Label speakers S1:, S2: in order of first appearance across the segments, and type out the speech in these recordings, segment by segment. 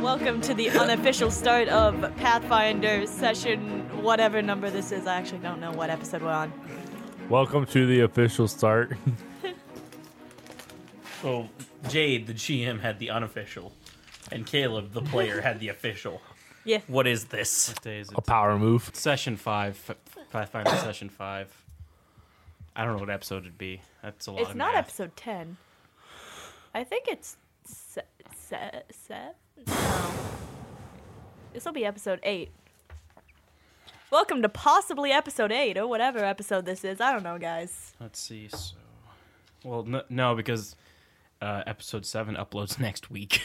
S1: Welcome to the unofficial start of Pathfinder session, whatever number this is. I actually don't know what episode we're on.
S2: Welcome to the official start.
S3: So Jade, the GM, had the unofficial, and Caleb, the player, had the official.
S1: Yeah.
S3: What is this?
S4: days.
S2: A power move.
S4: session five, F- Pathfinder session five. I don't know what episode it'd be. That's a lot.
S1: It's
S4: of
S1: not
S4: math.
S1: episode 10. I think it's. Se- se- se- no. This will be episode 8. Welcome to possibly episode 8 or whatever episode this is. I don't know, guys.
S4: Let's see. So, well, no, no because uh, episode seven uploads next week.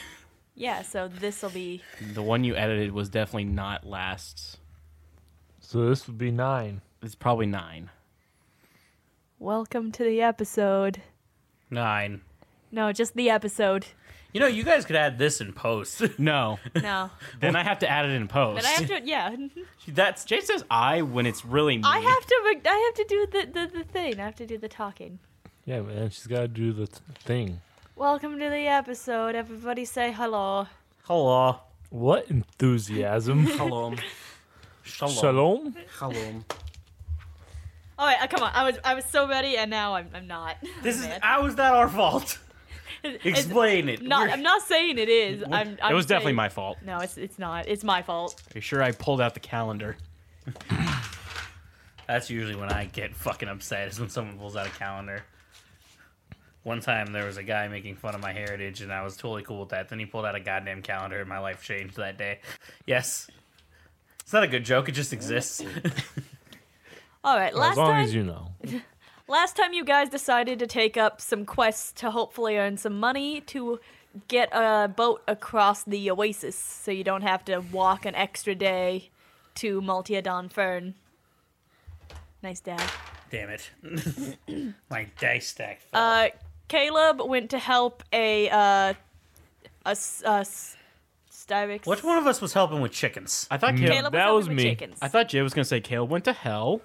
S1: Yeah, so this will be.
S4: the one you edited was definitely not last.
S2: So this would be nine.
S4: It's probably nine.
S1: Welcome to the episode.
S3: Nine.
S1: No, just the episode.
S3: You know, you guys could add this in post.
S4: No,
S1: No.
S4: then I have to add it in post.
S1: But I have to. Yeah.
S3: That's
S4: Jade says I when it's really me.
S1: I have to. re- I have to do the, the, the thing. I have to do the talking.
S2: Yeah, man. She's got to do the t- thing.
S1: Welcome to the episode. Everybody say hello.
S3: hello.
S2: What enthusiasm.
S3: Hello. Shalom.
S2: Shalom.
S3: Shalom.
S1: All right, uh, come on. I was I was so ready, and now I'm I'm not.
S3: This is
S1: Man.
S3: how is that our fault?
S1: It's-
S3: Explain it.
S1: Not
S3: We're-
S1: I'm not saying it is. I'm. I'm
S4: it was definitely
S1: saying-
S4: my fault.
S1: No, it's it's not. It's my fault.
S4: Are you sure I pulled out the calendar?
S3: That's usually when I get fucking upset is when someone pulls out a calendar. One time there was a guy making fun of my heritage and I was totally cool with that. Then he pulled out a goddamn calendar and my life changed that day. Yes. It's not a good joke, it just exists.
S1: All right. Last
S2: As long
S1: time,
S2: as you know.
S1: last time you guys decided to take up some quests to hopefully earn some money to get a boat across the oasis, so you don't have to walk an extra day to Multiadon Fern. Nice dad.
S3: Damn it. my dice stack fell.
S1: Uh, Caleb went to help a uh, a, s- a s- Styrex.
S3: Which one of us was helping with chickens?
S4: I thought Caleb.
S1: Caleb
S2: that
S1: helping
S2: was
S1: with
S2: me.
S1: Chickens.
S4: Mm. I thought Jay was gonna say Caleb went to hell.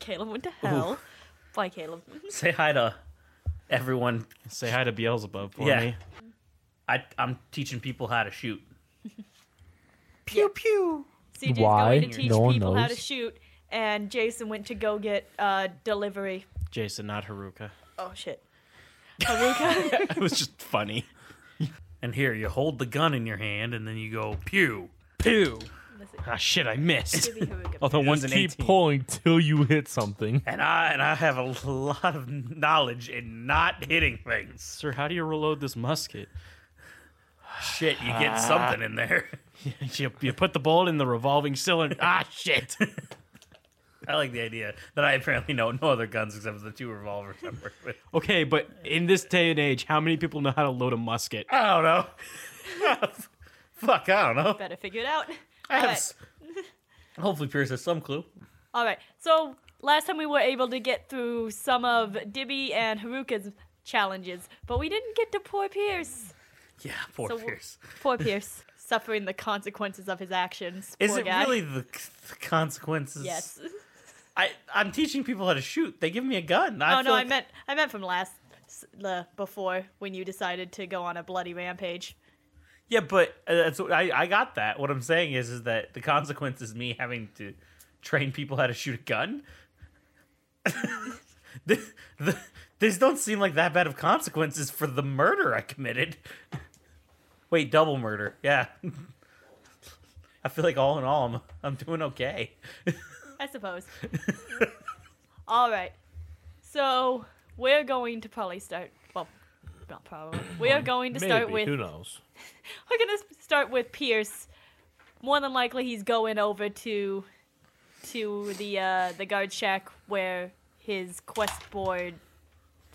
S1: Caleb went to hell. Why, Caleb?
S3: Say hi to everyone.
S4: Say hi to Beelzebub for
S3: Yeah.
S4: me.
S3: I, I'm teaching people how to shoot.
S1: CJ's
S2: Why?
S1: going to teach
S2: No one
S1: people how to
S2: knows.
S1: shoot, and Jason went to go get uh, delivery.
S4: Jason, not Haruka.
S1: Oh shit. Haruka.
S4: It was just funny.
S3: And here, you hold the gun in your hand and then you go pew.
S4: Pew.
S1: Let's see.
S4: Ah, shit, I missed.
S1: Maybe who would
S3: Oh.
S1: get-
S4: Although one's an
S2: Keep
S4: 18.
S2: pulling till you hit something.
S3: And I and I have a lot of knowledge in not hitting things.
S4: Sir, how do you reload this musket?
S3: Shit, you get something in there.
S4: you, you put the bullet in the revolving cylinder. Ah, shit.
S3: I like the idea that I apparently know no other guns except for the two revolvers I work with.
S4: Okay, but in this day and age, how many people know how to load a musket?
S3: I don't know. Fuck, I don't know.
S1: Better figure it out.
S3: I have
S1: Alright.
S3: s- Hopefully, Pierce has some clue.
S1: All right. So last time we were able to get through some of Dibby and Haruka's challenges, but we didn't get to poor Pierce.
S3: Yeah, poor
S1: So w-
S3: Pierce.
S1: Poor Pierce suffering the consequences of his actions.
S3: Is
S1: Poor
S3: it
S1: guy.
S3: really the, the consequences?
S1: Yes.
S3: I I'm teaching people how to shoot. They give me a gun. I
S1: oh no,
S3: feel
S1: I
S3: like-
S1: meant I meant from last s- the before when you decided to go on a bloody rampage.
S3: Yeah, but uh, that's what I I got that. What I'm saying is is that the consequence is me having to train people how to shoot a gun. Th- th- These don't seem like that bad of consequences for the murder I committed. Wait, double murder. Yeah. I feel like all in all, I'm, I'm doing okay.
S1: I suppose. All right. So we're going to probably start. Well, not probably. We are going to start
S2: Maybe,
S1: with
S2: who knows?
S1: We're gonna s- start with Pierce. More than likely, he's going over to to the uh, the guard shack where his quest board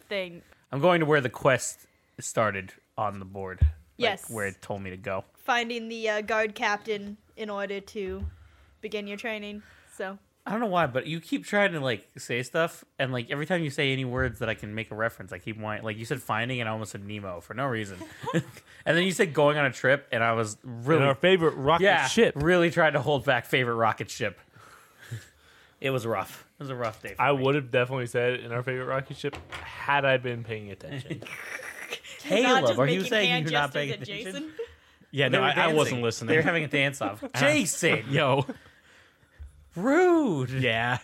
S1: thing.
S3: I'm going to where the quest started on the board. like,
S1: Yes.
S3: where it told me to go.
S1: Finding the uh, guard captain in order to begin your training. So
S3: I don't know why, but you keep trying to like say stuff, and like every time you say any words that I can make a reference, I keep wanting. Like you said, finding, and I almost said Nemo for no reason, and then you said going on a trip, and I was
S2: And
S3: really
S2: our favorite rocket
S3: yeah,
S2: ship.
S3: really tried to hold back favorite rocket ship. It was rough. It was a rough day. For
S2: I
S3: me.
S2: would have definitely said it in our favorite rocket ship had I been paying attention.
S1: not just
S3: Caleb, are you
S1: making
S3: saying
S1: hand
S3: you're not
S1: gestures
S3: paying
S1: at
S3: attention?
S1: Jason.
S4: Yeah,
S3: They
S4: no,
S3: were
S4: I, I
S3: dancing.
S4: wasn't
S3: They were
S4: listening.
S3: having a dance off. Jason,
S4: Yo.
S3: rude.
S4: Yeah.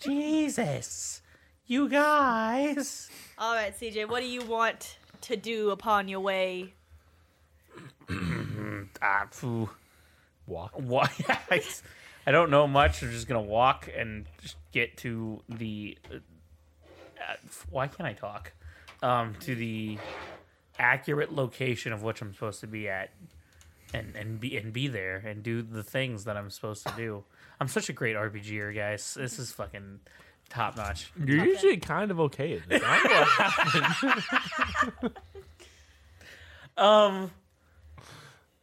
S3: Jesus, you guys.
S1: All right, CJ, what do you want to do upon your way?
S3: Ah, phew.
S2: Walk.
S3: Why? I don't know much. I'm just gonna walk and just get to the. Uh, f- why can't I talk? Um, to the accurate location of which I'm supposed to be at, and and be and be there and do the things that I'm supposed to do. I'm such a great RPGer, er, guys. This is fucking top notch.
S2: You're usually kind of okay at this. I don't know what happened.
S3: Um,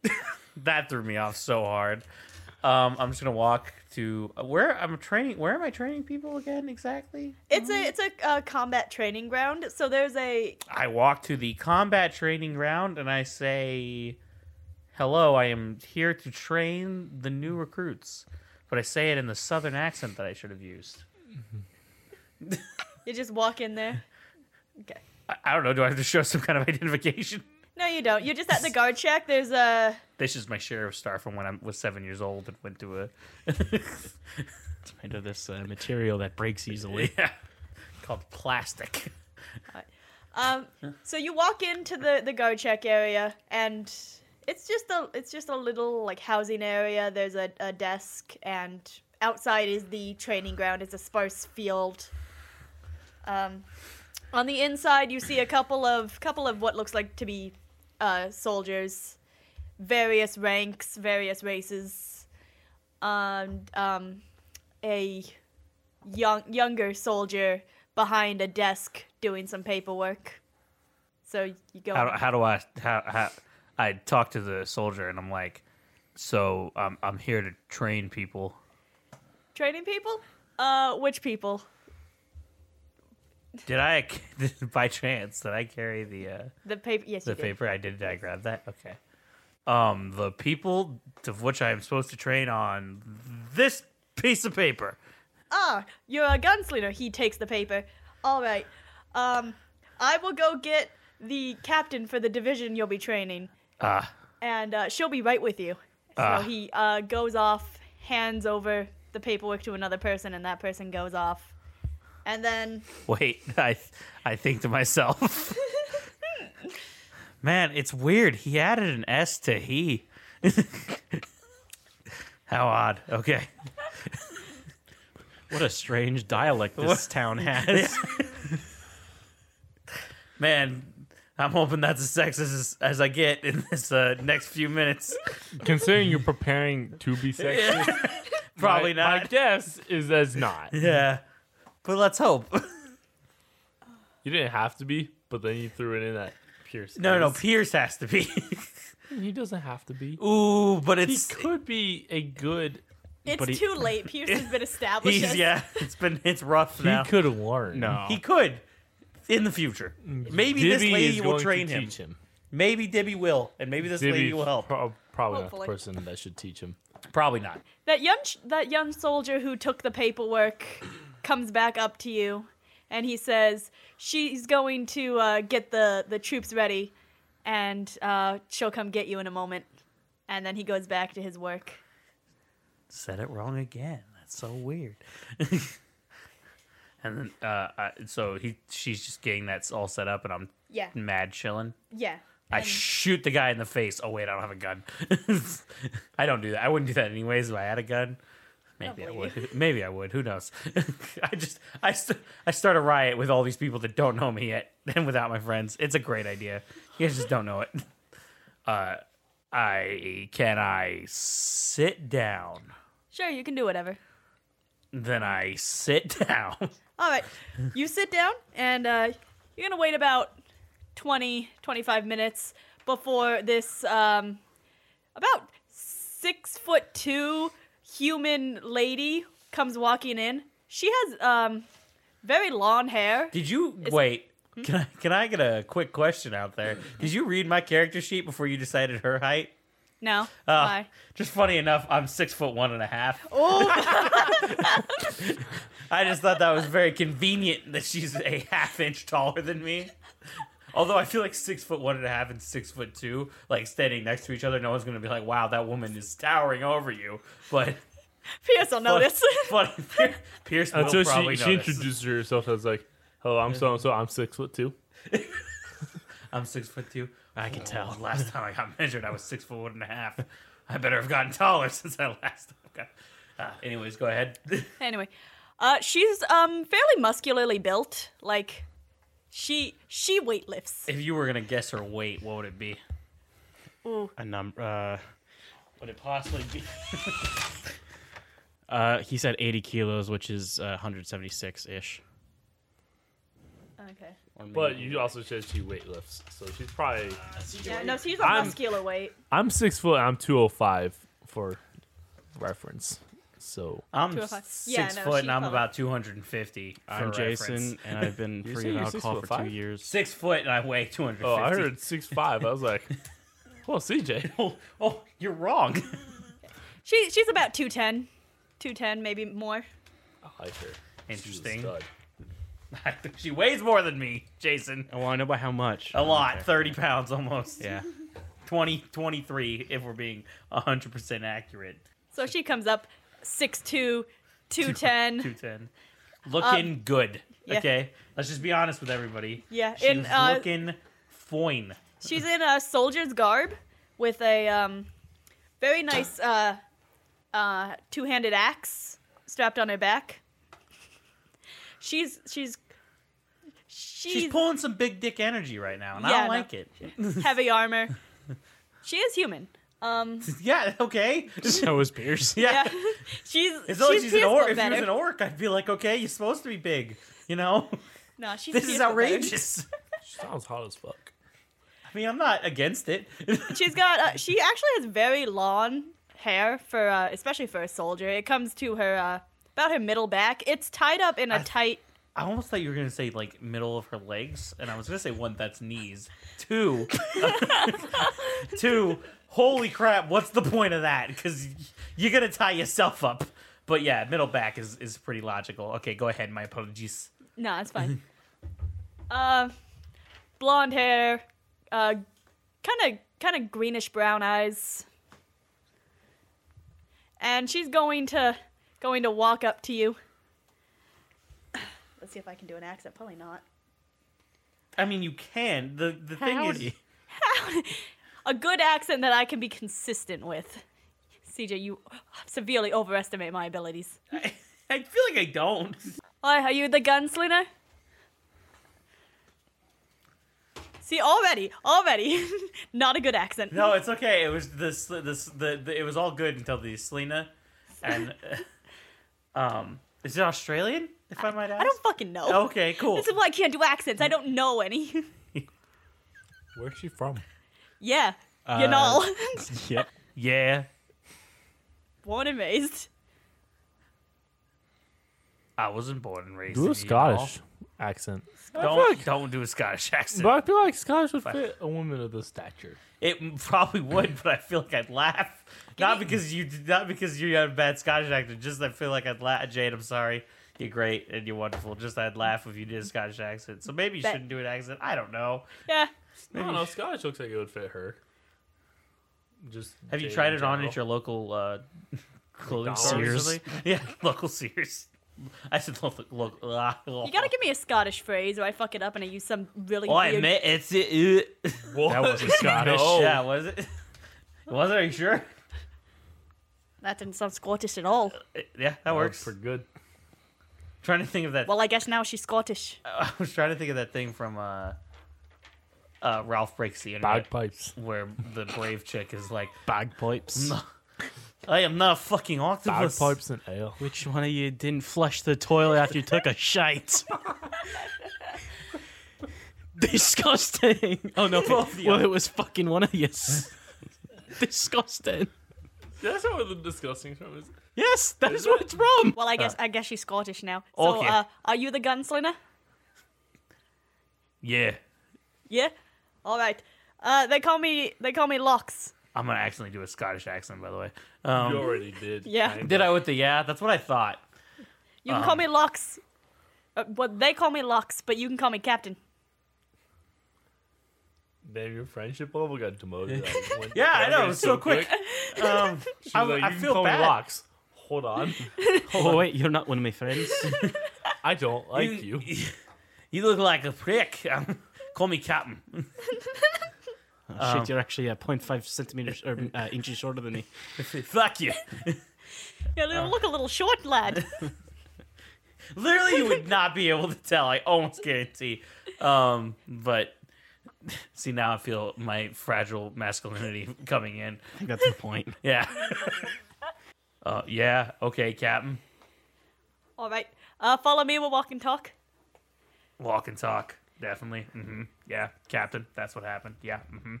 S3: that threw me off so hard. Um, I'm just gonna walk to uh, where I'm training. Where am I training people again exactly?
S1: It's a it's a uh, combat training ground. So there's a
S3: I walk to the combat training ground and I say, "Hello, I am here to train the new recruits." But I say it in the southern accent that I should have used.
S1: you just walk in there.
S3: I, I don't know. Do I have to show some kind of identification?
S1: No, you don't. You're just at the guard shack. There's a
S3: This is my sheriff's star from when I was seven years old and went to a
S4: It's made of this uh, material that breaks easily.
S3: yeah called plastic.
S1: Um, so you walk into the the guard check area, and it's just a it's just a little like housing area. There's a, a desk, and outside is the training ground. It's a sparse field. Um, on the inside, you see a couple of couple of what looks like to be uh, soldiers, various ranks, various races, and um, a young younger soldier behind a desk doing some paperwork. So you go.
S3: how, how do I how, how I talk to the soldier and I'm like, so I'm I'm here to train people.
S1: Training people? Uh, which people?
S3: Did I by chance did I carry the uh,
S1: The paper? Yes,
S3: the
S1: you did.
S3: paper? I did. Did I grab that? Okay. Um, the people of which I am supposed to train on this piece of paper.
S1: Ah, you're a gunslinger. He takes the paper. All right. Um, I will go get the captain for the division you'll be training. Ah. And uh, she'll be right with you. So he uh, goes off, hands over the paperwork to another person, and that person goes off. And then
S3: Wait, I I think to myself. Man, it's weird. He added an S to he. How odd. Okay.
S4: What a strange dialect this town has.
S3: Man, I'm hoping that's as sexist as, as I get in this uh, next few minutes.
S2: Considering you're preparing to be sexist,
S3: Probably
S2: my-
S3: not.
S2: My guess is that's not.
S3: Yeah. But let's hope.
S2: You didn't have to be, but then you threw it in at Pierce.
S3: No, no, Pierce has to be.
S2: he doesn't have to be.
S3: Ooh, but
S2: He
S3: it's
S2: could be a good.
S1: It's
S2: but he-
S1: too late. Pierce has been established.
S3: he's
S1: as-
S3: yeah, it's been it's rough
S2: He
S3: now.
S2: could learn.
S4: No.
S3: He could in the future. Maybe
S2: Mm-hmm. Dibby
S3: this lady
S2: is
S3: will
S2: going to
S3: train him.
S2: teach him.
S3: Maybe Dibby will, and maybe this lady
S2: Dibby's
S3: will help.
S2: prob- probably
S1: Hopefully.
S2: not the person that should teach him.
S3: Probably not.
S1: That young ch- that young soldier who took the paperwork comes back up to you, and he says she's going to uh, get the the troops ready, and uh, she'll come get you in a moment. And then he goes back to his work.
S3: Said it wrong again. That's so weird. and then, uh, I, so he she's just getting that all set up, and I'm
S1: Yeah.
S3: mad chilling.
S1: Yeah.
S3: I shoot the guy in the face. Oh wait, I don't have a gun. I don't do that. I wouldn't do that anyways if I had a gun. Maybe I
S1: believe
S3: would. Maybe I would. Who knows? I just I st- I start a riot with all these people that don't know me yet and without my friends. It's a great idea. You guys just don't know it. Uh, I can I sit down.
S1: Sure, you can do whatever.
S3: Then I sit down.
S1: All right. You sit down and uh, you're going to wait about 20, 25 minutes before this um, about six foot two human lady comes walking in. She has um, very long hair.
S3: Did you wait?
S1: Hmm?
S3: Can I can I get a quick question out there? Did you read my character sheet before you decided her height?
S1: No.
S3: Uh,
S1: Why?
S3: Just funny enough, I'm six foot one and a half. Oh. I just thought that was very convenient that she's a half inch taller than me. Although I feel like six foot one and a half and six foot two, like standing next to each other, no one's gonna be like, "Wow, that woman is towering over you." But
S1: Pierce will notice.
S3: but, but Pierce will
S2: Until
S3: probably
S2: she, she
S3: notice.
S2: introduces herself as like, "Hello, I'm so and so. I'm six foot two.
S3: I'm six foot two. I can tell. Last time I got measured, I was six foot one and a half. I better have gotten taller since I last. Got... Uh, anyways, go ahead.
S1: anyway, uh, she's um, fairly muscularly built. Like, she she weight lifts.
S3: If you were gonna guess her weight, what would it be?
S4: A number. Uh,
S3: Would it possibly be?
S4: uh, he said 80 kilos, which is uh, 176 ish.
S1: Okay.
S2: But you also said she weightlifts, so she's probably.
S1: Yeah, no, she's a
S2: I'm-
S1: muscular weight.
S2: I'm six foot. I'm two oh five for reference. So
S3: I'm
S1: 205.
S3: six
S1: Yeah, no,
S3: foot
S1: she
S3: and I'm
S1: probably-
S3: about 250. for
S4: I'm Jason,
S3: reference.
S4: and I've been free
S2: say
S4: of
S2: you're six
S4: alcohol
S2: foot
S4: for two
S2: five?
S4: years.
S3: Six foot and I weigh 250.
S2: Oh, I heard six five. I was like, well, CJ.
S3: Oh, oh, you're wrong.
S1: She she's about 210. 210 maybe more.
S2: I like her.
S3: Interesting. I think she weighs more than me, Jason.
S4: I want to know by how much.
S3: A lot, 30 pounds almost.
S4: Yeah.
S3: 20, 23, if we're being 100% accurate.
S1: So she comes up 6'2", 210.
S3: 210. Looking good.
S1: Um, yeah.
S3: Okay. Let's just be honest with everybody.
S1: Yeah,
S3: She's
S1: and, uh,
S3: looking foine.
S1: She's in a soldier's garb with a um, very nice uh, uh, two-handed axe strapped on her back. She's she's she's,
S3: She's pulling some big dick energy right now, and I
S1: Yeah,
S3: don't
S1: no.
S3: like it.
S1: heavy armor. she is human. Um,
S3: Yeah, okay.
S4: So was Pierce.
S1: yeah, she's
S3: As long as
S1: she's,
S3: she's an
S1: Pierce,
S3: orc,
S1: but
S3: if he was
S1: better.
S3: an orc, I'd be like, okay, you're supposed to be big. You know,
S1: No, she's
S3: this
S1: Pierce,
S3: is
S1: but better.
S3: outrageous.
S2: Sounds hot as fuck.
S3: I mean, I'm not against it.
S1: She's got. Uh, she actually has very long hair for, uh, especially for a soldier. It comes to her uh, about her middle back. It's tied up in a tight.
S3: I almost thought you were gonna say like middle of her legs, and I was gonna say one that's knees. Two, two. Holy crap! What's the point of that? Because you're gonna tie yourself up. But yeah, middle back is is pretty logical. Okay, go ahead. My apologies.
S1: No, it's fine. uh, blonde hair, uh, kind of kind of greenish brown eyes, and she's going to going to walk up to you. Let's see if I can do an accent. Probably not.
S3: I mean, you can. The the thing is,
S1: a good accent that I can be consistent with. CJ, you severely overestimate my abilities.
S3: I, I feel like I don't.
S1: Why, are you the gunslinger? See, already, already, not a good accent.
S3: No, Oh, it's okay. It was this this the, the it was all good until the Selena and uh, um is it Australian? If I, might ask.
S1: I don't fucking know.
S3: Okay, cool.
S1: This is why I can't do accents. I don't know any.
S2: Where's she from?
S1: yeah, you know.
S4: Yep.
S3: Uh, Yeah,
S1: Born and raised.
S3: I wasn't born and raised.
S2: Do
S3: in
S2: a
S3: the
S2: Scottish accent.
S3: UK. Don't don't do a Scottish accent.
S2: But I feel like Scottish would fit a woman of this stature.
S3: It probably would, but I feel like I'd laugh. Not because you not because you had a bad Scottish accent. Just I feel like I'd laugh. Jade, I'm sorry. You're great and you're wonderful. Just I'd laugh if you did a Scottish accent. So maybe you
S1: Bet.
S3: shouldn't do an accent. I don't know.
S1: Yeah.
S2: I don't know. Scottish looks like it would fit her. Just
S3: Have you
S2: Jade
S3: tried
S2: in
S3: it on at
S2: general.
S3: your local uh, clothing
S2: McDonald's
S3: store?
S2: or
S3: recently? Yeah, local Sears. I said local. local ah,
S1: You gotta give me a Scottish phrase or I fuck it up and I use some really
S3: Oh, I
S1: weird...
S3: admit it's it. uh,
S2: That wasn't Scottish.
S3: Yeah, was it? Was it? Are you sure?
S1: That didn't sound Scottish at all.
S3: Yeah, that
S2: Works
S3: works.
S2: pretty good.
S3: trying to think of that.
S1: Well, I guess now she's Scottish.
S3: I was trying to think of that thing from uh, uh, Ralph Breaks the Internet,
S2: Bagpipes.
S3: where the brave chick is like,
S4: Bagpipes.
S3: "I am not a fucking octopus."
S2: Bagpipes and ale.
S4: Which one of you didn't flush the toilet after you took a shite? Disgusting. Oh no.
S3: Both of you.
S4: well, it was fucking one of you. Disgusting.
S2: That's how the disgusting from is.
S4: Yes, that is what it's from.
S1: Well, I guess I guess she's Scottish now. So,
S3: Uh, okay.
S1: uh, are you the gunslinger?
S3: Yeah,
S1: Yeah. All right. Uh, they call me they call me Locks.
S3: I'm gonna accidentally do a Scottish accent, by the way. Um,
S2: You already did.
S1: Yeah.
S3: did I with the yeah? That's what I thought.
S1: You
S3: Uh-huh.
S1: can call me Locks. Uh, well, they call me Locks, but you can call me Captain.
S2: Then your friendship level got demoted.
S3: Yeah, I know. It was so quick. Um, I,
S2: I, like,
S3: I
S2: you
S3: feel
S2: can call me
S3: bad.
S2: Locks. Hold on.
S4: Oh wait, you're not one of my friends. Oh,
S2: I don't like you.
S3: You look like a prick. Um, call me Captain.
S4: Oh, shit, you're actually uh, 0.5 centimeters or uh, inches shorter than me.
S3: Fuck you.
S1: Yeah,
S3: Uh.
S1: you look a little short, lad.
S3: Literally, you would not be able to tell. I almost guarantee. Um, but see, now I feel my fragile masculinity coming in.
S4: I think that's the point.
S3: Yeah. uh, yeah. Okay, Captain.
S1: All right. Uh, follow me. We'll walk and talk.
S3: Walk and talk. Definitely. hmm Yeah, Captain. That's what happened. Yeah. hmm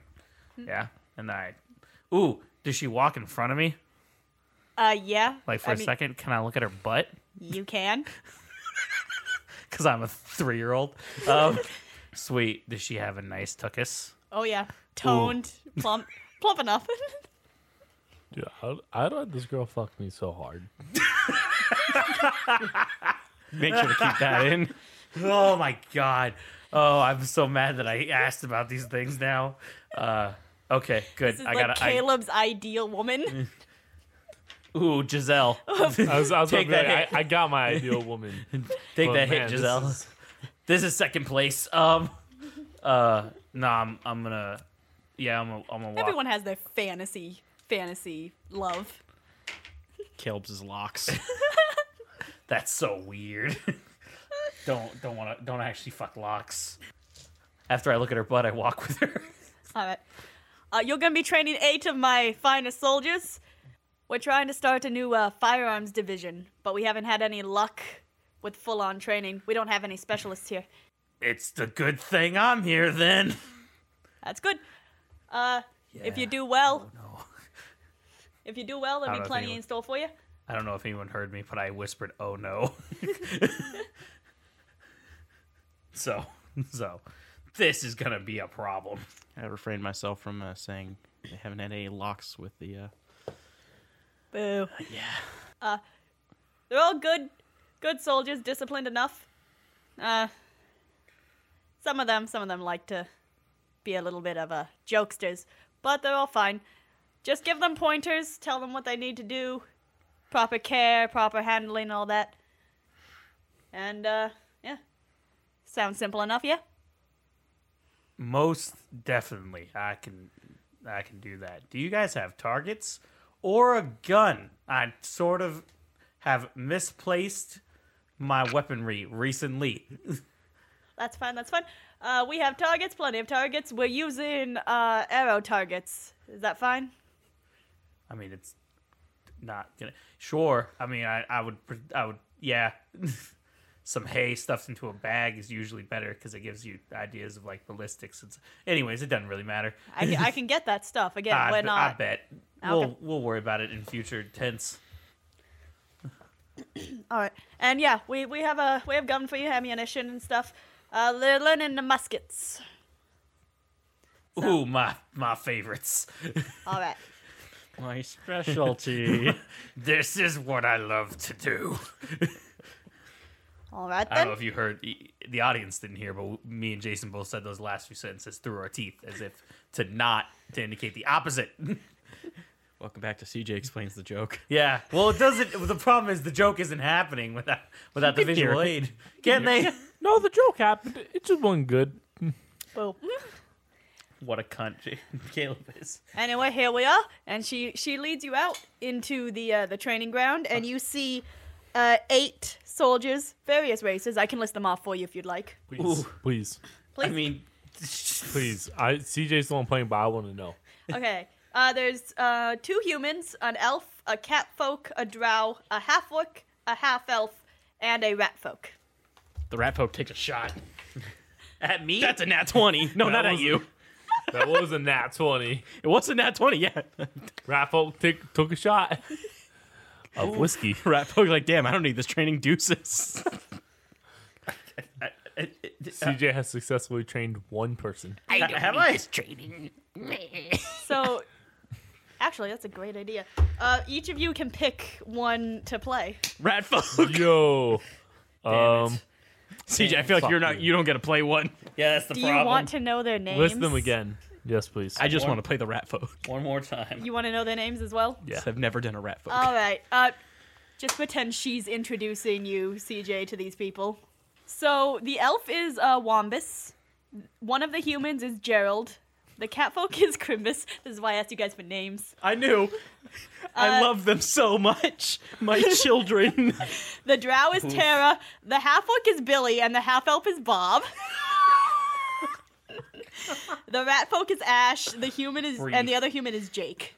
S3: Yeah. And I. Ooh, does she walk in front of me?
S1: Uh, yeah.
S3: Like for
S1: a
S3: a second, can I look at her butt?
S1: You can.
S3: Because I'm a three year old. Um, sweet. Does she have a nice tuchus?
S1: Oh yeah. Toned, plump, plump enough.
S2: Dude, how, how did this girl fuck me so hard?
S4: Make sure to keep that in.
S3: Oh my god. Oh, I'm so mad that I asked about these things now. Uh, okay, good.
S1: this is
S3: I
S1: like
S3: gotta. I,
S1: Caleb's ideal woman.
S3: ooh, Giselle,
S2: I was, I was
S3: Take
S2: gonna be
S3: that
S2: like, I, I got my ideal woman.
S3: take
S2: But Oh,
S3: that
S2: man,
S3: hit,
S2: this
S3: Giselle. This is...
S2: is-
S3: second place. Um, uh, no, I'm I'm gonna. Yeah, I'm a, I'm gonna walk.
S1: Everyone has their fantasy, fantasy love.
S4: Caleb's locks.
S3: That's so weird. don't don't want to don't actually fuck locks. After I look at her butt, I walk with her.
S1: All right. Uh, you're going to be training eight of my finest soldiers. We're trying to start a new uh, firearms division, but we haven't had any luck with full on training. We don't have any specialists here.
S3: It's the good thing I'm here then.
S1: That's good. Uh, If you do well, if you do well, there'll
S3: I don't
S1: be
S3: know if
S1: plenty
S3: anyone-
S1: in store for you.
S3: I don't know if anyone heard me, but I whispered, "Oh no." so, so this is gonna be a problem.
S4: I refrained myself from uh, saying they haven't had any locks with the. Uh...
S1: Boo. Yeah. Uh, they're all good, good soldiers, disciplined enough. Uh, some of them, some of them like to be a little bit of a jokesters, but they're all fine. Just give them pointers, tell them what they need to do, proper care, proper handling, all that. And uh, yeah, sounds simple enough, yeah.
S3: Most definitely, I can, I can do that. Do you guys have targets, or a gun. I sort of have misplaced my weaponry recently.
S1: That's fine. That's fine. Uh, we have targets, plenty of targets. We're using uh, arrow targets. Is that fine?
S3: I mean, it's not gonna. Sure. I mean, I, I would. pr- I would. Yeah. Some hay stuffed into a bag is usually better because it gives you ideas of like ballistics. It's, anyways, it doesn't really matter.
S1: I, ca- I can get that stuff. Again,
S3: I,
S1: we're
S3: be- I
S1: not.
S3: bet. We'll we'll worry about it in future tense.
S1: All right. And yeah, we, we have a we have gun for you, ammunition and stuff. Uh, they're learning the muskets.
S3: Ooh, my my favorites.
S1: All right.
S4: My specialty.
S3: This is what I love to do.
S1: All right
S3: I don't
S1: then.
S3: know if you heard, the- the audience didn't hear, but me and Jason both said those last few sentences through our teeth as if to not, to indicate the opposite.
S4: Welcome back to CJ explains the joke.
S3: yeah. Well, it doesn't, the problem is the joke isn't happening without without the
S2: can hear
S3: visual
S2: it.
S3: aid. Can they?
S2: No, the joke happened. It just wasn't good.
S1: Boom.
S3: What a cunt J- Caleb is.
S1: Anyway, here we are, and she she leads you out into the uh, the training ground, and you see uh, eight soldiers, various races. I can list them off for you if you'd like.
S2: Please, please,
S3: I mean,
S2: please. I CJ's the one playing, but I want to know.
S1: Okay. Uh, there's uh, two humans, an elf, a cat folk, a drow, a half orc, a half elf, and a rat folk.
S4: The rat folk takes a shot.
S3: at me?
S4: That's a nat 20. No, not at
S2: was-
S4: you.
S2: That was a nat twenty.
S4: It was a nat 20, yeah.
S2: Raffle took took a shot of whiskey.
S4: rat folk like, damn, I don't need this training deuces.
S2: CJ has successfully trained one person.
S3: have I?
S1: So, actually, that's a great idea. Uh, each of you can pick one to play.
S4: rat folk.
S2: Yo, um,
S4: CJ, I feel like
S2: Fuck
S4: you're not,
S2: you.
S4: you don't get to play one.
S3: Yeah, that's the
S1: Do
S3: problem.
S1: you want to know their names?
S2: list them again. Yes, please.
S4: I just want to play the rat folk.
S3: One more time.
S1: You want to know their names as well?
S2: Yeah.
S4: I've never done a rat folk.
S1: All right. Uh, just pretend she's introducing you, CJ, to these people. So the elf is uh, Wombus. One of the humans is Gerald. The catfolk is Crimbus. This is why I asked you guys for names.
S4: I knew.
S1: Uh,
S4: I love them so much. My children.
S1: The drow is Tara. The half orc is Billy, and the half elf is Bob. the rat folk is Ash. The human is,
S3: Breathe.
S1: and the other human is Jake.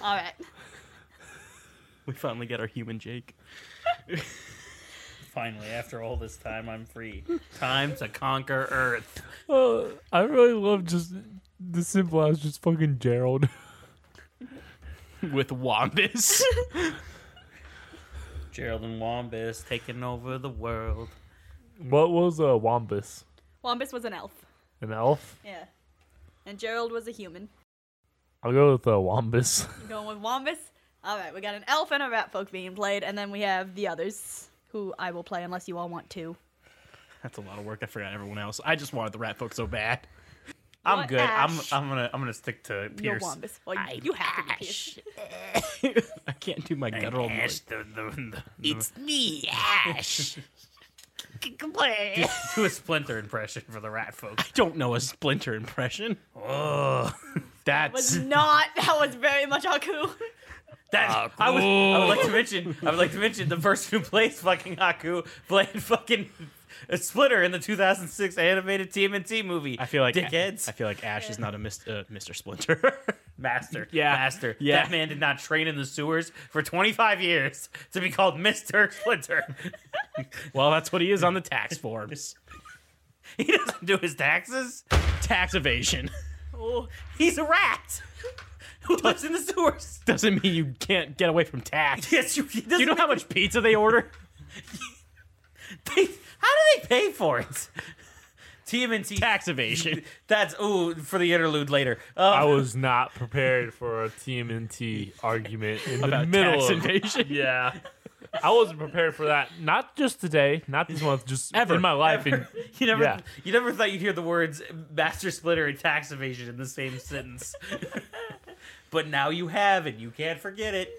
S1: All right.
S4: we finally get our human Jake.
S3: Finally, after all this time, I'm free. Time to conquer Earth.
S2: Uh, I really love just the simple as just fucking Gerald.
S4: With Wombus.
S3: Gerald and Wombus taking over the world.
S2: What was uh, Wombus?
S1: Wombus was an elf.
S2: An elf?
S1: Yeah. And Gerald was a human.
S2: I'll go with uh, Wombus.
S1: Going with Wombus. All right, we got an elf and a rat folk being played, and then we have the others, who I will play unless you all want to.
S4: That's a lot of work. I forgot everyone else. I just wanted the rat folk so bad.
S3: I'm
S1: You're
S3: good.
S1: Ash.
S3: I'm I'm gonna I'm gonna stick to
S1: You're
S3: Pierce.
S1: Wombus. Well, you, you have to be Pierce.
S4: I can't do my guttural noise.
S3: it's me, Ash. do, do a splinter impression for the rat folk.
S4: I don't know a splinter impression.
S3: Oh,
S4: That's
S1: Was not. That was very much Haku.
S3: that I was. I would like to mention. I would like to mention the person who plays fucking Haku played fucking a splitter in the 2006 animated TMNT movie.
S4: I feel like
S3: dickheads.
S4: I feel like Ash is not a mis- uh, Mr. Splinter.
S3: Master.
S4: Yeah.
S3: Master.
S4: Yeah.
S3: That man did not train in the sewers for 25 years to be called Mr. Splinter.
S4: well, that's what he is on the tax forms.
S3: he doesn't do his taxes. Oh,
S4: tax evasion
S3: He's a rat who lives in the sewers.
S4: doesn't mean you can't get away from tax.
S3: Yes, you, it doesn't
S4: You know how
S3: make-
S4: much pizza they order?
S3: they, how do they pay for it? TMNT.
S4: Tax evasion.
S3: That's ooh for the interlude later.
S2: I
S3: Uh,
S2: was not prepared for a TMNT argument in the
S4: About
S2: middle
S4: tax
S2: of
S4: evasion.
S2: Yeah. I wasn't prepared for that. Not just today, not this month, just
S4: Ever.
S2: in my life. And
S3: you never,
S2: yeah.
S3: you never thought you'd hear the words master splitter and tax evasion in the same sentence, but now you have and you can't forget it.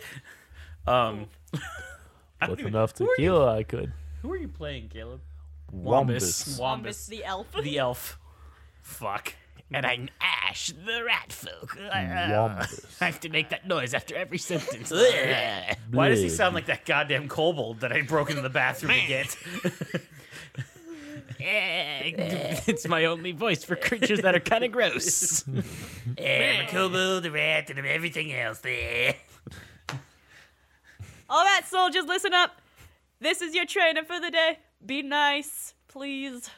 S3: Um, I don't
S2: with
S3: even-
S2: enough
S3: who are you-
S2: tequila, I could.
S3: Who are you playing, Caleb?
S2: Wombus.
S1: Wombus the elf.
S3: the elf. Fuck.
S4: And I'm Ash, the rat folk.
S2: Wampus.
S4: I have to make that noise after every sentence.
S3: Why does he sound like that goddamn kobold that I broke into the bathroom to get?
S4: it's my only voice for creatures that are kind of gross.
S3: I'm a kobold, a rat, and I'm everything else.
S1: All right, soldiers, listen up. This is your training for the day. Be nice, please.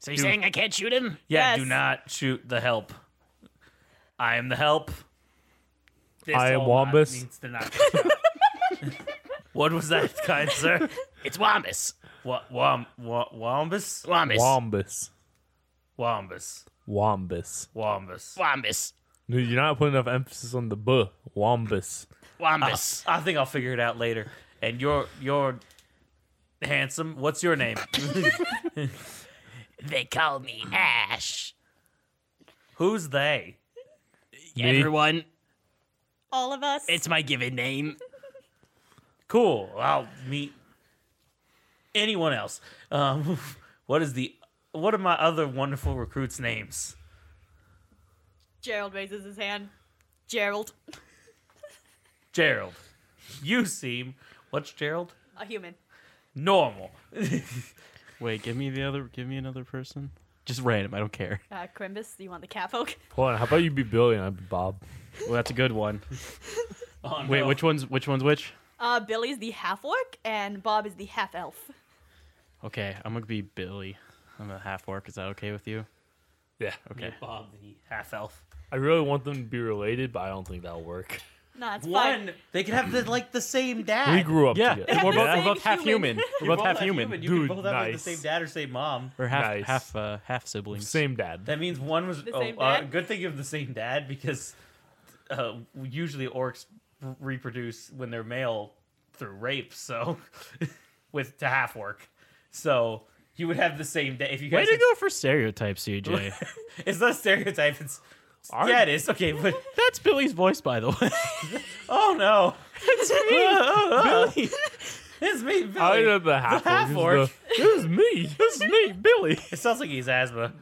S4: So you're saying I can't shoot him?
S3: Yeah, do
S1: Yes.
S3: not shoot the help. I am the help. This
S2: I am
S3: all not-
S2: Wombus.
S3: needs to not get shot. what was that, kind sir?
S4: It's Wombus.
S3: What, wom, wa- Wombus?
S4: Wombus.
S2: Wombus.
S3: Wombus.
S2: Wombus.
S3: Wombus.
S4: Wombus.
S2: No, You're not putting enough emphasis on the buh. Wombus.
S4: Wombus.
S3: I think I'll figure it out later. And you're you're handsome. What's your name?
S4: They call me Ash.
S3: Who's they?
S4: Everyone,
S1: All of us.
S4: it's my given name.
S3: Cool. I'll meet anyone else. Um, what is the what are my other wonderful recruits' names?
S1: Gerald raises his hand. Gerald,
S3: Gerald. You seem what's Gerald?
S1: a human.
S3: Normal.
S4: Wait, give me the other. Give me another person. Just random. I don't care.
S1: Uh, Crimbus, you want the catfolk?
S2: Hold on. How about you be Billy and I be Bob?
S4: Well, that's a good one.
S3: Oh,
S4: Wait,
S3: no.
S4: which one's which one's which?
S1: Uh, Billy's the half orc, and Bob is the half elf.
S4: Okay, I'm gonna be Billy. I'm a half orc. Is that okay with you?
S2: Yeah.
S4: Okay.
S3: Bob the half elf.
S2: I really want them to be related, but I don't think that'll work.
S1: No, it's fine.
S3: One. They could have the, like the same dad.
S2: We grew up
S4: Yeah,
S2: together.
S4: we're both,
S1: Same
S4: we're both half
S1: human.
S4: human. We're both half human.
S3: You
S2: Dude,
S3: can both have like, the
S2: nice.
S3: same dad or same mom.
S4: We're half
S2: Nice.
S4: half uh, half siblings.
S2: Same dad.
S3: That means one was
S1: The
S3: oh,
S1: same
S3: uh,
S1: dad?
S3: good thing you have the same dad because uh, usually orcs r- reproduce when they're male through rape, so with to half orc. So you would have the same dad if you
S4: Way
S3: guys.
S4: to go for stereotypes, CJ.
S3: It's not a stereotype. It's
S2: Our-
S3: yeah, it is okay, but
S4: that's Billy's voice, by the way.
S3: oh no, it's
S4: Billy.
S3: it's me, Billy.
S2: I know the half
S3: half
S2: orc. is the- This is me. This is me, Billy.
S3: It sounds like he's asthma.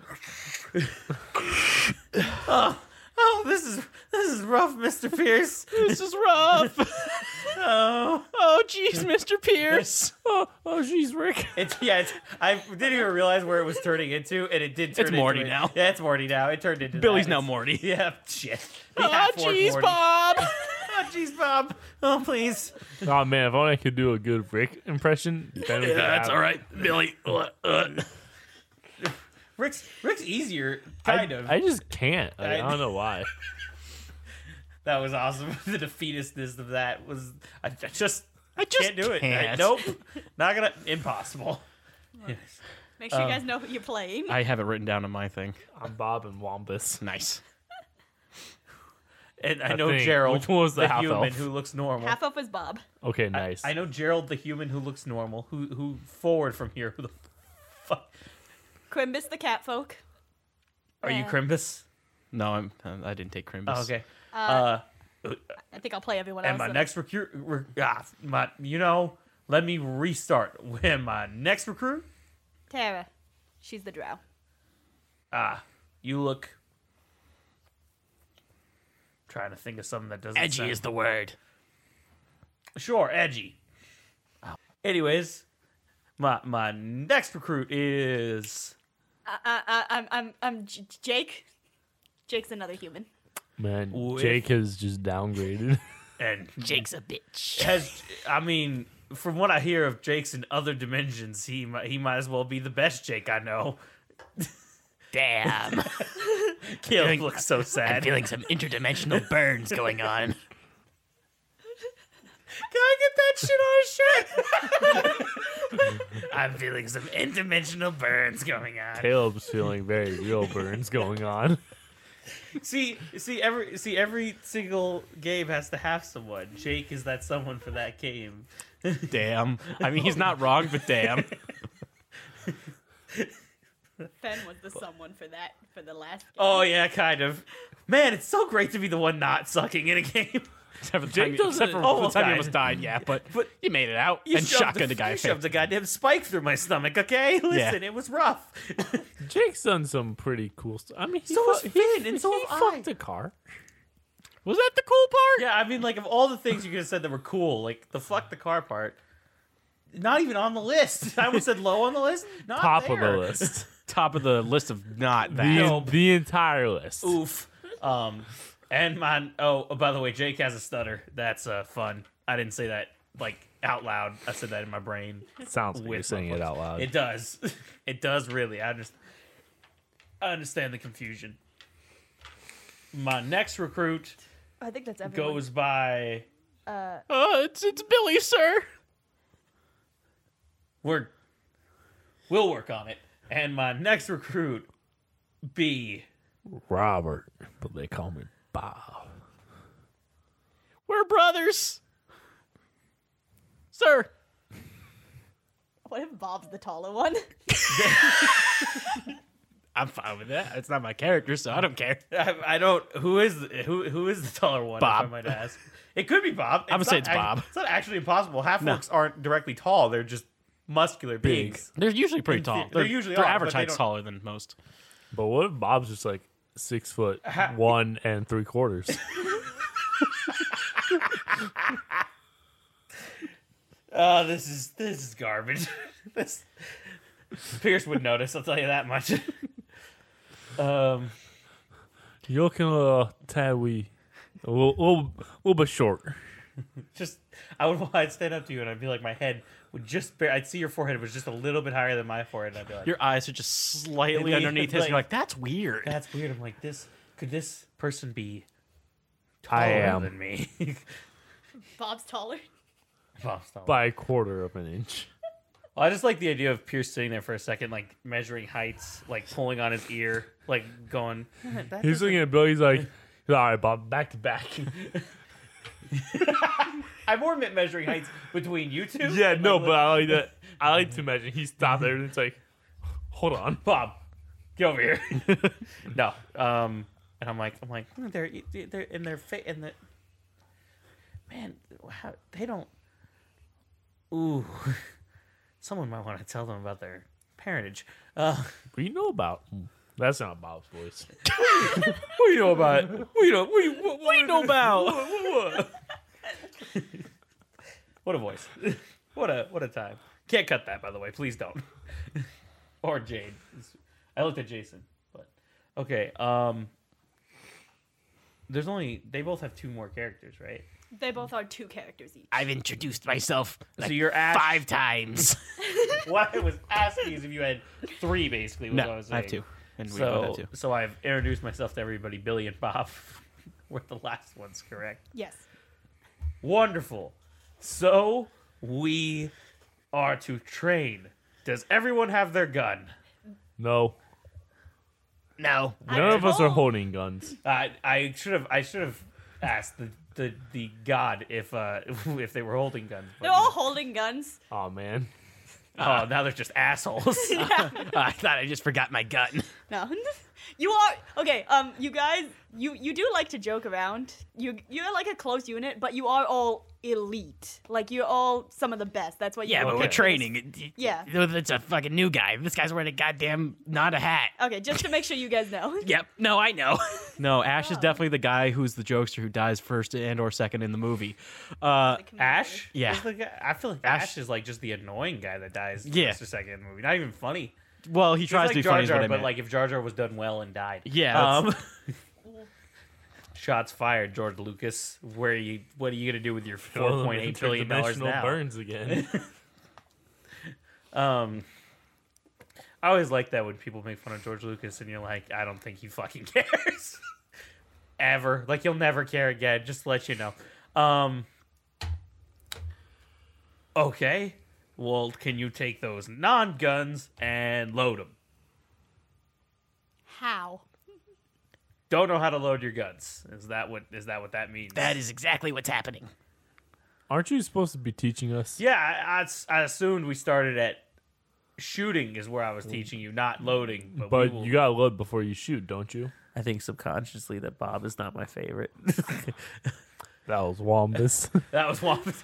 S3: oh, oh, this is this is rough, Mister Pierce.
S4: this is rough.
S3: Oh.
S4: Oh, jeez, Mr. Pierce.
S2: Oh, oh, jeez, Rick.
S3: It's yeah. It's, I didn't even realize where it was turning into, and it did. Turn
S4: It's
S3: into
S4: Morty
S3: it.
S4: now.
S3: Yeah, it's Morty now. It turned into
S4: Billy's
S3: that.
S4: now
S3: It's-
S4: Morty.
S3: Yeah, shit. The
S4: Oh,
S3: half-orc
S4: jeez,
S3: Morty.
S4: Bob.
S3: Oh, jeez, Bob. Oh, please.
S2: Oh man, if only I could do a good Rick impression. Then we could have-
S4: right, Billy. Uh, uh.
S3: Rick's Rick's easier,
S2: I-
S3: kind of.
S2: I just can't. Like, I,
S3: I-
S2: don't know why.
S3: that was awesome. the defeatishness of that was. I, I just.
S4: I just
S3: can't do it. I-
S4: can't.
S3: nope. Not gonna. Impossible. Yes.
S1: Make
S3: Oh.
S1: sure you guys know who you're playing.
S4: I have it written down on my thing.
S2: I'm Bob and Wampus.
S4: Nice.
S3: And I
S2: I
S3: know
S2: think-
S3: Gerald,
S2: which one was the half
S3: human
S2: elf?
S3: who looks normal.
S1: half elf is Bob.
S2: Okay, nice.
S3: I know Gerald, the human who looks normal, who who forward from here. Who the fuck
S1: Crimbus, the catfolk.
S3: are you,
S1: Uh,
S3: Crimbus?
S4: No, I'm. um, I didn't take Crimbus.
S3: Oh, okay. Uh,
S1: I think I'll play everyone
S3: and
S1: else.
S3: my
S1: in-
S3: next recruit, re- ah, my you know, let me restart. When my next recruit,
S1: Tara. She's the drow.
S3: you look. Trying to think of something that doesn't.
S4: Edgy
S3: sound-
S4: is the word.
S3: sure edgy. Anyways, my my next recruit is
S1: I, I, Uh, I'm, I'm, I'm J- J- Jake. Jake's another human.
S2: Man,
S3: Whiff.
S2: Jake has just downgraded.
S3: and
S4: Jake's a bitch.
S3: has I mean, from what I hear of Jake's in other dimensions, he mi- he might as well be the best Jake I know.
S4: Damn.
S3: Caleb looks so sad. Can
S4: some interdimensional burns going on.
S3: I get that shit on a shirt?
S4: I'm feeling some interdimensional burns going on.
S2: Caleb's feeling very real burns going on.
S3: See, see every see every single game has to have someone. Jake is that someone for that game.
S4: Damn. I mean, he's not wrong, but damn.
S1: Fen was the someone for that,
S4: Oh,
S1: for the last game.
S3: Oh yeah, kind of. Man, it's so great to be the one not sucking in a game.
S4: Except for the
S2: Jake
S4: time, you,
S3: doesn't-
S4: except for
S3: oh,
S4: the time you
S3: okay.
S4: almost died, yeah, but,
S3: But
S4: you made it out
S3: You
S4: and
S3: shoved
S4: shotgunned
S3: the,
S4: a guy.
S3: You
S4: in the face.
S3: shoved a goddamn spike through my stomach. Okay, listen, it was rough.
S2: Jake's done some pretty cool stuff. I mean, he
S3: So
S2: fu-
S3: has
S2: he-
S3: Finn, and so
S2: he
S3: have I.
S2: fucked a car.
S4: Was that the cool part?
S3: yeah, I mean, like of all the things you could have said that were cool, like the fuck the car part, not even on the list. I would have said low on the list, not
S2: Top of
S3: there.
S2: the list.
S4: Top of the list of not
S2: The,
S4: that.
S2: the entire list.
S3: Oof. Um, and my oh, oh, by the way, Jake has a stutter. That's uh, fun. I didn't say that like out loud. I said that in my brain.
S2: Sounds like
S3: with
S2: you're
S3: my
S2: saying it
S3: voice.
S2: out loud.
S3: It does. It does really. I just I understand the confusion. My next recruit
S1: I think that's everyone.
S3: goes by
S4: Uh, it's, it's Billy, sir.
S3: we're we'll work on it. And my next recruit B
S2: Robert, but they call me Bob.
S4: We're brothers. Sir.
S1: What if Bob's the taller one?
S4: I'm fine with that. It's not my character, so I don't care.
S3: I, I don't. Who is who? Who is the taller one?
S4: Bob.
S3: If I might ask. It could be Bob.
S4: I'm gonna
S3: It's
S4: say
S3: not
S4: it's
S3: act-
S4: Bob.
S3: It's not actually impossible. Half orcs aren't directly tall. They're just muscular beings.
S4: They're usually pretty
S3: In the-
S4: tall.
S3: they
S4: They're,
S3: usually
S4: they're
S3: are,
S4: average
S3: but they
S4: height's
S3: don't-
S4: taller than most.
S2: But what if Bob's just like six foot one and three quarters?
S3: Oh, this is this is garbage. this Pierce would notice. I'll tell you that much. um,
S2: You're looking a little tad wee, a little, little, little bit short.
S3: just I would I'd stand up to you and I'd be like my head would just bare. I'd see your forehead was just a little bit higher than my forehead. And I'd be like,
S4: Your eyes are just slightly
S3: Like-
S4: underneath his. and You're
S3: like-
S4: like, that's weird.
S3: that's weird. I'm like this. Could this person be taller
S2: I am
S3: than me?
S1: Bob's taller.
S3: Bob's taller.
S2: by a quarter of an inch.
S3: Well, I just like the idea of Pierce sitting there for a second, like measuring heights, like pulling on his ear, like going.
S2: He's looking at Billy. He's like, "All right, Bob, back to back."
S3: I more meant measuring heights between you two.
S2: yeah, no,
S3: Like,
S2: but I like that. I like to imagine he stopped there and it's like, "Hold on."
S3: Bob, get over here. no, um, and I'm like, I'm like, "Hmm, they're they're in their face, in the man, how they don't. Ooh, someone might want to tell them about their parentage. Uh,
S2: What do you know about? That's not Bob's voice.
S3: what do you know about? What do you know? What do you, what, do you know about?
S2: What?
S3: What a voice. What a what a time. Can't cut that by the way. Please don't. or Jade. I looked at Jason, but okay. Um There's only they both have two more characters, right?
S1: They both are two characters each.
S4: I've introduced myself
S3: so you're Ash.
S4: times.
S3: What I was asking is if you had three basically was what I
S4: no,
S3: was
S4: I have
S3: saying.
S4: two. And we both
S3: So,
S4: have two.
S3: so I've introduced myself to everybody, Billy and Bob. Were the last ones correct?
S1: Yes.
S3: Wonderful. So we are to train. Does everyone have their gun?
S2: No,
S4: No.
S2: none of us are
S1: told-
S2: holding guns.
S3: I I should have I should have asked the, the, the god if uh if they were holding guns. But,
S1: They're all holding guns.
S2: Oh man,
S3: oh, now they're just assholes.
S4: I thought I just forgot my gun.
S1: No. you are okay, um, you guys you you do like to joke around. You you're like a close unit, but you are all elite. Like you're all some of the best. That's what you
S4: Yeah, but
S1: all
S4: we're
S1: picked for this
S4: training.
S1: Yeah.
S4: That's a fucking new guy. This guy's wearing a goddamn, not a hat.
S1: Okay, just to make sure you guys know.
S4: Yep. No, I know. No, Ash is definitely the guy who's the jokester who dies first and or second in the movie. Uh,
S3: Ash,
S4: Yeah.
S3: is the guy- I feel like Ash,
S4: Ash-
S3: is like just the annoying guy that dies.
S4: Yeah.
S3: first or second in the movie, not even funny.
S4: well, he tries
S3: He's like
S4: to be
S3: Jar
S4: funny, is
S3: Jar,
S4: what I
S3: but
S4: meant.
S3: like if Jar Jar was done well and died,
S4: Yeah,
S3: Um, shots fired, George Lucas. Where you? What are you gonna do with your four point eight billion dollars
S2: Interdimensional
S3: now?
S2: burns again.
S3: Um, I always like that when people make fun of George Lucas, and you're like, I don't think he fucking cares ever. Like he'll never care again. Just to let you know. Um, okay. Well, can you take those non guns and load them?
S1: How?
S3: Don't know how to load your guns. Is that what is that what that means?
S4: is exactly what's happening.
S2: Aren't you supposed to be teaching us?
S3: Yeah, I, I s- I assumed we started at shooting is where I was teaching you, not loading. But, we
S2: But
S3: will-
S2: you gotta load before you shoot, don't you?
S3: I think subconsciously that Bob is not my favorite.
S2: That was Wampus.
S3: That was Wampus.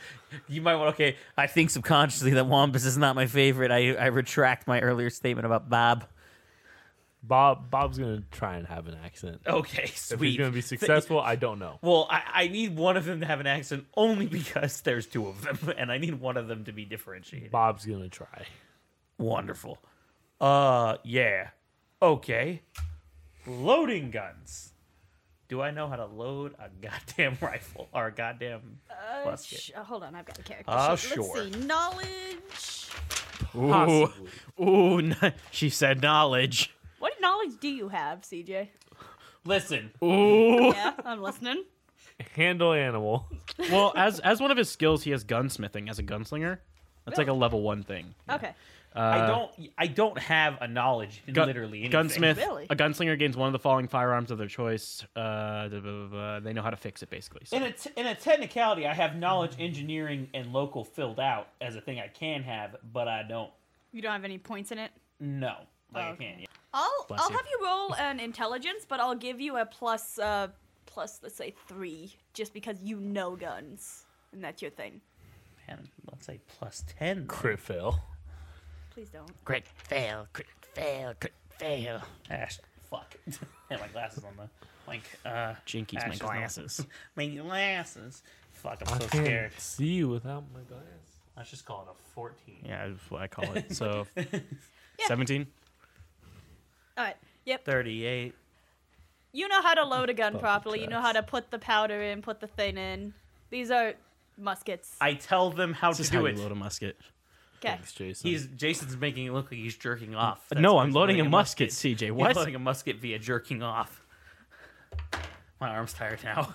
S3: You might want okay. I think subconsciously that Wampus is not my favorite. I, I retract my earlier statement about Bob.
S2: Bob Bob's gonna try and have an accent.
S3: Okay,
S2: if
S3: Oh, sweet.
S2: he's gonna be successful, I don't know.
S3: Well, I, I need one of them to have an accent only because there's two of them, and I need one of them to be differentiated.
S2: Bob's gonna try.
S3: Wonderful. Uh, yeah. Okay. Loading guns. Do I know how to load a goddamn rifle or a goddamn musket?
S5: Sh-
S1: uh,
S5: hold on, I've got a character.
S3: Ah,
S5: sheet.
S3: sure.
S5: Let's see. Knowledge.
S4: Ooh, ooh, n- she said knowledge.
S1: What knowledge do you have, CJ?
S3: Listen,
S5: Yeah, I'm listening.
S2: Handle animal.
S4: Well, as as one of his skills, he has gunsmithing as a gunslinger. That's like a level one thing. Uh,
S1: Okay.
S3: I don't. I don't have a knowledge in
S4: Gun-
S3: literally anything.
S4: Gunsmith.
S1: Really?
S4: A gunslinger gains one of the following firearms of their choice. Uh, blah, blah, blah, blah. They know how to fix it, basically. So.
S3: In a, t- in a technicality, I have knowledge, engineering, and local filled out as a thing I can have, but I don't.
S5: You don't have any points in it.
S3: No, like I can't.
S1: I'll I'll
S4: you.
S1: have you roll an intelligence, but I'll give you a plus uh plus let's say three, just because you know guns and that's your thing.
S3: Man, let's say plus ten.
S2: Crit fail.
S1: Please don't.
S3: Crit fail, crit fail, crit fail. Ash, fuck. I had my glasses on the link. Uh,
S4: Jinkies, my
S3: Ash is not-
S4: glasses.
S3: my glasses. Fuck, I'm so
S2: I can't
S3: scared.
S2: see you without my glass.
S3: Let's just call it a fourteen.
S4: Yeah, that's what I call it. So, seventeen.
S1: All right. Yep.
S3: Thirty-eight.
S1: You know how to load a gun properly. You know how to put the powder in, put the thing in. These are muskets.
S3: I tell them how
S4: This
S3: to
S4: is
S3: do
S4: how
S3: it.
S4: you load a musket.
S1: Okay.
S2: Thanks, Jason.
S3: He's Jason's making it look like he's jerking off. That's
S4: no,
S3: what
S4: I'm
S3: he's
S4: loading a musket, CJ.
S3: He's
S4: What?
S3: loading a musket via jerking off. My arm's tired now.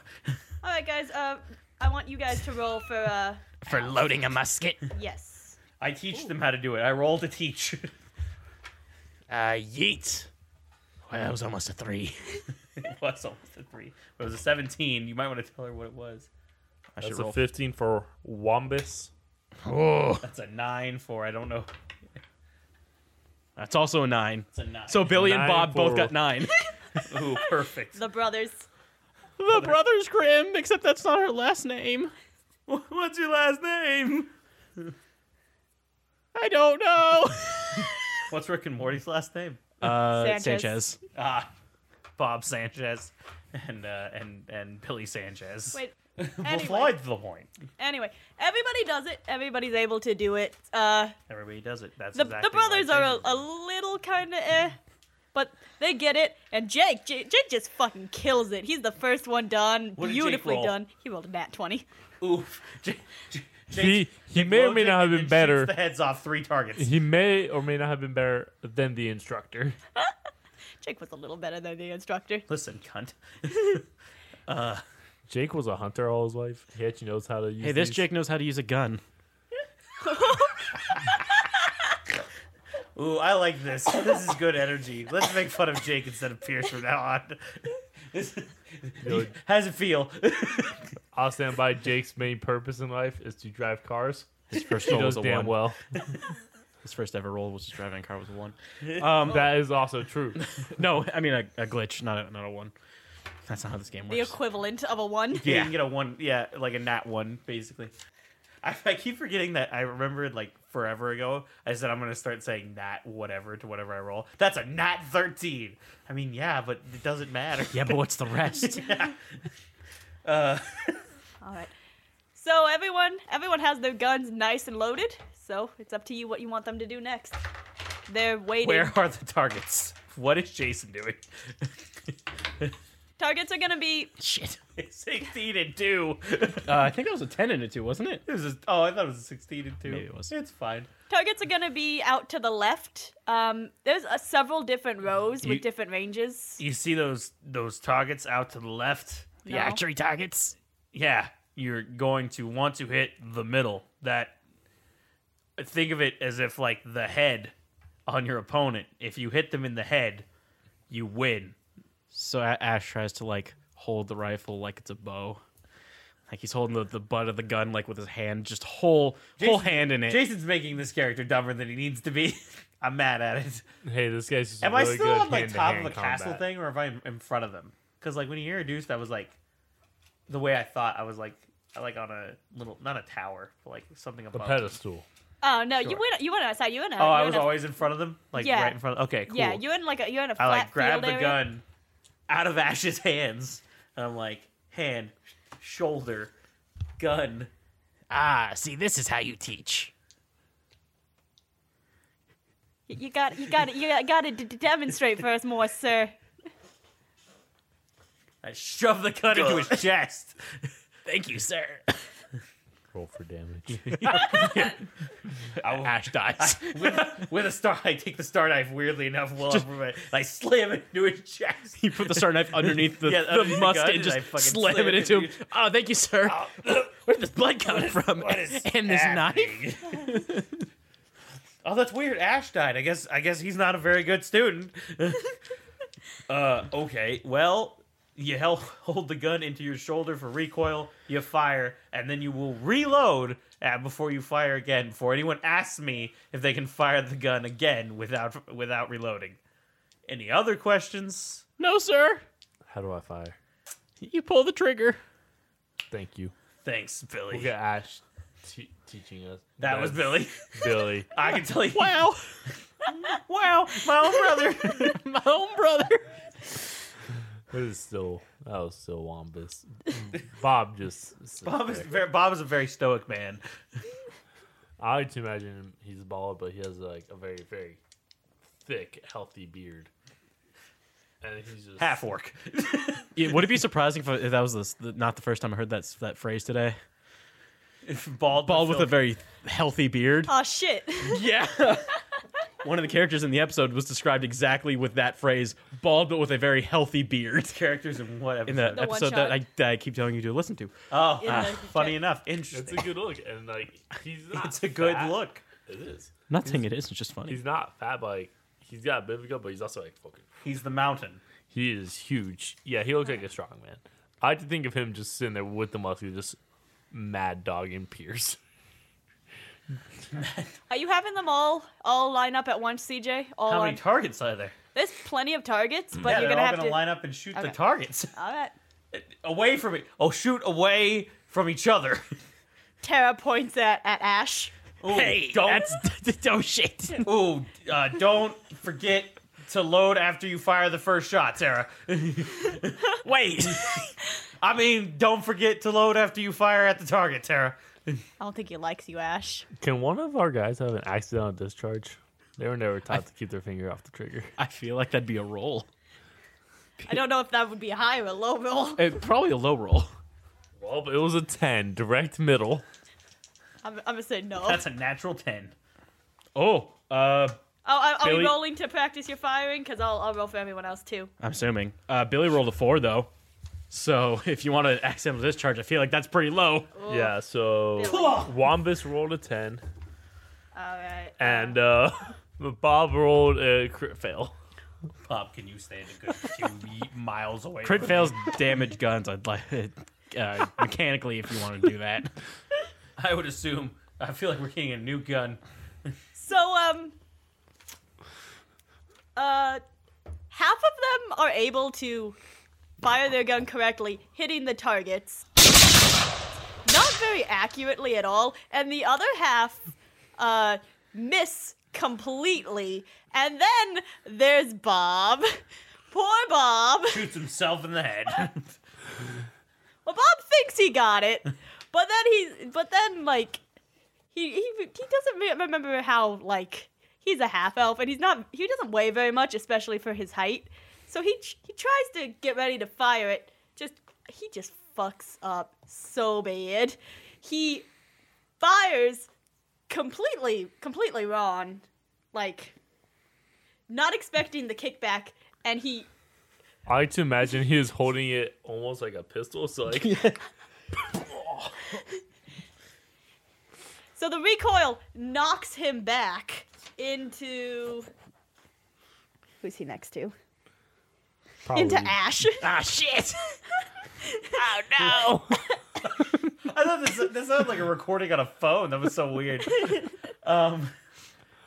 S1: All right, guys. Uh, I want you guys to roll for uh
S3: For loading a musket.
S1: yes.
S3: I teach them how to do it. I roll to teach. uh, yeet.
S4: Well, that was almost a three.
S3: It was almost a three, but it was a 17. You might want to tell her what it was.
S4: I should
S2: That's a
S4: roll.
S2: fifteen for Wombus.
S4: Oh,
S3: That's a nine for, I don't know.
S4: that's also a nine.
S3: It's a nine.
S4: So Billy and
S2: Nine
S4: Bob both
S2: for-
S4: got nine.
S3: Ooh, perfect.
S1: The brothers.
S4: the Brothers Grimm, except that's not her last name.
S3: What's your last name?
S4: I don't know.
S3: What's Rick and Morty's last name?
S4: Uh,
S1: Sanchez.
S4: Sanchez.
S3: Ah, Bob Sanchez and uh, and and Billy Sanchez.
S1: Wait.
S3: well,
S1: Anyway.
S3: Floyd's the point.
S1: Anyway, everybody does it. Everybody's able to do it. Uh,
S3: Everybody does it. That's
S1: the,
S3: exactly
S1: the brothers
S3: why
S1: are
S3: I
S1: a,
S3: changed
S1: a
S3: it.
S1: little kind of eh, but they get it. And Jake, Jake, Jake just fucking kills it. He's the first one done,
S3: What did Jake
S1: beautifully
S3: roll?
S1: done. He rolled a nat twenty.
S3: Oof. J- J- Jake-
S2: He- he
S3: Jake
S2: may or
S3: loads
S2: may
S3: it
S2: not have
S3: and
S2: been
S3: then shoots
S2: better.
S3: The heads off three targets.
S2: He may or may not have been better than the instructor.
S1: Jake was a little better than the instructor.
S3: Listen, cunt.
S2: Jake was a hunter all his life. He actually knows how to use.
S4: Hey, this
S2: these.
S4: Jake knows how to use a gun.
S3: Ooh, I like this. This is good energy. Let's make fun of Jake instead of Pierce from now on. This is-
S2: Dude.
S3: How's it feel?
S2: I'll stand by. Jake's main purpose in life is to drive cars.
S4: His first
S2: He
S4: roll
S2: knows
S4: was a
S2: damn
S4: one.
S2: well.
S4: His first ever roll was just driving a car was a one.
S2: that is also true.
S4: No, I mean a, a glitch, not a, not a one. That's not how this game
S1: The
S4: works.
S1: equivalent of a one.
S3: You can get a one, yeah, like a nat one, basically. I, I keep forgetting that I remembered like forever ago. I said I'm gonna start saying nat whatever to whatever I roll. That's a nat thirteen. I mean, yeah, but it doesn't matter.
S4: yeah, but what's the rest?
S1: All right. So everyone, everyone has their guns nice and loaded. So it's up to you what you want them to do next. They're waiting.
S3: Where are the targets? What is Jason doing?
S1: Targets are gonna be.
S4: Shit.
S3: sixteen and two.
S4: Uh, I think that was a ten and a two, wasn't it?
S3: It was just, oh, I thought it was a sixteen and two.
S4: Maybe it was.
S3: It's fine.
S1: Targets are gonna be out to the left. Um, there's uh, several different rows
S3: You-
S1: with different ranges.
S3: You see those those targets out to the left?
S4: The archery targets.
S3: yeah, you're going to want to hit the middle. That think of it as if like the head on your opponent. If you hit them in the head, you win.
S4: So A- Ash tries to like hold the rifle like it's a bow. Like he's holding the, the butt of the gun like with his hand, just whole whole
S3: Jason-
S4: hand in it.
S3: Jason's making this character dumber than he needs to be. I'm mad at it.
S2: Hey, this guy's just
S3: Am
S2: really
S3: I still
S2: good
S3: on like top of
S2: hand-to-hand
S3: a castle
S2: combat.
S3: thing, or if I'm in front of them? Because like when you introduced, I was like, the way I thought. I was like, like on a little, not a tower, but like something
S2: The
S3: above.
S2: pedestal.
S1: Oh no, you
S3: Sure.
S1: went you went outside. You went.
S3: Oh, I
S1: you
S3: was
S1: went
S3: always in front of them, like
S1: Yeah.
S3: right in front. Of, okay, cool.
S1: Yeah, you in like a you in a
S3: I
S1: flat
S3: like grabbed the
S1: field area.
S3: gun out of Ash's hands. And I'm like, hand, shoulder, gun.
S4: Ah, see, this is how you teach.
S1: You got you got you got to d- d- demonstrate for us more, sir.
S3: I shoved the gun into his chest.
S4: Thank you, sir.
S2: Roll for damage.
S4: Ash dies.
S3: With a star, I take the star knife. Weirdly enough, well, over my, I slam it into his chest.
S4: you put the star knife underneath the,
S3: Yeah,
S4: the
S3: underneath the
S4: must
S3: gun,
S4: and
S3: and I
S4: just
S3: fucking
S4: slam
S3: slam
S4: it
S3: it
S4: into him.
S3: into Oh.
S4: Oh, thank you, sir. Where'd this blood come from?
S3: is
S4: and this knife?
S3: happening? oh, that's weird. Ash died. I guess. I guess he's not a very good student. uh, okay. Well, you hel- hold the gun into your shoulder for recoil. You fire, and then you will reload uh, before you fire again. Before anyone asks me if they can fire the gun again without without reloading. Any other questions?
S4: No, sir.
S2: How do I fire?
S4: You pull the trigger.
S2: Thank you.
S3: Thanks, Billy.
S2: Look at Ash te- teaching us.
S3: That was
S2: That's
S3: Billy.
S2: Billy.
S3: I can tell you.
S4: Wow.
S3: Wow, my own brother.
S4: My own brother.
S2: That is still that was still Wombus. Bob just sits
S3: Bob is
S2: there.
S3: very, Bob is a very stoic man.
S2: I like to imagine him, he's bald, but he has like a very very thick, healthy beard, and he's just
S3: half orc.
S4: Yeah, would it be surprising if, if that was the, the, not the first time I heard that that phrase today?
S3: Bald,
S4: Bald with a
S3: very
S4: very healthy beard.
S1: Oh shit!
S4: Yeah. One of the characters in the episode was described exactly with that phrase, bald but with a very healthy beard.
S3: characters and whatever.
S4: In the,
S1: The one
S4: episode that
S1: shot.
S4: I, that I keep telling you to listen to.
S3: oh,
S1: In the-
S3: funny enough,
S2: It's
S3: interesting.
S2: a good look, and like he's not.
S3: It's a good
S2: fat.
S3: look.
S2: It is.
S4: Not saying it is, it's just funny.
S2: He's not fat, but like he's got a bit of a gut, but he's also like fucking.
S3: He's the mountain.
S2: He is huge. Yeah, he looks like a strong man. I like to think of him just sitting there with the muscle, just mad dog and Pierce.
S1: Are you having them all all line up at once, CJ? All
S3: How
S1: on,
S3: many targets are there?
S1: there's plenty of targets, but you're
S3: yeah, they're
S1: gonna
S3: all
S1: have
S3: gonna
S1: to.
S3: line up and shoot the
S1: Okay. Uh,
S3: targets
S1: All right,
S3: away from it. Oh, shoot away from each other.
S1: Tara points at at Ash.
S3: Ooh, don't
S4: oh shit.
S3: ooh, uh, don't forget to load after you fire the first shot, Sarah.
S4: Wait.
S3: I mean, don't forget to load after you fire at the target, Tara.
S1: I don't think he likes you, Ash.
S2: Can one of our guys have an accidental discharge? They were never taught to keep their finger off the trigger.
S4: I feel like that'd be a roll.
S1: I don't know if that would be a high or a low roll.
S4: It, probably a low roll.
S2: Well, it was a 10, direct middle.
S1: I'm, I'm gonna say no.
S3: That's a natural ten.
S4: Oh, uh
S1: Oh, are, are we
S4: Billy-
S1: rolling to practice your firing? Because I'll, I'll roll for everyone else too.
S4: I'm assuming. Uh Billy rolled a four though. So if you want an accidental discharge, I feel like that's pretty low.
S2: Yeah, so Wombus rolled a 10,
S1: All right.
S2: and uh, Bob rolled a crit fail.
S3: Pop, can you stand a good few miles away?
S4: Crit fails damage guns. I'd like uh, mechanically if you want to do that.
S3: I would assume. I feel like we're getting a new gun.
S1: So um, uh, half of them are able to fire their gun correctly, hitting the targets, not very accurately at all, and the other half uh miss completely. And then there's Bob. Poor Bob.
S3: Shoots himself in the head.
S1: Well, Bob thinks he got it, but then he, but then like, he he he doesn't re- remember how like he's a half elf and he's not he doesn't weigh very much, especially for his height. So he tr- he tries to get ready to fire it. Just he just fucks up so bad. He fires completely completely wrong, like not expecting the kickback, and he
S2: I like to imagine he was holding it almost like a pistol, so like,
S1: So the recoil knocks him back into. Who's he next to?
S2: probably.
S1: Into Ash.
S4: Ah shit.
S1: no!
S3: I thought this, this sounded like a recording on a phone. That was so weird. Um,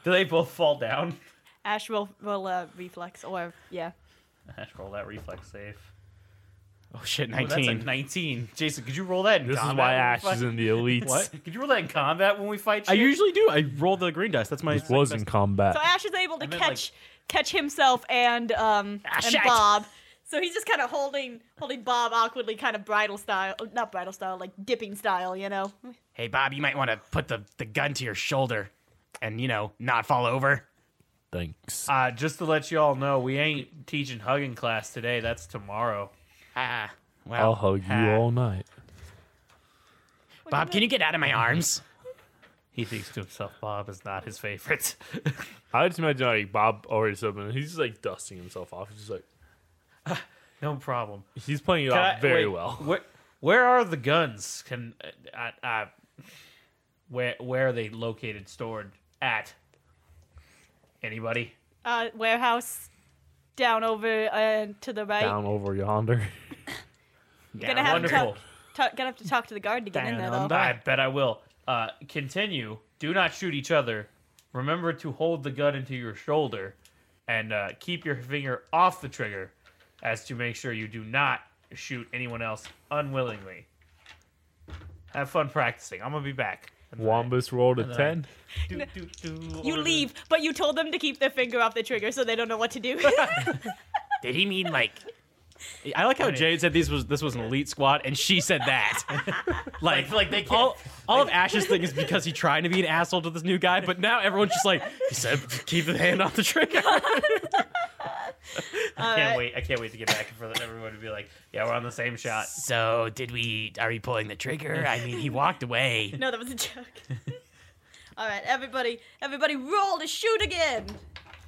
S3: do they both fall down?
S1: Ash will, will uh, reflex, or, yeah.
S3: Ash, roll that reflex save.
S4: Oh shit,
S3: Well, that's a
S4: nineteen.
S3: 19. Jason, could you roll that in
S2: This
S3: combat?
S2: is why
S3: when we
S2: Ash
S3: fight-
S2: is in the elites.
S3: What? Could you roll that in combat when we fight
S4: I
S3: shit?
S4: usually do. I roll the green dice. That's my.
S2: This was in combat.
S5: So Ash is able to
S3: I meant, like- Ah,
S5: catch catch himself and um and
S3: shit.
S5: Bob. So he's just kind of holding holding Bob awkwardly, kind of bridal style, oh, not bridal style, like dipping style, you know.
S3: Hey, Bob, you might want to put the, the gun to your shoulder and, you know, not fall over.
S2: Thanks.
S3: Uh, just to let you all know, we ain't teaching hugging class today. That's tomorrow. Ah, well.
S2: I'll hug you all night.
S3: Bob, can you get out of my arms? He thinks to himself, Bob is not his favorite.
S2: I just imagine like Bob already said, and he's just like dusting himself off. He's just like
S3: no problem.
S2: he's playing it
S3: Can
S2: off
S3: I-
S2: very
S3: wait,
S2: well.
S3: Where, where are the guns? Can uh, I, I, where where are they located, stored at? Anybody?
S5: Uh, warehouse down over uh, to the right.
S2: Down over yonder.
S3: Yeah,
S5: Gonna have
S3: wonderful.
S5: Ta- gonna have to talk to the guard to get in there though.
S3: I bet I will. Uh, continue. Do not shoot each other. Remember to hold the gun into your shoulder, and uh, keep your finger off the trigger, as to make sure you do not shoot anyone else unwillingly. Have fun practicing. I'm gonna be back.
S2: Wombus rolled a ten.
S3: Do, do, do,
S5: You
S3: order.
S5: leave, but you told them to keep their finger off the trigger so they don't know what to do.
S3: Did he mean like
S4: I like how Jade said these was this was an elite squad, and she said that. like,
S3: like they can't-
S4: all, all of Ash's thing is because he tried to be an asshole to this new guy, but now everyone's just like he said, keep the hand off the trigger.
S3: I can't wait. I can't wait to get back and for everyone to be like, yeah, we're on the same shot.
S6: So did we? Are we pulling the trigger? I mean, he walked away.
S5: no, that was a joke. All right, everybody, everybody, roll to shoot again.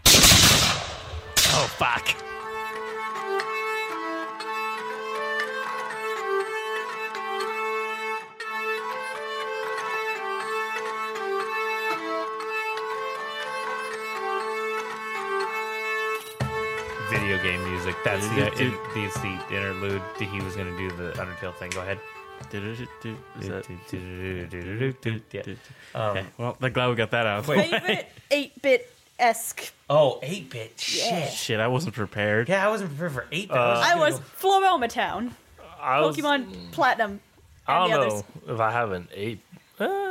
S6: Oh fuck!
S3: Video game music. That's the
S4: Dude, dude.
S3: it- it's the interlude. that He was gonna do the Undertale thing. Go ahead. Yeah. Um,
S4: well, I'm glad we got that out.
S5: Favorite eight bit esque.
S3: Oh, 8 bit. Shit.
S4: shit, I wasn't prepared.
S3: Yeah, I wasn't prepared for 8 bit.
S4: Uh,
S5: I was Floroma Town,
S2: I was,
S5: Pokemon Platinum.
S2: I
S5: and the
S2: don't know
S5: others.
S2: if I have an eight.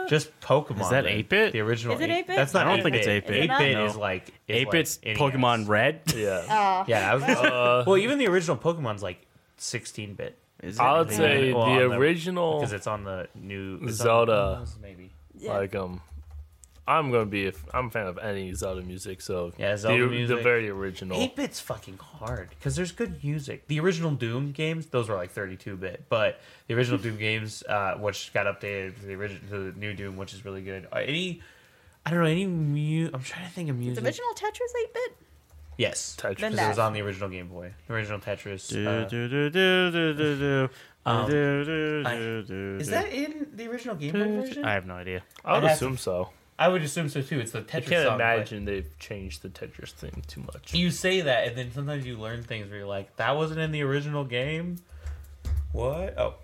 S3: just Pokemon.
S4: Is that
S3: then.
S4: 8-bit?
S3: The original.
S5: Is it 8-bit?
S3: That's not
S4: I don't think it's
S3: 8-bit.
S4: 8-bit.
S3: 8-bit
S4: No.
S3: is like is
S4: Eight bits
S3: like NES.
S4: Pokemon Red.
S5: Uh,
S2: Yeah,
S3: Yeah, I was Well, even the original Pokemon's like 16 bit.
S2: I would say
S3: Well, on
S2: the
S3: the-
S2: original.
S3: Because it's on the new it's on
S2: Zelda.
S3: Windows, maybe.
S2: Like um, I'm gonna be. If, I'm a fan of any Zelda music, so
S3: Yeah,
S2: the-
S3: Zelda
S2: the,
S3: music.
S2: very original.
S3: 8 bit's fucking hard because there's good music. The original Doom games, those were like 32 bit, but the original Doom games, uh, which got updated to the original to the new Doom, which is really good. Uh, any, I don't know, any mu- I'm trying to think of
S5: The
S3: music.
S5: original Tetris 8 bit?
S3: Yes,
S2: Tetris. Then
S3: because it
S5: that.
S3: was on the original Game Boy, the original Tetris. uh, is
S4: Um, Is
S3: that in the original Game Boy version?
S4: I have no idea.
S2: I would
S3: I'd have to-
S2: assume so.
S3: I would assume so too. It's the Tetris.
S2: I can't
S3: song, but-
S2: imagine they've changed the Tetris thing too much.
S3: you say that, and then sometimes you learn things where you're like, "That wasn't in the original game." What? Oh,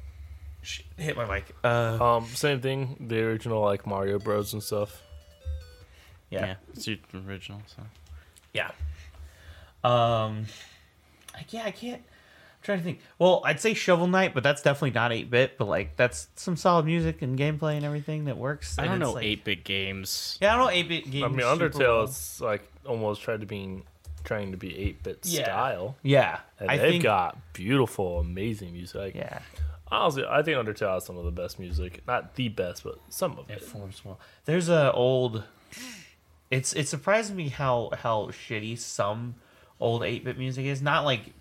S3: shit, hit my mic. Uh,
S2: Um, same thing. The original like Mario Bros and stuff.
S3: yeah,
S4: it's the original. So.
S3: yeah. Um, I, yeah, I can't. I'm trying to think. Well, I'd say Shovel Knight, but that's definitely not eight bit. But like, that's some solid music and gameplay and everything that works.
S4: I
S3: and
S4: don't
S3: it's
S4: know
S3: like-
S4: eight bit games.
S3: Yeah, I don't know eight bit games.
S2: I mean,
S3: super
S2: Undertale
S3: well.
S2: is like almost tried to be trying to be eight bit
S3: Yeah.
S2: style.
S3: Yeah,
S2: And
S3: I
S2: they've
S3: think.
S2: got beautiful, amazing music.
S3: yeah,
S2: Honestly, I think Undertale has some of the best music. Not the best, but some of
S3: it
S2: it.
S3: forms well. There's a old. It's it surprised me how how shitty some old eight bit music is. Not like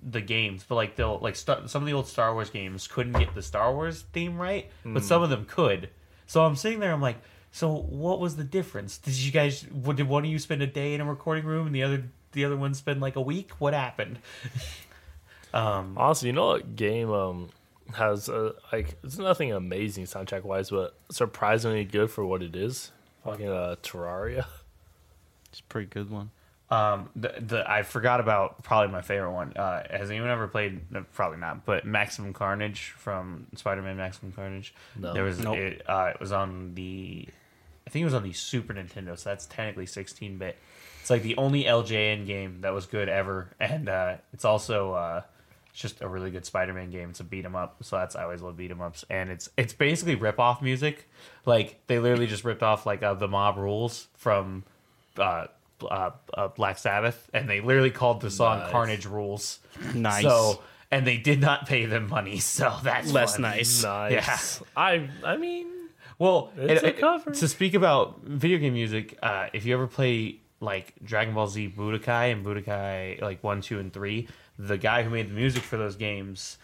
S3: the games, but like they'll like star, some of the old Star Wars games couldn't get the Star Wars theme right, but some of them could. So I'm sitting there, I'm like, so what was the difference? Did you guys? what- Did one of you spend a day in a recording room and the other the other one spend like a week? What happened?
S2: Honestly, you know what game um has uh like it's nothing amazing soundtrack wise, but surprisingly good for what it is. Fucking uh, Terraria.
S4: It's a pretty good one.
S3: Um, the, the I forgot about probably my favorite one. Uh, has anyone ever played? no, Probably not, but Maximum Carnage from Spider-Man. Maximum Carnage.
S2: No.
S3: there was
S4: Nope.
S3: it, uh, it was on the, I think it was on the Super Nintendo. So that's technically 16-bit. It's like the only LJN game that was good ever, and uh, it's also uh, It's just a really good Spider-Man game. It's a beat 'em up, so that's I always love beat 'em ups, and it's it's basically rip-off music. Like they literally just ripped off like uh, the Mob Rules from uh, uh, uh, Black Sabbath, and they literally called the song
S2: Nice.
S3: Carnage Rules.
S4: Nice.
S3: So and they did not pay them money, so that's
S4: Less
S3: fun.
S4: nice.
S2: Nice. I I mean,
S3: Well,
S2: It's a cover.
S3: to speak about video game music, uh, if you ever play like Dragon Ball Z Budokai and Budokai like one, two, and three, the guy who made the music for those games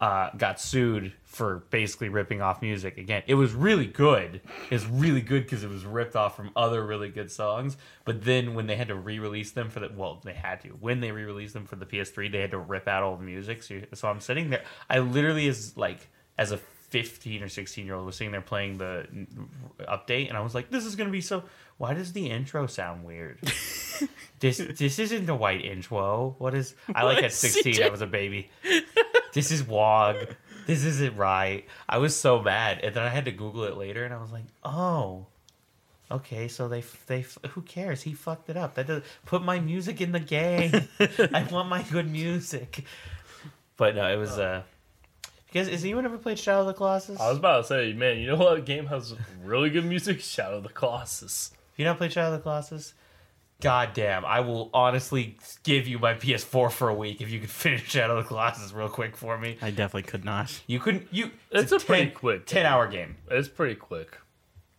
S3: uh, got sued for basically ripping off music. Again, it was really good. It's really good because it was ripped off from other really good songs. But then when they had to re-release them for the well, they had to when they re-released them for the PS3, they had to rip out all the music. So, you- so I'm sitting there. I literally is like as a 15 or 16 year old was sitting there playing the n- update and i was like this is going to be so why does the intro sound weird this this isn't the white intro what is i like at 16 i was a baby this is wog this isn't right i was so mad and then i had to google it later and i was like oh okay so they f- they f- who cares he fucked it up that does put my music in the game i want my good music but no it was uh because has anyone ever played Shadow of the Colossus?
S2: I was about to say, man, you know what game has really good music? Shadow of the Colossus.
S3: If you not played Shadow of the Colossus, goddamn, I will honestly give you my PS4 for a week if you could finish Shadow of the Colossus real quick for me.
S4: I definitely could not.
S3: You couldn't. You.
S2: It's a pretty quick game.
S3: ten hour game.
S2: It's pretty quick.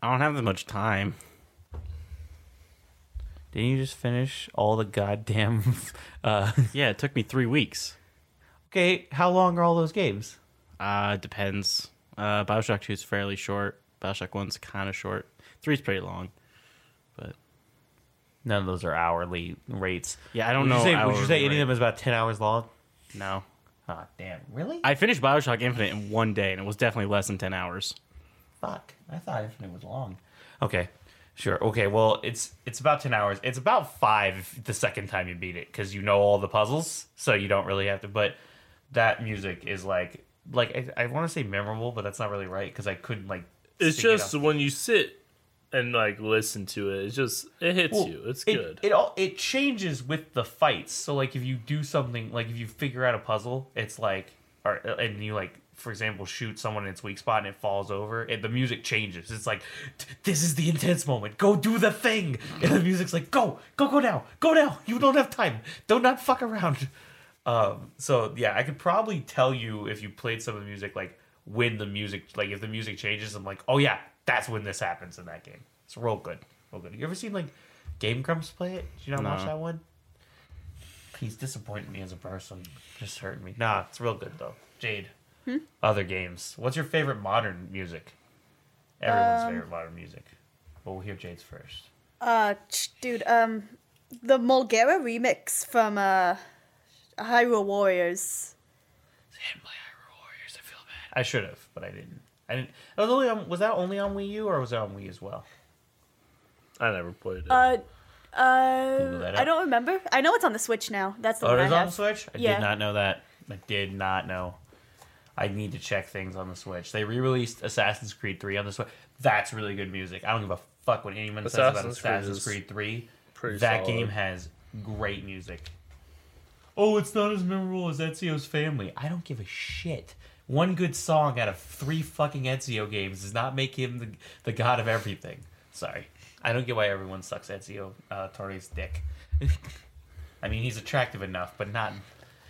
S4: I don't have that much time.
S3: Didn't you just finish all the goddamn? Uh,
S4: Yeah, it took me three weeks.
S3: okay, how long are all those games?
S4: Uh, depends. Uh, Bioshock 2 is fairly short. Bioshock 1's kind of short. Three's pretty long. But
S3: None of those are hourly rates.
S4: Yeah, I don't
S3: would
S4: know
S3: You say, would you
S4: hourly
S3: say any
S4: rate.
S3: of them is about ten hours long?
S4: no.
S3: Ah, damn, really?
S4: I finished Bioshock Infinite in one day, and it was definitely less than 10 hours.
S3: Fuck, I thought Infinite was long. Okay, sure. Okay, well, it's it's about ten hours. It's about five the second time you beat it because you know all the puzzles, so you don't really have to. But that music is like like I, I want to say memorable, but that's not really right because I couldn't like.
S2: It's
S3: sing it
S2: just
S3: off-
S2: when you sit and like listen to it, it's just it hits
S3: Well,
S2: you. It's
S3: it,
S2: good.
S3: It all it changes with the fights. So like if you do something like if you figure out a puzzle, it's like or uh, and you like for example shoot someone in its weak spot and it falls over and the music changes. It's like "T- this is the intense moment. Go do the thing. And the music's like go go go now. Go now. You don't have time. Don't not fuck around. Um so yeah, I could probably tell you if you played some of the music like when the music like if the music changes I'm like, "Oh yeah, that's when this happens in that game." It's real good. Real good. You ever seen like Game Grumps play it? Did you not watch
S4: No.
S3: that one? He's disappointing me as a person. Just hurting me. Nah, it's real good though. Jade. Other games. What's your favorite modern music? Everyone's favorite modern music. But we'll hear Jade's first.
S5: Uh, ch- dude, um, the Mulgara remix from uh, Hyrule Warriors.
S3: I should have, but I didn't. I didn't. That was, only on, was that only on Wii U or was that on Wii as well?
S2: I never played it.
S5: Uh,
S3: Google
S5: uh,
S3: that
S5: I
S3: up.
S5: don't remember. I know it's on the Switch now. That's the
S3: Oh,
S5: one
S3: it
S5: I
S3: is on
S5: have.
S3: the Switch? I
S5: Yeah.
S3: did not know that. I did not know. I need to check things on the Switch. They re-released Assassin's Creed 3 on the Switch. That's really good music. I don't give a fuck what anyone says about
S2: Assassin's Creed
S3: Assassin's
S2: is
S3: Creed 3.
S2: pretty
S3: That
S2: solid.
S3: game has great music. Oh, it's not as memorable as Ezio's Family. I don't give a shit. One good song out of three fucking Ezio games does not make him the, the god of everything. Sorry. I don't get why everyone sucks Ezio uh, Torre's dick. I mean, he's attractive enough, but not.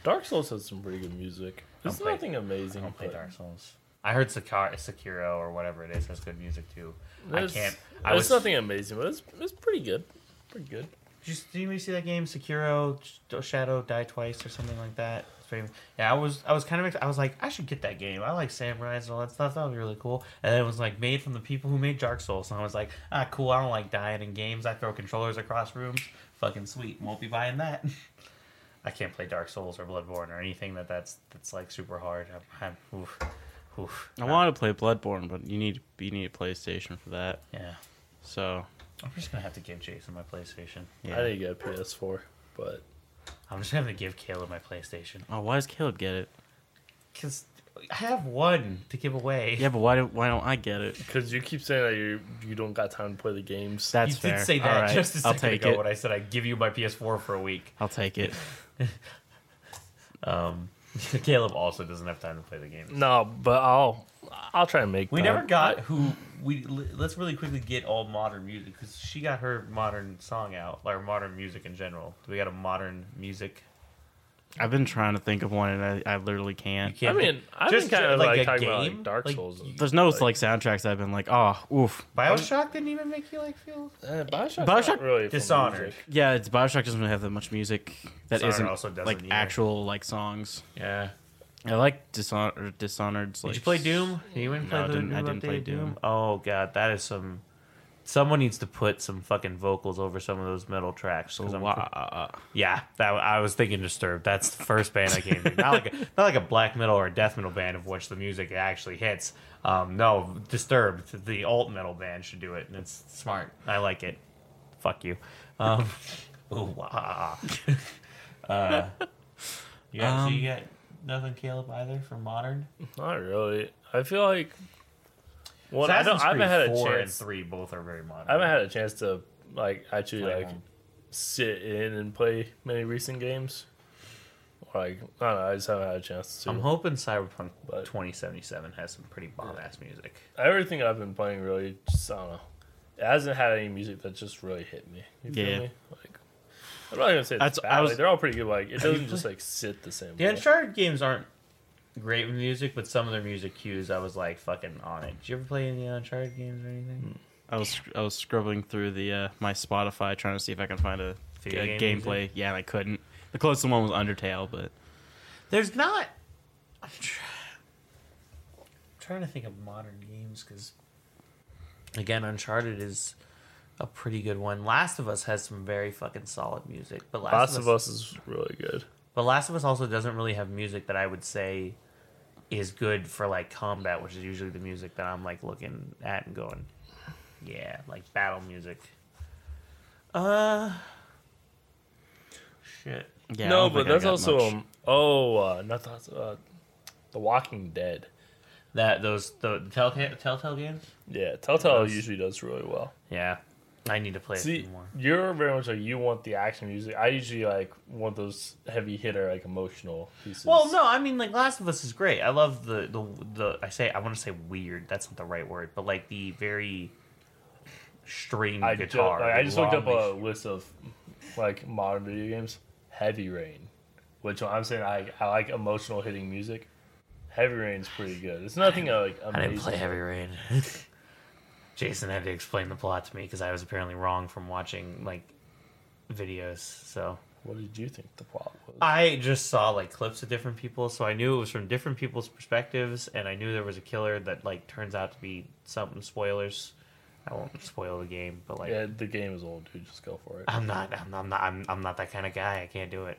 S2: Dark Souls has some pretty good music. It's
S3: play-
S2: nothing amazing.
S3: I don't play
S2: but
S3: Dark Souls. I heard Sakar- Sekiro or whatever it is has good music too. I
S2: it's-
S3: can't.
S2: It's
S3: I was
S2: nothing amazing, but it's, it's pretty good. Pretty good.
S3: Just did anybody see that game Sekiro Sh- Shadow Die Twice or something like that? It's very- Yeah, I was I was kind of ex- I was like I should get that game. I like samurais and all that stuff. That would be really cool. And then it was like made from the people who made Dark Souls, and I was like, ah, cool. I don't like dying in games. I throw controllers across rooms. Fucking sweet. Won't be buying that. I can't play Dark Souls or Bloodborne or anything that that's that's like super hard. I'm, I'm oof, oof.
S4: I wanted to play Bloodborne, but you need you need a PlayStation for that.
S3: Yeah,
S4: So
S3: I'm just gonna have to give Jason my PlayStation.
S4: yeah.
S2: I didn't get a PS4, but
S3: I'm just gonna have to give Caleb my PlayStation
S4: oh, why does Caleb get it?
S3: because I have one to give away.
S4: Yeah, but why do, why don't I get it?
S2: because you keep saying that you you don't got time to play the games.
S4: That's
S3: you
S4: fair.
S3: did say
S4: All
S3: that
S4: right,
S3: just a
S4: I'll
S3: second
S4: take
S3: ago
S4: it.
S3: when I said I'd give you my PS4 for a week.
S4: I'll take it.
S3: Um, Caleb also doesn't have time to play the game. Uh,
S7: No, but I'll I'll try and make.
S3: We
S7: time.
S3: never got who we. Let's really quickly get all modern music because she got her modern song out, or modern music in general. Do we got a modern music?
S4: I've been trying to think of one, and I, I literally can't.
S3: can't I mean, think- I've been just kinda, ju- like, like, a talking about, like, game? Dark Like, Souls
S4: There's no like, soundtracks that I've been like, oh, oof.
S3: Bioshock didn't even make you like feel.
S2: Uh, Bioshock.
S4: Bioshock
S3: Dishonored.
S4: Yeah, it's Bioshock doesn't have that much music that
S3: Dishonored
S4: not
S3: also doesn't
S4: like
S3: either.
S4: actual like songs.
S3: Yeah.
S4: I like Dishonored. Dishonored's like.
S3: Did you play Doom? Anyone play
S4: no, I
S3: the
S4: didn't,
S3: new
S4: I didn't play
S3: updated
S4: Doom.
S3: Oh god, that is some. Someone needs to put some fucking vocals over some of those metal tracks. 'cause I'm-
S4: uh,
S3: yeah, that I was thinking Disturbed. That's the first band I came to. Not like a, not like a black metal or a death metal band of which the music actually hits. Um, no, Disturbed, the alt metal band should do it, and it's smart. I like it. Fuck you. Um, ooh, wah. Uh, yeah, so
S2: Um,
S3: you got nothing, Caleb, either for modern.
S2: Not really. I feel like. Well, I
S3: Assassin's
S2: don't. I haven't
S3: Creed
S2: had a
S3: 4 and
S2: chance.
S3: 3 both are very modern.
S2: I haven't had a chance to like actually
S3: Play
S2: like
S3: them.
S2: sit in and play many recent games. Like I don't know. I just haven't had a chance to.
S3: I'm hoping Cyberpunk 2077 has some pretty bomb ass music.
S2: Everything I've been playing really, just, I don't know. It hasn't had any music that just really hit me. You feel
S4: Yeah.
S2: me? Like, I'm not gonna say
S4: That's-
S2: it's
S4: I
S2: bad.
S4: was-
S2: like, they're all pretty good. Like it doesn't just like sit the same.
S3: The
S2: way.
S3: Uncharted games aren't great with music, but some of their music cues, I was like fucking on it. Did you ever play any Uncharted games or anything?
S4: I was I was scrubbing through the uh, my Spotify trying to see if I can find a,
S3: Video
S4: a
S3: game
S4: gameplay.
S3: music?
S4: Yeah, and I couldn't. The closest one was Undertale, but
S3: There's not. I'm, tr- I'm trying to think of modern games because, again, Uncharted is a pretty good one. Last of Us has some very fucking solid music, but Last,
S2: Last of Us is really good.
S3: But Last of Us also doesn't really have music that I would say is good for like combat, which is usually the music that I'm like looking at and going, yeah, like battle music. Uh, shit.
S4: Yeah, I
S2: no,
S4: don't
S2: but
S4: think I
S2: that's
S4: got
S2: also
S4: much.
S2: um, oh, uh, not that's uh, The Walking Dead.
S3: That those the, the Telltale Telltale games.
S2: Yeah, Telltale
S3: Those-
S2: usually does really well.
S3: Yeah, I need to play it
S2: See,
S3: some more.
S2: you're very much like you want the action music. I usually like want those heavy hitter like emotional pieces.
S3: Well, no, I mean like Last of Us is great. I love the the the I say I want to say weird. That's not the right word, but like the very string
S2: I just,
S3: guitar.
S2: like, I just looked up
S3: long-
S2: a list of like modern video games. Heavy Rain, which I'm saying I I like emotional hitting music. Heavy Rain's pretty good. It's nothing uh, like amazing.
S3: I didn't play Heavy Rain. Jason had to explain the plot to me because I was apparently wrong from watching like videos. So
S2: What did you think the plot was?
S3: I just saw like clips of different people, so I knew it was from different people's perspectives, and I knew there was a killer that like turns out to be something. Spoilers. I won't spoil the game, but like
S2: yeah, the game is old, dude. Just go for it.
S3: I'm not, I'm, I'm not, I'm, I'm not that kind of guy. I can't do it.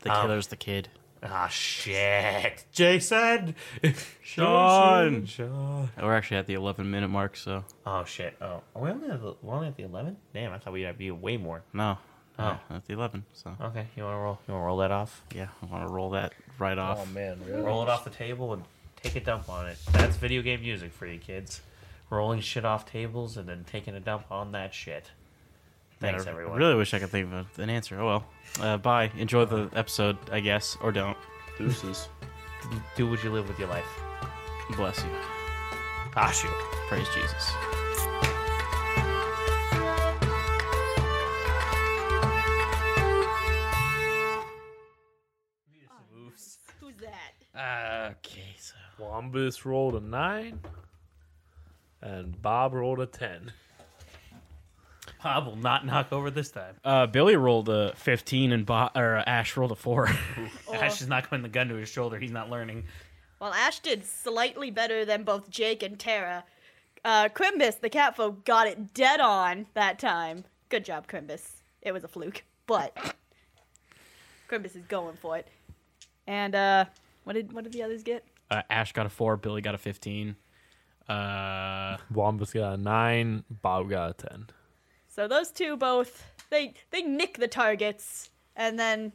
S4: the
S3: Um,
S4: killer's the kid.
S3: Ah shit, Jason,
S4: Sean!
S3: Sean.
S4: We're actually at the 11 minute mark, so
S3: Oh shit! Oh, are we only at the, we're only at the eleven? Damn, I thought we'd be way more.
S4: no.
S3: Oh.
S4: Yeah, at the 11. So
S3: Okay, you want to roll? You want to roll that off?
S4: yeah, I want to roll that right off.
S2: Oh man, really?
S3: Roll it off the table and take a dump on it. That's video game music for you kids. Rolling shit off tables and then taking a dump on that shit.
S4: Man,
S3: Thanks
S4: I
S3: everyone.
S4: Really wish I could think of an answer. Oh well. Uh, bye. Enjoy the episode, I guess, or don't.
S2: Deuces.
S3: Do what you live with your life.
S4: Bless you.
S3: Ah shoot.
S4: Praise Jesus.
S1: Who's that?
S8: Okay, so
S2: Wombus rolled a nine, and Bob rolled a ten.
S8: Bob will not knock over this time.
S4: Uh, Billy rolled a 15 and Bo- or uh, Ash rolled a 4.
S8: Ash is not putting the gun to his shoulder. He's not learning.
S1: Well, Ash did slightly better than both Jake and Tara. Uh, Crimbus, the cat folk, got it dead on that time. Good job, Crimbus. It was a fluke, but Crimbus is going for it. And uh, what did what did the others get?
S4: uh, Ash got a 4, Billy got a 15. Uh,
S2: Wombus got a nine. Bob got a ten.
S1: So those two both they they nick the targets, and then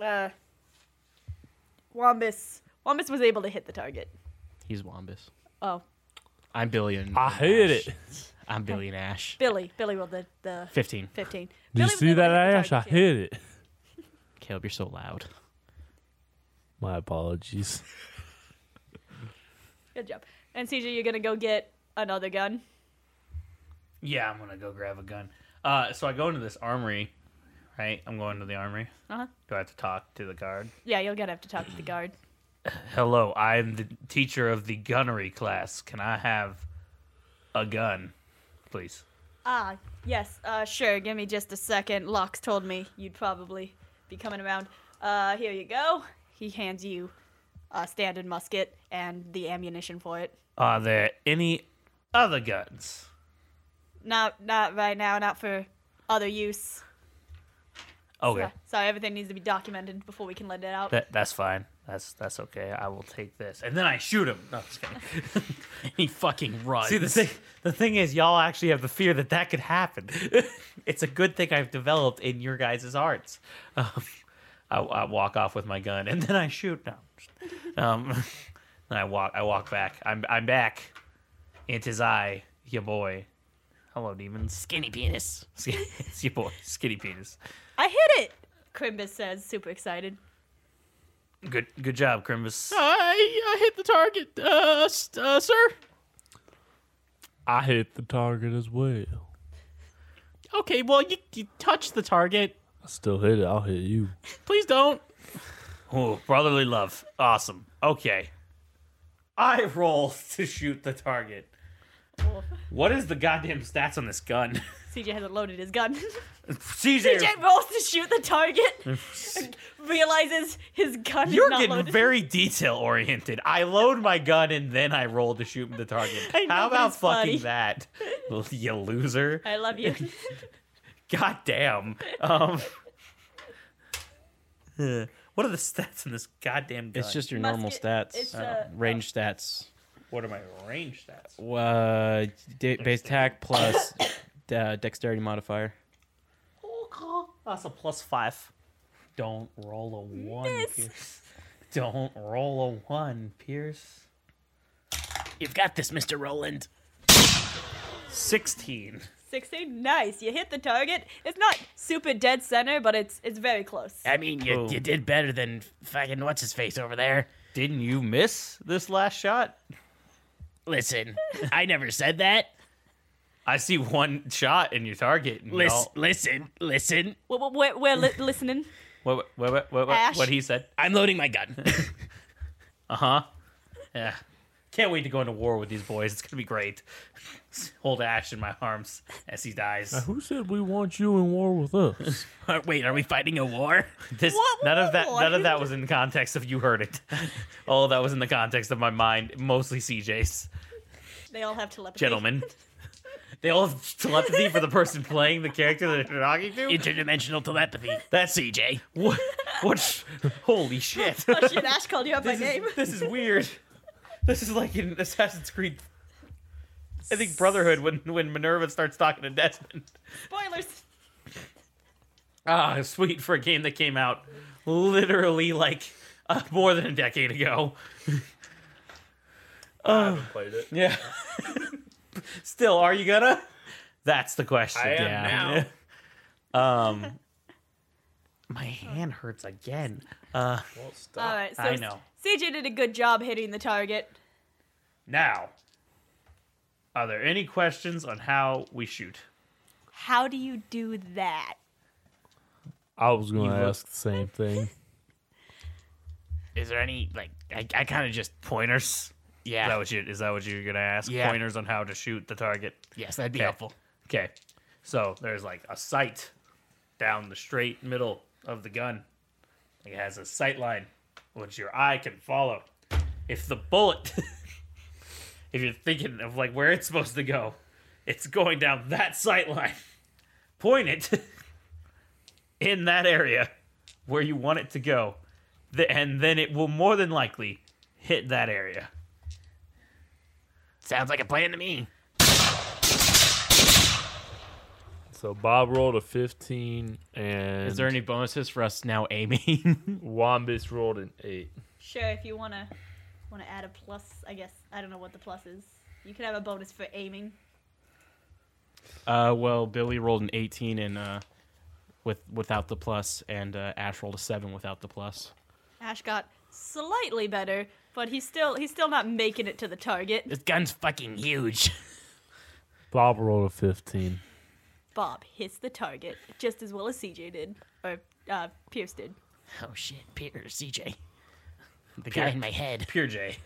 S1: uh, Wombus Wombus was able to hit the target.
S4: he's Wombus.
S1: Oh,
S4: I'm Billy and
S2: I hit it.
S4: I'm Billy and Ash.
S1: Billy Billy rolled the the
S4: 15.
S1: fifteen.
S2: Did you
S1: Billy was
S2: see
S1: able to
S2: that
S1: hit the
S2: ash? I
S1: target, too.
S2: hit it.
S4: Caleb, you're so loud.
S2: My apologies.
S1: Good job. And CJ, you're gonna go get another gun.
S9: Yeah, I'm gonna go grab a gun. Uh, so I go into this armory, right? I'm going to the armory.
S1: Uh-huh.
S9: Do I have to talk to the guard?
S1: Yeah, you're gonna have to talk to the guard.
S9: Hello, I'm the teacher of the gunnery class. Can I have a gun, please?
S1: Ah, yes, uh, sure. Give me just a second. Locks told me you'd probably be coming around. Uh, here you go. He hands you a standard musket and the ammunition for it.
S9: Are there any other guns?
S1: Not, not right now. Not for other use.
S9: Okay,
S1: So- Sorry, everything needs to be documented before we can let it out.
S9: that that's fine. That's that's okay. I will take this, and then I shoot him. No, I'm just kidding. he fucking runs.
S3: See the thing. The thing is, y'all actually have the fear that that could happen. it's a good thing I've developed in your guys' arts. Um, I, I walk off with my gun and then I shoot. No, I'm just- um, then I walk. I walk back. I'm I'm back. It is I, your boy. Hello, demons. Skinny penis. it's your boy, skinny penis.
S1: I hit it. Crimbus says, super excited.
S9: Good good job, Crimbus.
S2: I, I hit the target, uh, uh, sir. I hit the target as well.
S4: Okay, well, you, you touch the target.
S2: I still hit it. I'll hit you.
S4: Please don't.
S9: Oh, brotherly love. Awesome. Okay. I roll to shoot the target.
S1: Cool.
S9: What is the goddamn stats on this gun?
S1: CJ hasn't loaded his gun.
S9: CJ,
S1: CJ rolls to shoot the target, and realizes his gun
S3: Mm. You're
S1: is not
S3: getting
S1: loaded.
S3: very detail oriented. I load my gun and then I roll to shoot the target.
S1: I know,
S3: How
S1: but
S3: about
S1: it's funny.
S3: fucking that, you loser?
S1: I love you.
S3: God damn. Um, uh, what are the stats in this goddamn gun?
S10: It's just your normal
S1: Musket-
S10: stats,
S1: it's,
S10: uh,
S1: uh,
S10: range stats.
S9: What are my range stats?
S10: Uh, da- base attack plus uh, dexterity modifier.
S3: That's a plus five.
S9: Don't roll a one,
S1: Miss.
S9: Pierce. Don't roll a one, Pierce.
S4: You've got this, Mr. Roland.
S9: 16.
S1: 16, nice. You hit the target. It's not super dead center, but it's it's very close.
S4: I mean, you,
S3: Oh.
S4: you did better than fucking what's his face over there.
S3: Didn't you miss this last shot?
S4: Listen, I never said that.
S3: I see one shot in your target. and
S4: Listen,
S3: y'all-
S4: listen, listen.
S1: We're, we're, we're li- listening.
S3: What, what, what, what,
S1: Ash.
S3: what, what he said?
S4: I'm loading my gun.
S3: Uh huh. Yeah. Can't wait to go into war with these boys. It's going to be great. Hold Ash in my arms as he dies.
S2: Who said we want you in war with us?
S4: Uh, Wait, are we fighting a war?
S3: This
S1: What
S3: none of that
S1: war?
S3: none of that was in context of you heard it. All that was in the context of my mind, mostly CJ's.
S1: They all have telepathy.
S3: Gentlemen. They all have telepathy for the person playing the character that they're talking to.
S4: Interdimensional telepathy.
S3: That's
S4: CJ.
S3: what what holy shit.
S1: Oh shit, Ash called you out by
S3: This
S1: name.
S3: is, this is weird. This is like in Assassin's Creed I think Brotherhood when when Minerva starts talking to Desmond.
S1: Spoilers.
S3: Ah, sweet for a game that came out literally like uh, more than a decade ago.
S11: I haven't played it.
S3: Yeah. Still, are you gonna? That's the question.
S11: I am
S3: yeah. um, my hand hurts again.
S11: Well, stop.
S1: All right, so
S3: Oh, I know.
S1: CJ did a good job hitting the target.
S3: Now, are there any questions on how we shoot?
S1: How do you do that?
S2: I was going to
S3: You look-
S2: ask the same thing.
S4: Is there any like? I, I kind of just
S3: Pointers.
S4: yeah.
S3: Is that what you? Is that what you're gonna ask?
S4: Yeah.
S3: Pointers on how to shoot the target.
S4: yes, that'd be
S3: Okay.
S4: helpful.
S3: Okay. So there's like a sight down the straight middle of the gun. It has a sight line which your eye can follow. If the bullet if you're thinking of like where it's supposed to go, it's going down that sight line. Point it in that area where you want it to go. Th- And then it will more than likely hit that area.
S4: Sounds like a plan to me.
S2: So Bob rolled a 15 and
S10: Is there any bonuses for us now aiming?
S2: Wombats rolled an 8.
S1: Sure, if you wanna wanna add a plus, I guess I don't know what the plus is. You could have a bonus for aiming.
S10: uh, well, Billy rolled an 18 and uh, with without the plus, and uh, Ash rolled a seven without the plus.
S1: Ash got slightly better, but he's still he's still not making it to the target.
S6: This gun's fucking huge.
S12: Bob rolled a 15.
S1: Bob hits the target just as well as CJ did, or uh, Pierce did.
S6: Oh shit, Peter, CJ. The guy in my head.
S3: Pure J.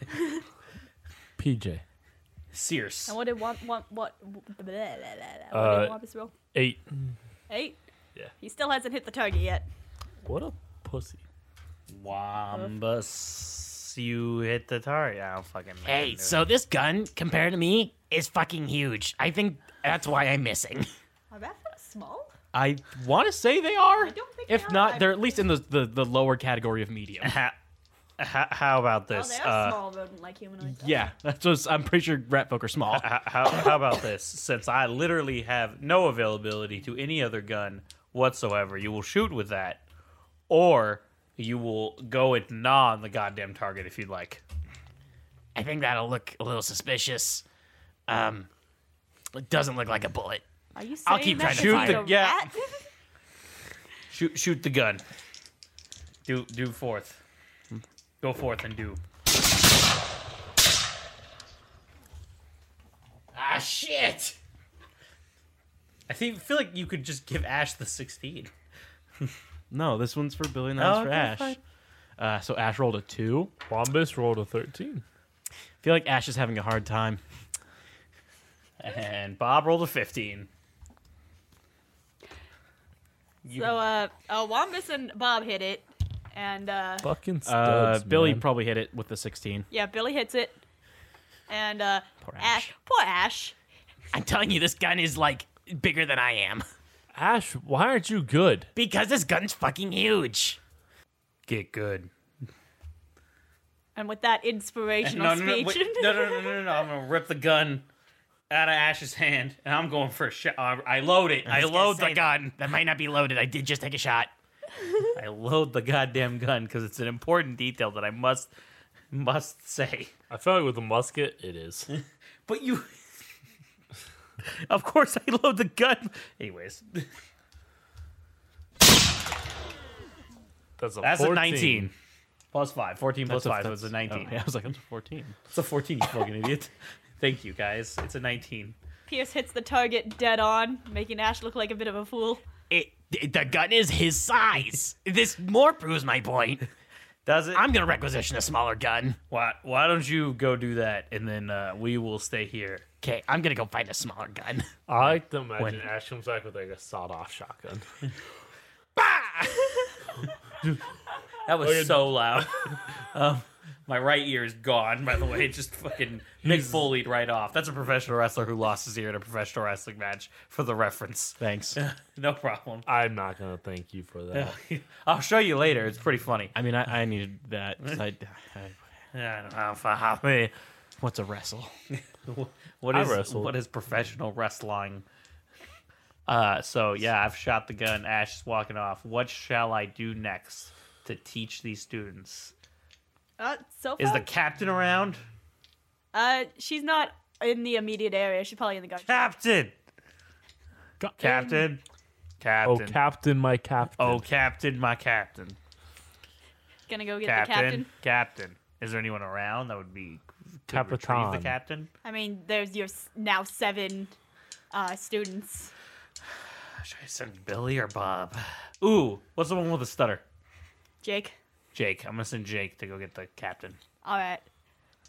S12: PJ.
S3: Sears.
S1: I wanted one, one, what? Blah, blah, blah, blah. What
S12: Uh,
S1: did Wampus roll?
S12: eight.
S1: Eight.
S12: Yeah.
S1: He still hasn't hit the target yet.
S12: What a pussy.
S3: Wombus. You hit the target. I don't fucking know.
S6: Hey, so this gun, compared to me, is fucking huge. I think that's why I'm missing.
S1: Are Rafa small?
S4: I want to say they are.
S1: don't think
S4: if not, they're at least in the, the, the lower category of medium.
S3: how, how about
S1: Oh,
S3: this?
S1: they
S3: Uh,
S6: uh,
S1: are small rodent like humanoids.
S4: Yeah, that's what I'm pretty sure rat folk are small.
S3: How, how, how about this? Since I literally have no availability to any other gun whatsoever, you will shoot with that, or you will go and gnaw on the goddamn target if you'd like.
S6: I think that'll look a little suspicious. Um, it doesn't look like a bullet.
S1: Are you saying
S6: I'll keep
S1: that
S6: trying to
S1: it's
S6: find
S1: a
S6: it.
S3: Yeah.
S1: rat?
S3: Shoot, shoot the gun. Do, do forth. Go forth and do.
S6: Ah, shit!
S3: I think, feel like you could just give Ash the sixteen.
S4: No, this one's for Billy, not
S3: Oh,
S4: for
S3: okay,
S4: Ash.
S3: fine.
S4: Uh, so Ash rolled a two.
S12: Bombus rolled a 13.
S4: I feel like Ash is having a hard time.
S3: And Bob rolled a fifteen.
S5: So, uh, uh, Wombus and Bob hit it, and uh,
S12: Fucking
S4: Uh,
S12: studs,
S4: Billy
S12: man.
S4: probably hit it with the 16.
S5: yeah, Billy hits it, and uh,
S4: Poor
S5: Ash. poor Ash.
S6: I'm telling you, this gun is like bigger than I am
S12: Ash, why aren't you good?
S6: because this gun's fucking huge.
S3: Get good.
S5: And with that inspirational
S3: no, no, no,
S5: speech,
S3: wait, no, no, no, no, no, no! I'm gonna rip the gun out of Ash's hand, and I'm going for a shot. Uh, I load it. I
S6: was gonna
S3: load the
S6: say-
S3: gun.
S6: That might not be loaded. I did just take a shot.
S3: I load the goddamn gun because it's an important detail that I must must say.
S12: I feel like with a musket, it is.
S3: But you, of course, I load the gun. Anyways,
S12: That's a,
S3: that's
S12: 14.
S3: a 19 plus five. 14 plus
S4: That's a-
S3: five, so
S4: that's-
S3: it's a 19.
S4: oh, yeah, I was like, that's a 14.
S3: It's a 14. You fucking idiot. Thank you guys. It's a 19.
S5: Pierce hits the target dead on, making Ash look like a bit of a fool.
S6: It, it- the gun is his size. this more proves my point.
S3: Does it?
S6: I'm gonna requisition a smaller gun.
S3: Why, why don't you go do that and then uh, we will stay here?
S6: Okay, I'm gonna go find a smaller gun.
S12: I like to imagine
S3: When-
S12: Ash comes back with like a sawed off shotgun.
S3: That was so loud. um, my right ear is gone, by the way. It just fucking Nick Foleyed right off. That's a professional wrestler who lost his ear in a professional wrestling match for the reference.
S4: Thanks.
S3: No problem.
S12: I'm not going to thank you for that.
S3: I'll show you later. It's pretty funny.
S4: I mean, I, I needed that. 'cause I, I,
S3: I don't know if I have me.
S4: what's a wrestle?
S3: What
S12: I
S3: is
S12: wrestled.
S3: what is professional wrestling? Uh, so yeah, I've shot the gun. Ash is walking off. What shall I do next to teach these students?
S5: Uh, so
S3: Is
S5: far,
S3: the captain around?
S5: uh, she's not in the immediate area. She's probably in the garden.
S3: Captain. Captain.
S12: Oh,
S3: Captain.
S12: Captain, my Captain.
S3: Oh, captain, my captain.
S5: Gonna go get
S3: Captain.
S5: the captain.
S3: Captain. Is there anyone around that would be could retrieve the
S12: Capitan.
S3: captain?
S5: I mean, there's your s- now seven uh, students.
S3: Should I send Billy or Bob? Ooh, what's the one with the stutter?
S5: Jake.
S3: Jake. I'm gonna send Jake to go get the captain.
S5: All right.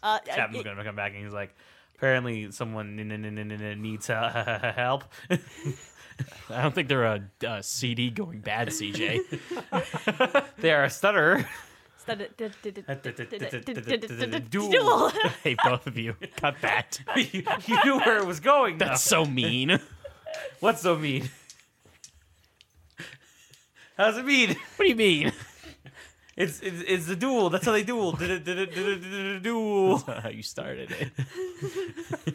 S5: Uh, uh,
S3: Captain's
S5: it-
S3: gonna come back and he's like, apparently someone n- n- n- n- n- needs uh, help.
S4: I don't think they're a, uh CD going bad, CJ.
S3: they are a stutterer.
S5: Duel.
S4: hey, both of you, cut that.
S3: you, you knew where it was going. though.
S4: That's so mean.
S3: What's so mean? How's it mean?
S4: What do you mean?
S3: It's it's, it's the duel. That's how they duel. Duel.
S4: That's not how you started it.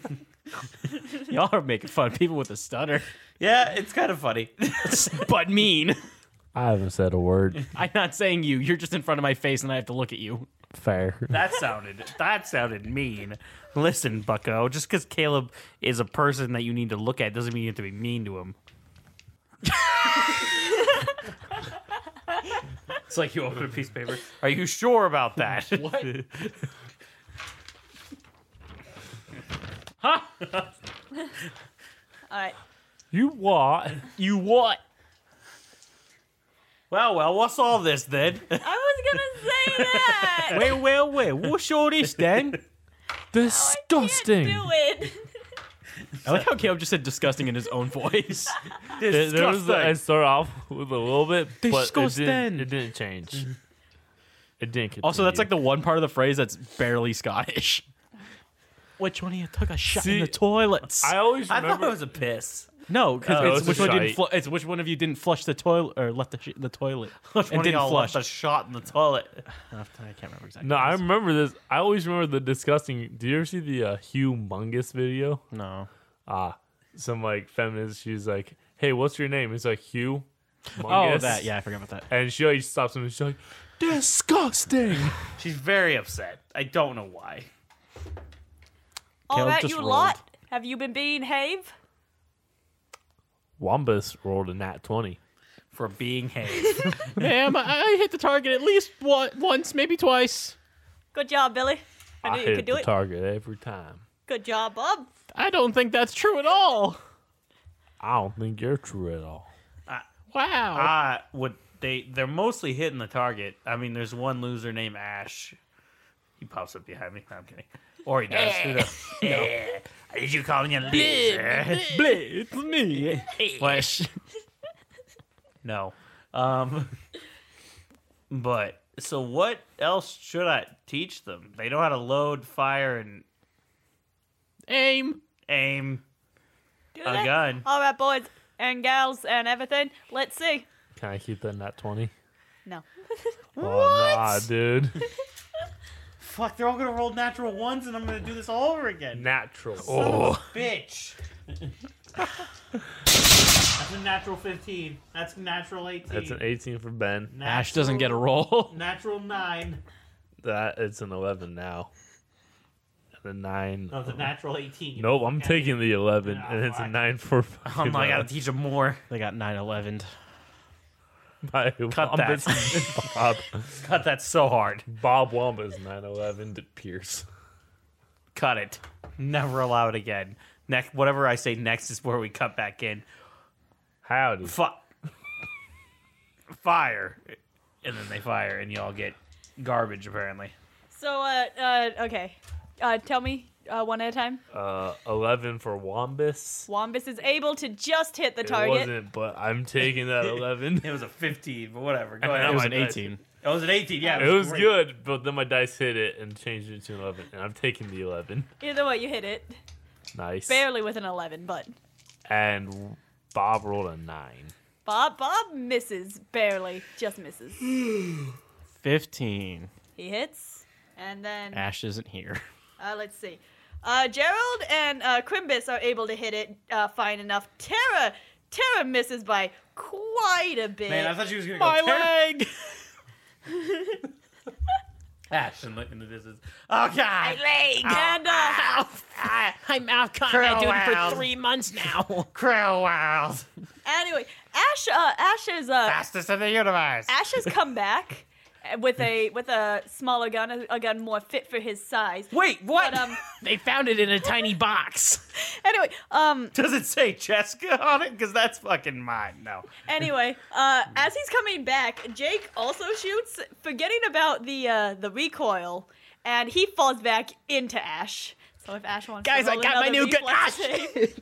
S4: Y'all are making fun of people with a stutter,
S3: Yeah, it's kind of funny.
S4: but mean.
S12: I haven't said a word.
S4: I'm not saying you. You're just in front of my face, and I have to look at you.
S12: Fair.
S3: That sounded that sounded mean. Listen, Bucko, just because Caleb is a person that you need to look at doesn't mean you have to be mean to him.
S13: It's like you open a piece of paper.
S3: Are you sure about that?
S13: What?
S1: Huh? All right.
S2: You what?
S3: You what? Well, well, what's all this then?
S1: I was gonna say that.
S3: well, well, well, what's all this then?
S2: Disgusting.
S1: Do it.
S4: I like how Caleb just said disgusting in his own voice.
S2: There, there was a, I started off with a little bit, but it didn't,
S4: Disgusting.
S2: it didn't change. It didn't. Continue.
S4: also, that's like the one part of the phrase that's barely Scottish.
S2: which one of you took a
S4: Shut in the toilets.
S2: I always
S4: I thought
S2: remember
S4: it was
S13: a piss.
S4: No, because
S2: Oh,
S4: it's,
S2: it's
S4: which
S2: a
S4: one didn't.
S2: shite.
S4: Fl- it's which one of you didn't flush the toilet or left the sh- the toilet
S3: Which
S4: and
S3: one
S4: didn't
S3: of y'all
S4: flush.
S3: left a shot in the toilet?
S4: I can't remember exactly.
S2: No, I remember this. I always remember the disgusting. Do you ever see the uh, humongous video?
S4: No.
S2: Ah, some like feminist. She's like, "Hey, what's your name?" It's like Hugh.
S4: Oh, that. Yeah, I forgot about that.
S2: And she always stops him and she's like, "Disgusting."
S3: She's very upset. I don't know why.
S1: All
S2: Caleb
S1: right,
S2: just
S1: you
S2: rolled.
S1: lot. Have you been being have?
S2: Wombus rolled a nat twenty
S13: for being hay.
S2: Ma'am,
S1: I- I
S2: hit the target at least once, maybe twice.
S1: Good job, Billy. I
S2: I
S1: knew you could
S2: hit
S1: do
S2: the
S1: it.
S2: target every time.
S1: Good job, Bob.
S2: I don't think that's true at all. I don't think you're true at all.
S3: Wow.
S14: Ah.
S3: Uh, what they they're mostly hitting the target. I mean, there's one loser named Ash. He pops up behind me. No, I'm kidding. Or he does. Who knows?
S14: Eh.
S3: Did you call me a
S14: Bleh,
S3: loser?
S14: bleh,
S3: it's me. Flesh. no. Um. But so, what else should I teach them? They know how to load, fire, and
S1: Aim.
S3: aim.
S1: Do
S3: A
S1: that.
S3: gun.
S1: All right, boys and gals and everything. Let's see.
S2: Can I keep that nat twenty?
S1: No.
S2: What? Oh, nah, dude.
S3: Fuck! They're all gonna roll natural ones, and I'm gonna do this all over again.
S2: Natural.
S3: Oh, bitch. That's a natural 15. That's a natural 18.
S2: That's an 18 for Ben.
S3: Ash doesn't
S4: get a roll.
S3: Natural 9.
S2: That it's an 11 now. And a nine.
S3: No, it's a natural 18.
S2: Nope, I'm taking the 11, and it's a nine for.
S3: Oh my, I gotta teach them more.
S4: They got nine eleven.
S2: By
S3: Cut
S2: Wombus
S3: that.
S2: and Bob.
S3: Cut that so hard.
S2: Bob Wamba's 911 to Pierce.
S3: Cut it. Never allow it again. Next, whatever I say next is where we cut back in.
S2: Howdy.
S3: Fi- fire, and then they fire, and y'all get garbage apparently.
S1: So, uh, uh okay. Uh, tell me uh, one at a time.
S2: Uh, 11 for Wombus.
S1: Wombus is able to just hit the
S2: It
S1: target.
S2: wasn't, but I'm taking that 11.
S3: it was a 15, but whatever.
S2: Go ahead.
S4: It was an
S2: I- I-
S4: eighteen.
S3: It was an 18. Yeah,
S2: it was
S3: great.
S2: good, but then my dice hit it and changed it to an 11, and I'm taking the 11.
S1: Either way, you hit it.
S2: Nice.
S1: Barely with an 11, but
S2: And Bob rolled a 9.
S1: Bob Bob misses. Barely. Just misses. he
S4: Fifteen.
S1: hits. And then,
S4: Ash isn't here.
S1: uh, let's see. Uh, Gerald and uh, Crimbus are able to hit it uh, fine enough. Tara, Tara misses by quite a bit.
S3: Man, I thought she was gonna go.
S1: My
S3: "Tara,
S1: leg!
S3: Ash in the, in the distance. Oh God! My
S14: leg.
S1: And uh,
S14: my mouth caught. I've been doing it for three months now.
S3: Crow Wild,
S1: Anyway, Ash, uh, Ash is uh,
S3: fastest in the universe.
S1: Ash has come back uh, with a with a smaller gun, a- a gun more fit for his size.
S14: Wait, what?
S1: But, um,
S14: they found it in a tiny box.
S1: anyway, um,
S3: Does it say Jessica on it? Because that's fucking mine. No.
S1: anyway, uh, as he's coming back, Jake also shoots, forgetting about the uh, the recoil, and he falls back into Ash. So if Ash wants,
S14: Guys,
S1: to
S14: I
S1: roll
S14: got my
S1: another
S14: new gun-
S1: reflex
S14: Ash!
S1: save-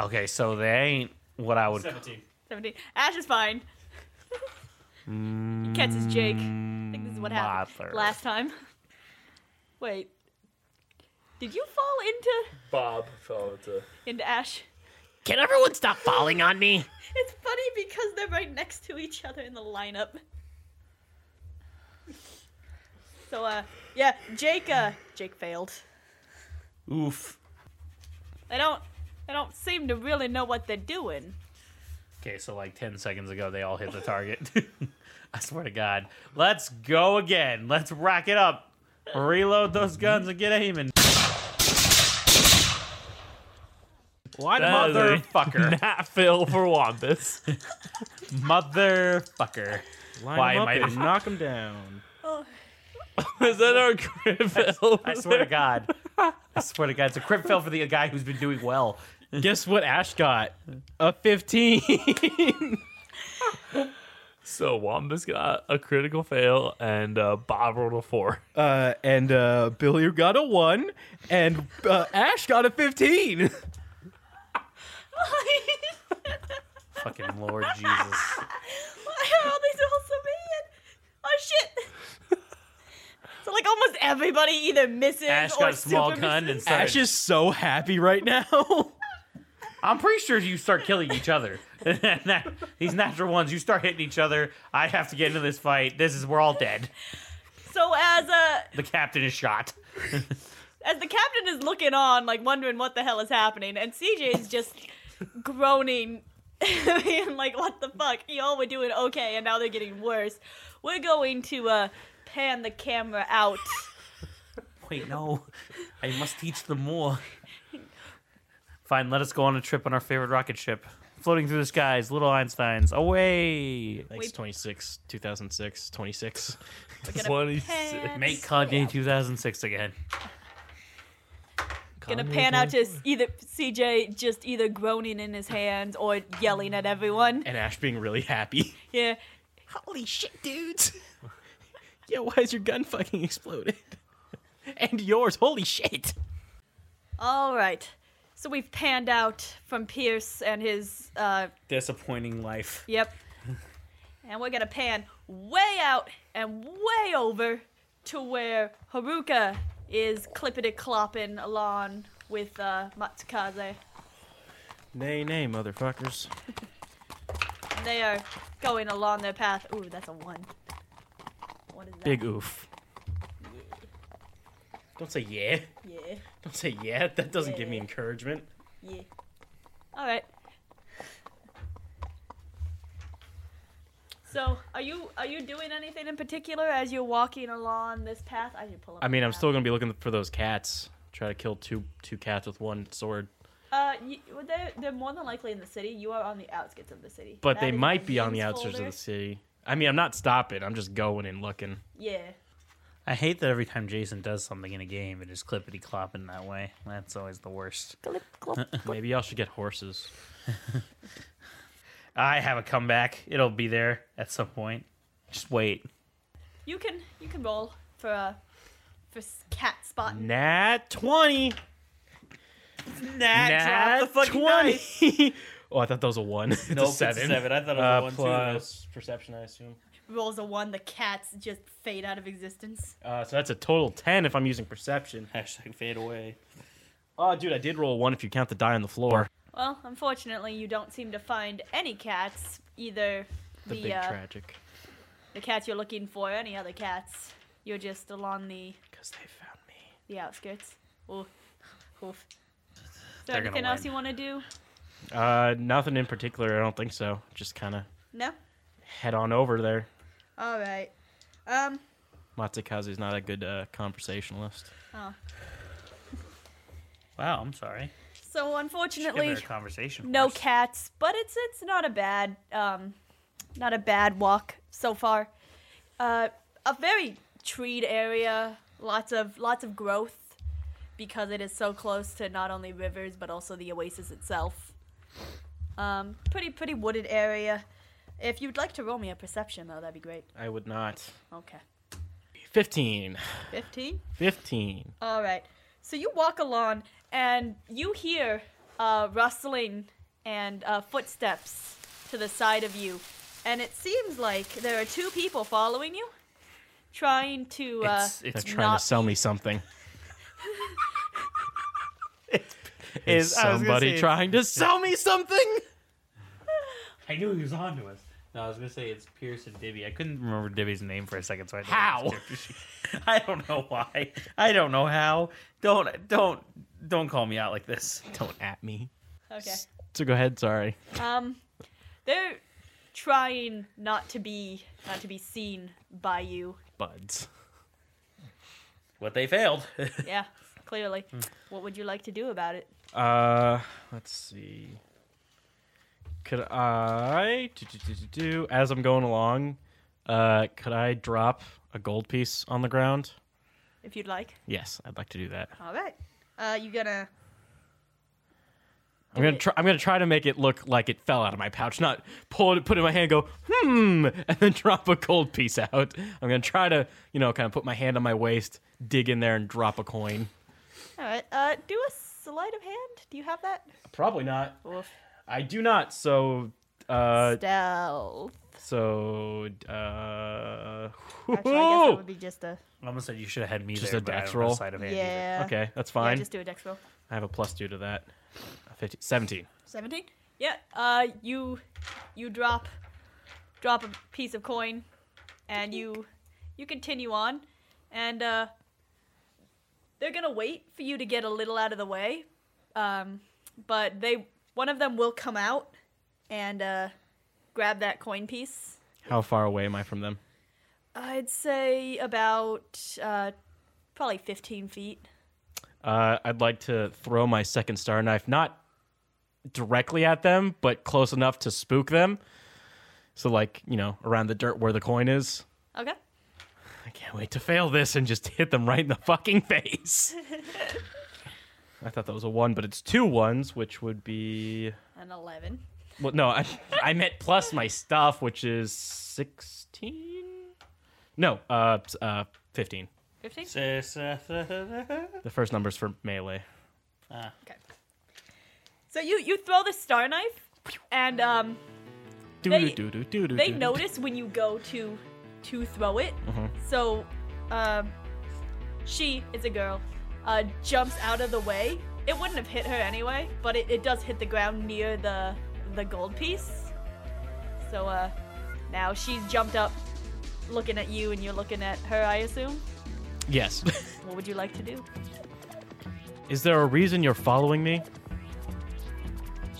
S3: Okay, so they ain't what I would.
S1: Seventeen. Ash is fine.
S3: Mm,
S1: Catches Jake. I think this is what happened
S3: Mother.
S1: last time. Wait, did you fall into
S2: Bob fell into.
S1: into Ash?
S14: Can everyone stop falling on me?
S1: It's funny because they're right next to each other in the lineup. So uh yeah, Jake uh Jake failed.
S3: Oof.
S1: They don't they don't seem to really know what they're doing.
S13: Okay, so like ten seconds ago, they all hit the target.
S3: I swear to God. Let's go again. Let's rack it up. Reload those guns and get aiming.
S2: What
S4: That is a
S2: motherfucker?
S4: Not Phil for Wampus.
S15: Motherfucker.
S4: Line
S15: Why am
S4: him up
S15: I
S4: and
S15: not-
S4: knock him down.
S2: Is that our crib?
S3: I swear to God. I swear to God. It's a crit fail for the guy who's been doing well.
S4: Guess what Ash got? A 15.
S2: So Wombus got a critical fail and uh, Bob rolled a four.
S4: Uh, and uh, Billy got a 1, and uh, Ash got a 15.
S15: Fucking Lord Jesus.
S1: Why are all Oh, these all so bad? Oh shit! so like almost everybody either misses
S3: Ash
S1: or
S3: got a small
S1: super
S3: gun and
S1: misses.
S3: started.
S4: Ash is so happy right now.
S3: I'm pretty sure you start killing each other. These natural ones, you start hitting each other. I have to get into this fight. This is we're all dead.
S1: So as uh
S3: The captain is shot.
S1: as the captain is looking on, like wondering what the hell is happening, and CJ is just groaning, being like, "What the fuck? Y'all were doing okay, and now they're getting worse." We're going to uh pan the camera out.
S3: Wait, no. I must teach them more. Fine, let us go on a trip on our favorite rocket ship. Floating through the skies, little Einsteins. Away.
S4: Thanks, 26, 2006, 26.
S1: gonna
S2: 26.
S1: pan-
S3: Make Kanye 2006 again.
S1: Gonna pan out to s- either CJ just either groaning in his hands or yelling at everyone.
S4: And Ash being really happy.
S1: Yeah.
S4: Holy shit, dudes. Yo, why is your gun fucking exploded? And yours, holy shit.
S1: All right. So we've panned out from Pierce and his uh
S15: Disappointing life.
S1: Yep. and we're gonna pan way out and way over to where Haruka is clippity clopping along with uh, Matsukaze.
S4: Nay, nay, motherfuckers.
S1: And they are going along their path. Ooh, that's a one. What is that?
S4: Big oof. Don't say yeah.
S1: Yeah.
S4: Don't say yeah. That doesn't give me encouragement.
S1: Yeah. All right. So, are you are you doing anything in particular as you're walking along this path? I should pull up.
S4: I mean,
S1: the
S4: I'm
S1: map.
S4: still gonna be looking for those cats. Try to kill two two cats with one sword.
S1: Uh, you, well, they're, they're more than likely in the city. You are on the outskirts of the city. That
S4: But they
S1: is
S4: might be on the
S1: men's
S4: outskirts of
S1: folder.
S4: the city. I mean, I'm not stopping. I'm just going and looking.
S1: Yeah.
S15: I hate that every time Jason does something in a game, it is clippity clopping that way. That's always the worst.
S1: Clip,
S4: Maybe y'all should get horses.
S15: I have a comeback. It'll be there at some point. Just wait.
S1: You can you can roll for uh for s- cat spot.
S4: Nat twenty.
S1: Nat,
S4: Nat twenty. oh, I thought that was a one. It's
S15: Nope,
S4: a
S15: it's a
S4: seven. Uh,
S15: seven. I thought it was
S3: Uh,
S15: a one, too.
S4: plus-
S15: Perception, I assume.
S1: Rolls a one. The cats just fade out of existence.
S4: Uh, so that's a total ten if I'm using perception. Hashtag fade away. Oh, dude, I did roll a one if you count the die on the floor.
S1: Well, unfortunately, you don't seem to find any cats either.
S4: The,
S1: The,
S4: big
S1: uh,
S4: tragic.
S1: the cats you're looking for, or any other cats. You're just along the
S4: because they found me.
S1: The outskirts. Oof. Oof. Is there
S4: They're gonna
S1: anything else
S4: win.
S1: you want to do?
S4: Uh, nothing in particular. I don't think so. Just kind of
S1: No.
S4: head on over there.
S1: All right. Um.
S4: Matsukaze's not a good uh, conversationalist.
S1: Oh.
S15: Wow, I'm sorry.
S1: So unfortunately,
S15: Just give her a conversation
S1: no cats, but it's it's not a bad um, not a bad walk so far. Uh, a very treed area, lots of lots of growth because it is so close to not only rivers but also the oasis itself. Um, pretty pretty wooded area. If you'd like to roll me a perception though, that'd be great.
S4: I would not.
S1: Okay.
S4: 15.
S1: 15?
S4: 15.
S1: All right. So you walk along and you hear uh, rustling and uh, footsteps to the side of you. And it seems like there are two people following you, trying to. Uh,
S4: They're trying to sell me something. Is
S3: I was gonna
S4: somebody
S3: say-
S4: trying to sell me something?
S15: I knew he was on to us. No, I was gonna say it's Pierce and Dibby. I couldn't remember Dibby's name for a second, so I
S3: How?
S15: I don't know why. I don't know how. Don't don't don't call me out like this.
S4: Don't at me.
S1: Okay.
S4: So go ahead. Sorry.
S1: Um, they're trying not to be not to be seen by you.
S4: Buds.
S15: What they failed.
S1: Yeah. Clearly.
S4: Hmm.
S1: What would you like to do about it?
S4: Uh, let's see. Could I do, do, do, do, do, as I'm going along? Uh, could I drop a gold piece on the ground?
S1: If you'd like.
S4: Yes, I'd like to do that.
S1: All right. Uh, you gonna?
S4: I'm gonna try. I'm gonna try to make it look like it fell out of my pouch, not pull it, put it in my hand, and go hmm, and then drop a gold piece out. I'm gonna try to, you know, kind of put my hand on my waist, dig in there, and drop a coin.
S1: All right. Uh, do a sleight of hand. Do you have that?
S4: Probably not.
S1: Oof.
S4: I do not. So, uh,
S1: Stealth.
S4: so, uh,
S1: Actually, I guess that would be just a.
S3: I almost said you should have had me
S4: Just
S3: there,
S4: a
S3: but I
S4: dex
S3: don't have
S4: roll.
S3: sleight of hand either.
S1: Yeah.
S4: Okay, that's
S1: Yeah,
S4: fine.
S1: just do a dex roll.
S4: I have a plus two to that. A 15, 17.
S1: 17 yeah uh you you drop drop a piece of coin and you you continue on and uh they're gonna wait for you to get a little out of the way um but they one of them will come out and uh grab that coin piece
S4: How far away am I from them?
S1: i'd say about uh probably 15 feet
S4: Uh, I'd like to throw my second star knife, not directly at them, but close enough to spook them. So, like, you know, around the dirt where the coin is.
S1: okay
S4: I can't wait to fail this and just hit them right in the fucking face. I thought that was a one, but it's two ones, which would be.
S1: an 11
S4: Well, no, I, I meant plus my stuff, which is 16? No, uh, s- uh, 15.
S1: 15
S3: uh,
S4: The first number's for melee.
S1: Okay. So you you throw the star knife, and um, they,
S4: Doo-doo-doo-doo-doo-doo.
S1: they notice when you go to to throw it.
S4: Mhm.
S1: So, um, she is a girl. Uh, jumps out of the way. It wouldn't have hit her anyway, but it, it does hit the ground near the the gold piece. So uh, now she's jumped up, looking at you, and you're looking at her. I assume.
S4: Yes.
S1: What would you like to do?
S4: Is there a reason you're following me?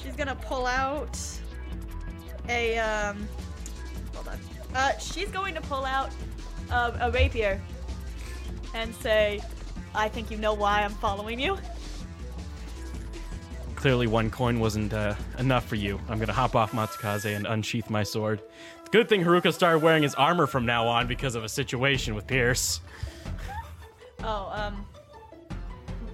S1: She's gonna pull out a um. Hold on. Uh, she's going to pull out um, a rapier and say, "I think you know why I'm following you."
S4: Clearly, one coin wasn't uh, enough for you. I'm gonna hop off Matsukaze and unsheath my sword. It's a good thing Haruka started wearing his armor from now on because of a situation with Pierce.
S1: Oh, um,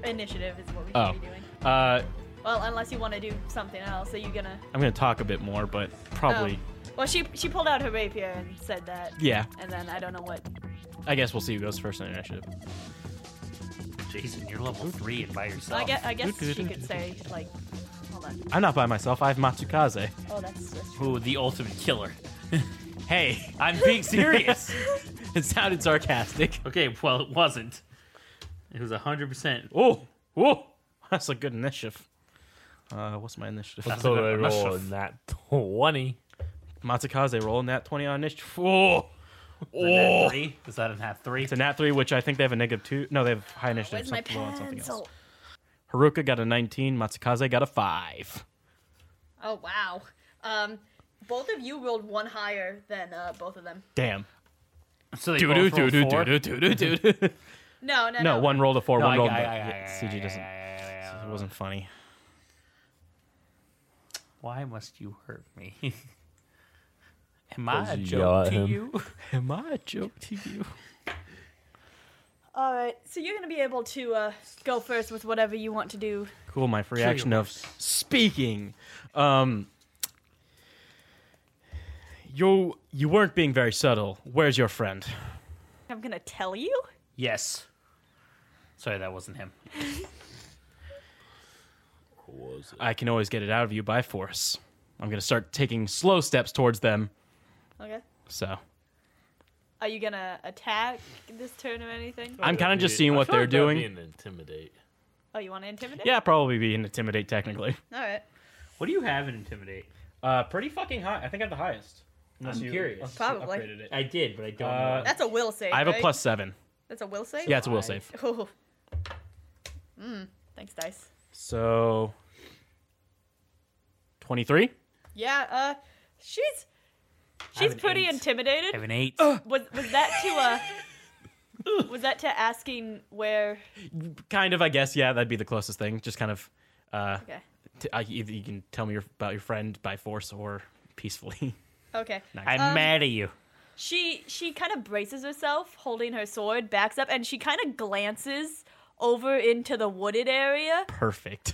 S1: initiative is what we should
S4: Oh.
S1: be doing.
S4: Uh,
S1: Well, unless you want to do something else, are you gonna?
S4: I'm gonna talk a bit more, but probably.
S1: Oh. Well, she she pulled out her rapier and said that.
S4: Yeah.
S1: And then I don't know what.
S4: I guess we'll see who goes first in initiative.
S3: Jason, you're level three and by yourself.
S1: I guess I guess she could say like, hold on.
S4: I'm not by myself. I have Matsukaze.
S1: Oh, that's. that's
S3: Who the ultimate killer?
S4: hey,
S3: I'm being serious.
S4: it sounded sarcastic.
S3: Okay, well it wasn't. It was hundred percent.
S4: Oh, whoa, that's a good initiative. Uh, what's my initiative?
S3: That's a good Totally roll initiative.
S4: that twenty. Matsukaze rolling that twenty on initiative. Oh,
S3: Is that a
S4: oh.
S3: three? Is that a nat three?
S4: It's a nat three, which I think they have a negative two. No, they have high
S1: Where's
S4: initiative.
S1: my
S4: something low and something else.
S1: pencil?
S4: Haruka got a nineteen. Matsukaze got a five.
S1: Oh wow. Um, both of you rolled one higher than uh, both of them.
S4: Damn.
S3: So they
S4: Doo-doo,
S3: both rolled
S4: doo-doo,
S3: four?
S4: doo-doo, doo-doo, doo-doo.
S1: No, no,
S4: No,
S1: no.
S4: one rolled a four,
S3: No,
S4: one
S3: I-
S4: rolled.
S3: I-
S4: a-
S3: I-
S4: yeah, CG doesn't. It wasn't funny.
S3: Why must you hurt me? Am
S4: Because
S3: I a
S4: you yell
S3: joke
S4: at
S3: to
S4: him.
S3: you?
S4: Am I a joke to you?
S1: All right, so you're gonna be able to uh, go first with whatever you want to do.
S4: Cool. My free
S1: Sure, you're
S4: action of speaking. Um, you you weren't being very subtle. Where's your friend?
S1: I'm gonna tell you.
S3: Yes. Sorry, that wasn't him.
S4: I can always get it out of you by force. I'm gonna start taking slow steps towards them.
S1: Okay.
S4: So
S1: Are you gonna attack this turn or anything?
S4: I'm kinda just seeing
S2: I
S4: what
S2: feel
S4: they're
S2: like that'd
S4: doing.
S2: be an intimidate.
S1: Oh, you want to intimidate?
S4: yeah, probably be an intimidate technically.
S1: All right.
S3: What do you have in intimidate?
S4: Uh, pretty fucking high. I think I have the highest. Unless
S3: I'm
S4: you-
S3: curious.
S4: unless you
S1: Probably.
S4: upgraded it.
S3: I did, but I don't
S4: Uh,
S3: know.
S1: That's a will save.
S4: I have a
S1: right?
S4: plus seven.
S1: That's a will save.
S4: Yeah, it's a will save.
S1: Oh. Mm, thanks, dice.
S4: So twenty-three.
S1: Yeah. Uh, she's
S4: have
S1: she's
S4: an
S1: pretty
S4: eight.
S1: intimidated.
S4: I have an eight.
S1: Was was that to uh? Was that to asking where?
S3: kind of, I guess. Yeah, that'd be the closest thing. Just kind of. Uh,
S1: Okay.
S3: t- I, either you can tell me your, about your friend by force or peacefully.
S1: Okay.
S3: I'm
S1: Um,
S3: mad at you.
S1: She she kind of braces herself, holding her sword, backs up, and she kind of glances over into the wooded area,
S3: Perfect.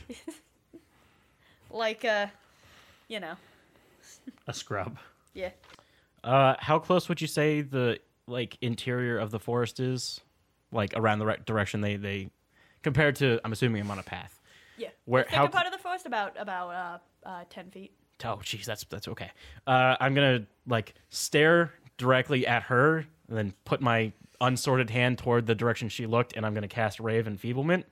S1: like uh, you know,
S3: A scrub.
S1: yeah.
S3: Uh, how close would you say the like interior of the forest is, like around the re- direction they they compared to? I'm assuming I'm on a path.
S1: Yeah.
S3: Where-
S1: the thicker
S3: how c-
S1: part of the forest about about uh, uh ten feet.
S3: Oh, jeez, that's that's okay. Uh, I'm gonna like stare directly at her, and then put my unsorted hand toward the direction she looked, and I'm gonna cast Rave Enfeeblement.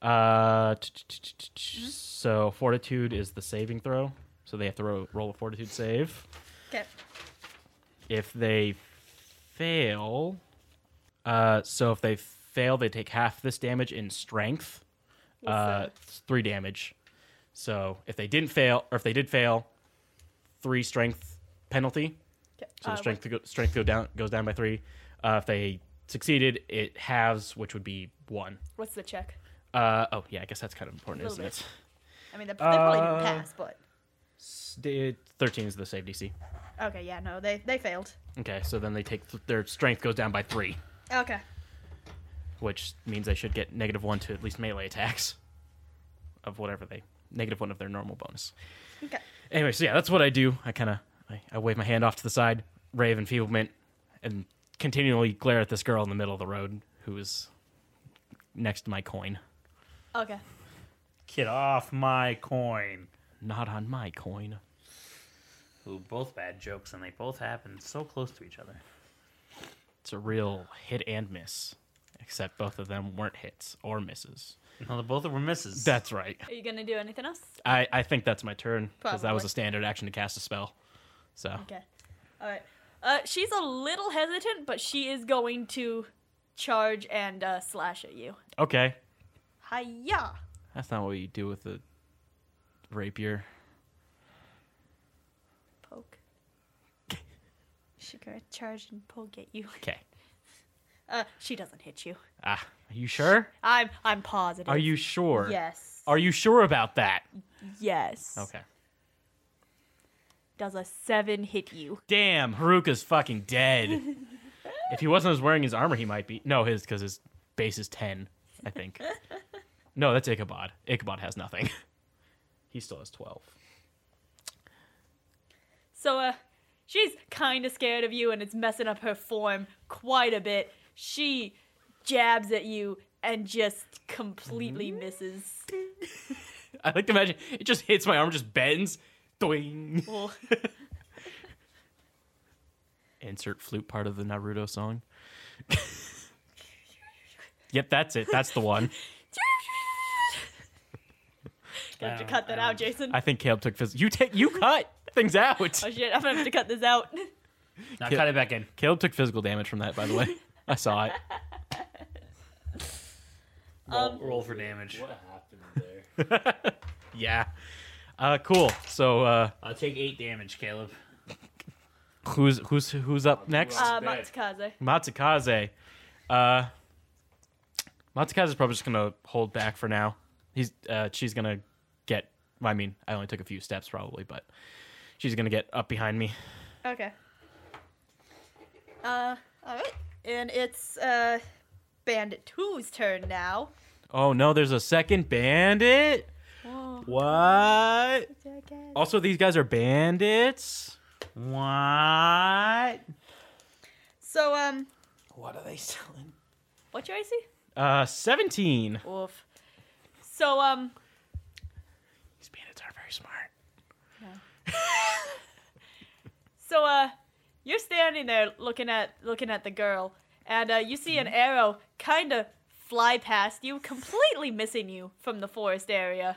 S3: Uh, t- t- t- t- t- so Fortitude is the saving throw, so they have to ro- roll a Fortitude save.
S1: Okay.
S3: If they fail, uh, so if they fail, they take half this damage in strength.
S16: What's
S3: Uh, it's three damage. So if they didn't fail, or if they did fail, three strength penalty.
S16: Uh,
S3: So the strength go, strength go down goes down by three. Uh, if they succeeded, it halves, which would be one.
S1: What's the check?
S3: Uh, oh yeah, I guess that's kind of important,
S1: Little
S3: isn't
S1: bit.
S3: it?
S1: I mean, they, they probably
S3: Uh,
S1: didn't pass, but
S3: S- did- Thirteen is the save DC.
S1: okay, yeah, no, they they failed.
S3: Okay, so then they take th- their strength goes down by three,
S1: Okay.
S3: which means they should get negative one to at least melee attacks of whatever they negative one of their normal bonus.
S1: Okay.
S3: Anyway, so yeah, that's what I do. I kind of I, I wave my hand off to the side, rave enfeeblement, and continually glare at this girl in the middle of the road who is next to my coin.
S1: Okay.
S4: Get off my coin.
S3: Not on my coin.
S4: Ooh, both bad jokes, and they both happen so close to each other.
S3: It's a real hit and miss, except both of them weren't hits or misses.
S4: No, the both were misses.
S3: That's right.
S1: Are you gonna do anything else?
S3: I, I think that's my turn because that was
S1: Probably.
S3: a standard action to cast a spell. So
S1: Okay. All right. Uh, she's a little hesitant, but she is going to charge and uh, slash at you.
S3: okay,
S1: Hiya!
S3: that's not what you do with a rapier.
S1: Poke. She gonna charge and poke at you.
S3: Okay.
S1: Uh, she doesn't hit you.
S3: Ah, are you sure?
S1: I'm I'm positive.
S3: Are you sure?
S1: Yes.
S3: Are you sure about that?
S1: Yes.
S3: Okay.
S1: Does a seven hit you?
S3: Damn, Haruka's fucking dead. if he wasn't wearing his armor, he might be. No, his because his base is ten, I think. no, that's Ichabod. Ichabod has nothing. he still has twelve.
S1: So uh, she's kind of scared of you, and it's messing up her form quite a bit. She jabs at you and just completely
S3: Mm-hmm.
S1: misses.
S3: I like to imagine it just hits my arm, just bends, doing.
S1: Oh.
S3: Insert flute part of the Naruto song. yep, that's it. That's the one.
S1: Gonna have to cut that out, Jason.
S3: I think Caleb took phys- You take. You cut things out.
S1: Oh shit! I'm gonna have to cut this out. Uh,
S3: Now
S4: cut it back in.
S3: Caleb took physical damage from that, by the way. I saw it.
S4: Roll, roll for damage.
S17: What happened there?
S3: yeah. Uh, cool. So uh,
S4: I'll take eight damage, Caleb.
S3: who's who's who's up next?
S1: Uh, Matsukaze.
S3: Matsukaze. Uh, Matsukaze's probably just gonna hold back for now. He's uh, she's gonna get. well, I mean, I only took a few steps probably, but she's gonna get up behind me.
S1: Okay. Uh, all right, and it's uh, Bandit Two's turn now.
S3: Oh no, there's a second bandit. What? Also, these guys are bandits. What?
S1: So um,
S3: What are they selling?
S1: what's your AC?
S3: Uh, seventeen.
S1: Oof. So um,
S3: These bandits are very smart.
S1: so uh, you're standing there looking at looking at the girl, and uh, you see an
S3: Mm-hmm.
S1: arrow kind of fly past you, completely missing you from the forest area,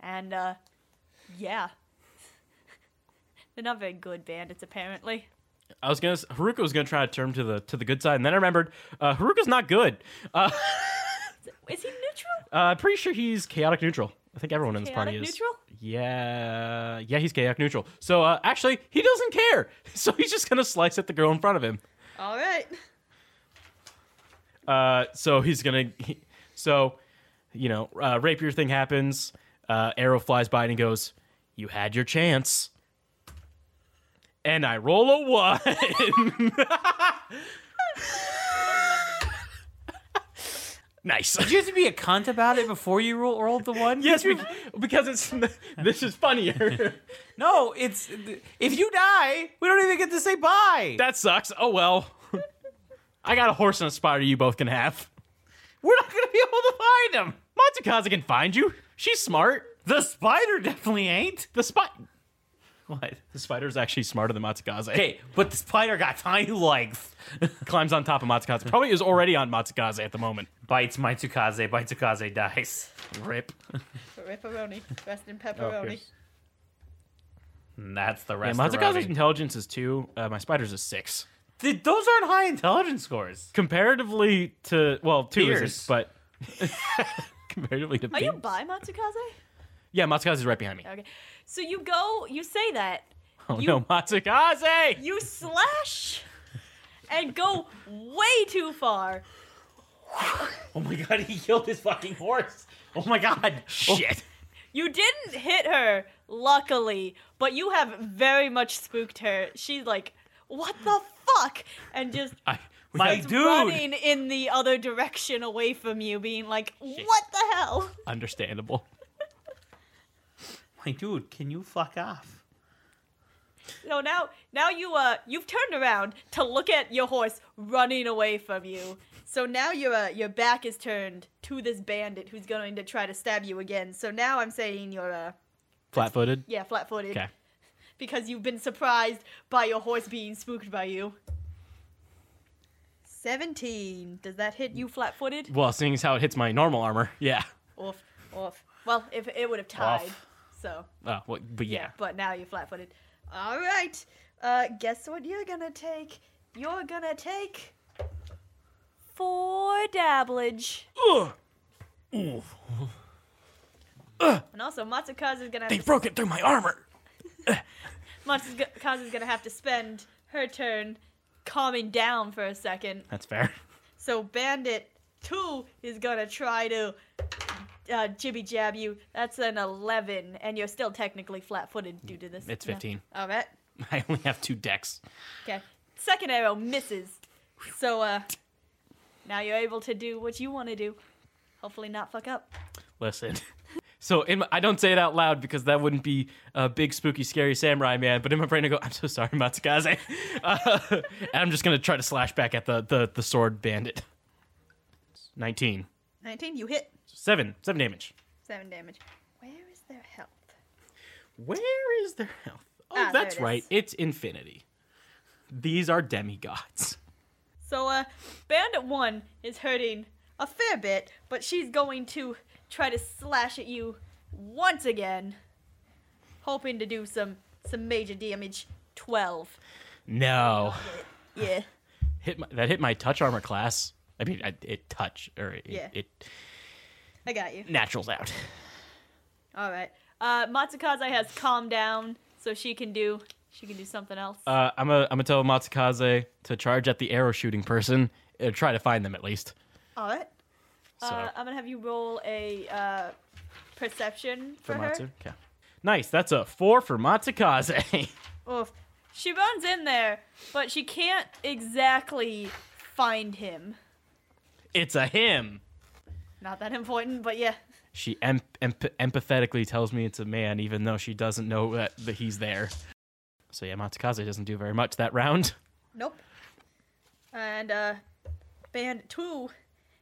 S1: and uh, yeah, they're not very good bandits apparently.
S3: I was gonna s- Haruka was gonna try to turn to the to the good side, and then I remembered uh, Haruka's not good. Uh,
S1: Is he neutral?
S3: uh, I'm pretty sure he's chaotic neutral. I think everyone in this party
S1: Chaotic
S3: is.
S1: neutral?
S3: Yeah, yeah, he's chaotic neutral. So uh, actually, he doesn't care. So he's just gonna slice at the girl in front of him.
S1: All right.
S3: Uh, so he's gonna. he- so, you know, uh, rapier thing happens. Uh, arrow flies by and he goes, "You had your chance." And I roll a one. nice.
S4: Did you have to be a cunt about it before you roll, rolled the one?
S3: yes, we, because it's this is funnier.
S4: no, it's if you die, we don't even get to say bye.
S3: That sucks. Oh well. I got a horse and a spider you both can have.
S4: We're not gonna be able to find him.
S3: Matsukaze can find you. She's smart.
S4: The spider definitely ain't.
S3: The spider. What? The spider's actually smarter than Matsukaze.
S4: Okay, but the spider got tiny legs.
S3: Climbs on top of Matsukaze. Probably is already on Matsukaze at the moment.
S18: Bites Matsukaze. Matsukaze dies.
S3: Rip.
S19: Ripperoni. Rest
S3: Oh,
S19: in pepperoni.
S18: And that's the
S3: Yeah,
S18: rest. of
S3: Matsukaze's
S18: Rowdy.
S3: intelligence is two. Uh, my spider's is six.
S4: Th- those aren't high intelligence scores.
S3: Comparatively to well, two
S4: Peers.
S3: isn't, but comparatively to
S1: Are you
S3: Pete-
S1: by Matsukaze?
S3: yeah, Matsukaze's right behind me.
S1: Okay. So you go, you say that,
S3: Oh no, Matsukaze!
S1: you slash, and go way too far.
S18: Oh my god, he killed his fucking horse.
S4: Oh my god.
S3: Shit.
S1: You didn't hit her, luckily, but you have very much spooked her. She's like, "What the fuck?" and just
S4: My
S1: starts
S4: dude.
S1: running in the other direction away from you, being like, "What the hell?"
S3: Understandable.
S18: My dude, can you fuck off?
S1: So now, now you uh, you've turned around to look at your horse running away from you. So now your uh, your back is turned to this bandit who's going to try to stab you again. So now I'm saying you're uh,
S3: Flat-footed.
S1: yeah, flat-footed.
S3: Okay.
S1: because you've been surprised by your horse being spooked by you. 17. Does that hit you flat footed?
S3: Well, seeing as how it hits my normal armor, yeah.
S1: Off, off. Well, if it would have tied. So,
S4: Oh,
S3: Uh, well, but yeah.
S1: but now you're flat footed. All right. Uh, guess what you're gonna take? You're gonna take. Four dabblage. And also, Matsukaze is gonna have
S3: They
S1: to
S3: broke it through my armor.
S1: Matsukaze is gonna have to spend her turn calming down for a second.
S3: That's fair.
S1: So Bandit 2 is gonna try to uh, jibby jab you. That's an 11, and you're still technically flat footed due to this.
S3: It's
S1: No.
S3: 15.
S1: Alright.
S3: I only have two decks.
S1: Okay. Second arrow misses. So, uh, now you're able to do what you wanna do. Hopefully, not fuck up.
S3: Listen. So in my, I don't say it out loud because that wouldn't be a big spooky scary samurai man. But in my brain I go, I'm so sorry, Matsukaze. Uh, and I'm just gonna try to slash back at the the, the sword bandit. Nineteen.
S19: 19, you hit.
S3: Seven. Seven damage.
S19: 7 damage. Where is their health?
S3: Where is their health? Oh,
S19: Ah, there
S3: that's
S19: it is.
S3: right. It's infinity. These are demigods.
S1: So, uh, Bandit 1 is hurting a fair bit, but she's going to try to slash at you once again, hoping to do some some major damage. 12.
S3: No.
S1: Yeah.
S3: Hit my, that hit my touch armor class. I mean, I, it touch or it,
S1: Yeah.
S3: it
S1: I got you.
S3: naturals out.
S1: All right. Uh, Matsukaze has calmed down, so she can do she can do something else.
S3: Uh, I'm gonna I'm gonna tell Matsukaze to charge at the arrow shooting person. Uh, try to find them at least.
S1: All right. Uh,
S3: So-
S1: I'm gonna have you roll a uh, perception for, her.
S3: Matsu. Okay. Nice. That's a four for Matsukaze.
S1: Oof. She runs in there, but she can't exactly find him.
S3: it's a him.
S1: Not that important, but yeah.
S3: She em- em- empathetically tells me it's a man, even though she doesn't know that, that he's there. So yeah, Matsukaze doesn't do very much that round.
S1: Nope. And uh, band two,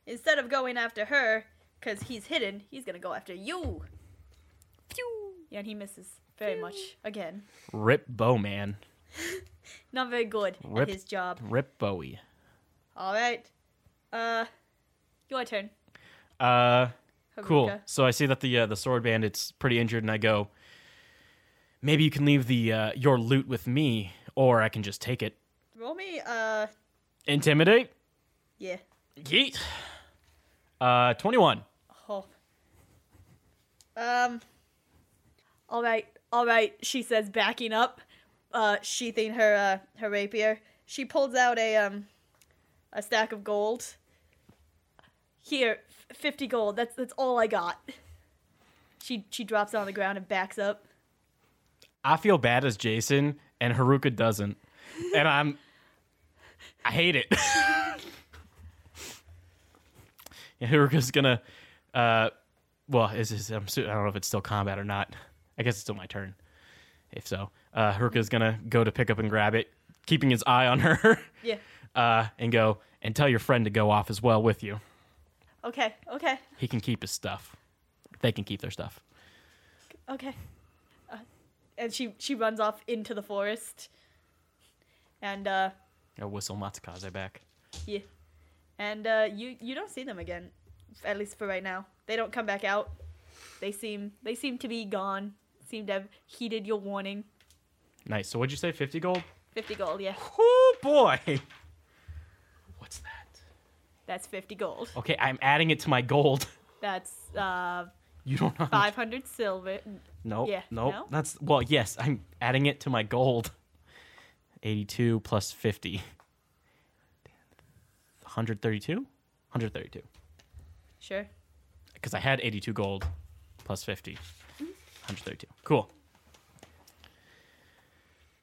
S1: instead of going after her, cause he's hidden, he's gonna go after you. Yeah, and he misses very much again.
S3: Rip Bowman.
S1: Not very good
S3: Rip
S1: at his job.
S3: Rip Bowie.
S1: All right. Uh, your turn.
S3: Uh, cool.
S1: Haruka.
S3: So I see that the uh, the sword bandit's pretty injured, and I go, maybe you can leave the uh, your loot with me, or I can just take it.
S19: Roll me, uh,
S3: Intimidate.
S19: yeah.
S3: Yeet. Uh, twenty one.
S1: Oh. Um. All right, all right. She says, backing up, uh, sheathing her uh, her rapier. She pulls out a um a stack of gold, Here, f- fifty gold. That's that's all I got. She she drops it on the ground and backs up.
S3: I feel bad as Jason, and Haruka doesn't, and I'm. I hate it. yeah, Haruka's gonna. Uh, well, is this, I'm, su- I don't know if it's still combat or not. I guess it's still my turn. If so, uh, Haruka's gonna go to pick up and grab it, keeping his eye on her.
S1: Yeah.
S3: Uh, and go and tell your friend to go off as well with you.
S1: Okay, okay,
S3: He can keep his stuff. They can keep their stuff.
S1: okay. Uh, and she she runs off into the forest. And uh,
S3: I whistle Matsukaze back.
S1: yeah, and uh, you you don't see them again, at least for right now. They don't come back out. They seem they seem to be gone. Seem to have heeded your warning.
S3: Nice. So what'd you say? Fifty gold.
S1: Fifty gold, yeah.
S3: Oh boy. What's that?
S1: That's fifty gold.
S3: Okay, I'm adding it to my gold.
S1: That's uh
S3: You don't know.
S1: five hundred silver.
S3: Nope.
S1: Yeah.
S3: Nope.
S1: No?
S3: That's well, yes, I'm adding it to my gold. 82 plus 50. 132? 132.
S1: Sure.
S3: Because I had 82 gold plus 50. 132. Cool.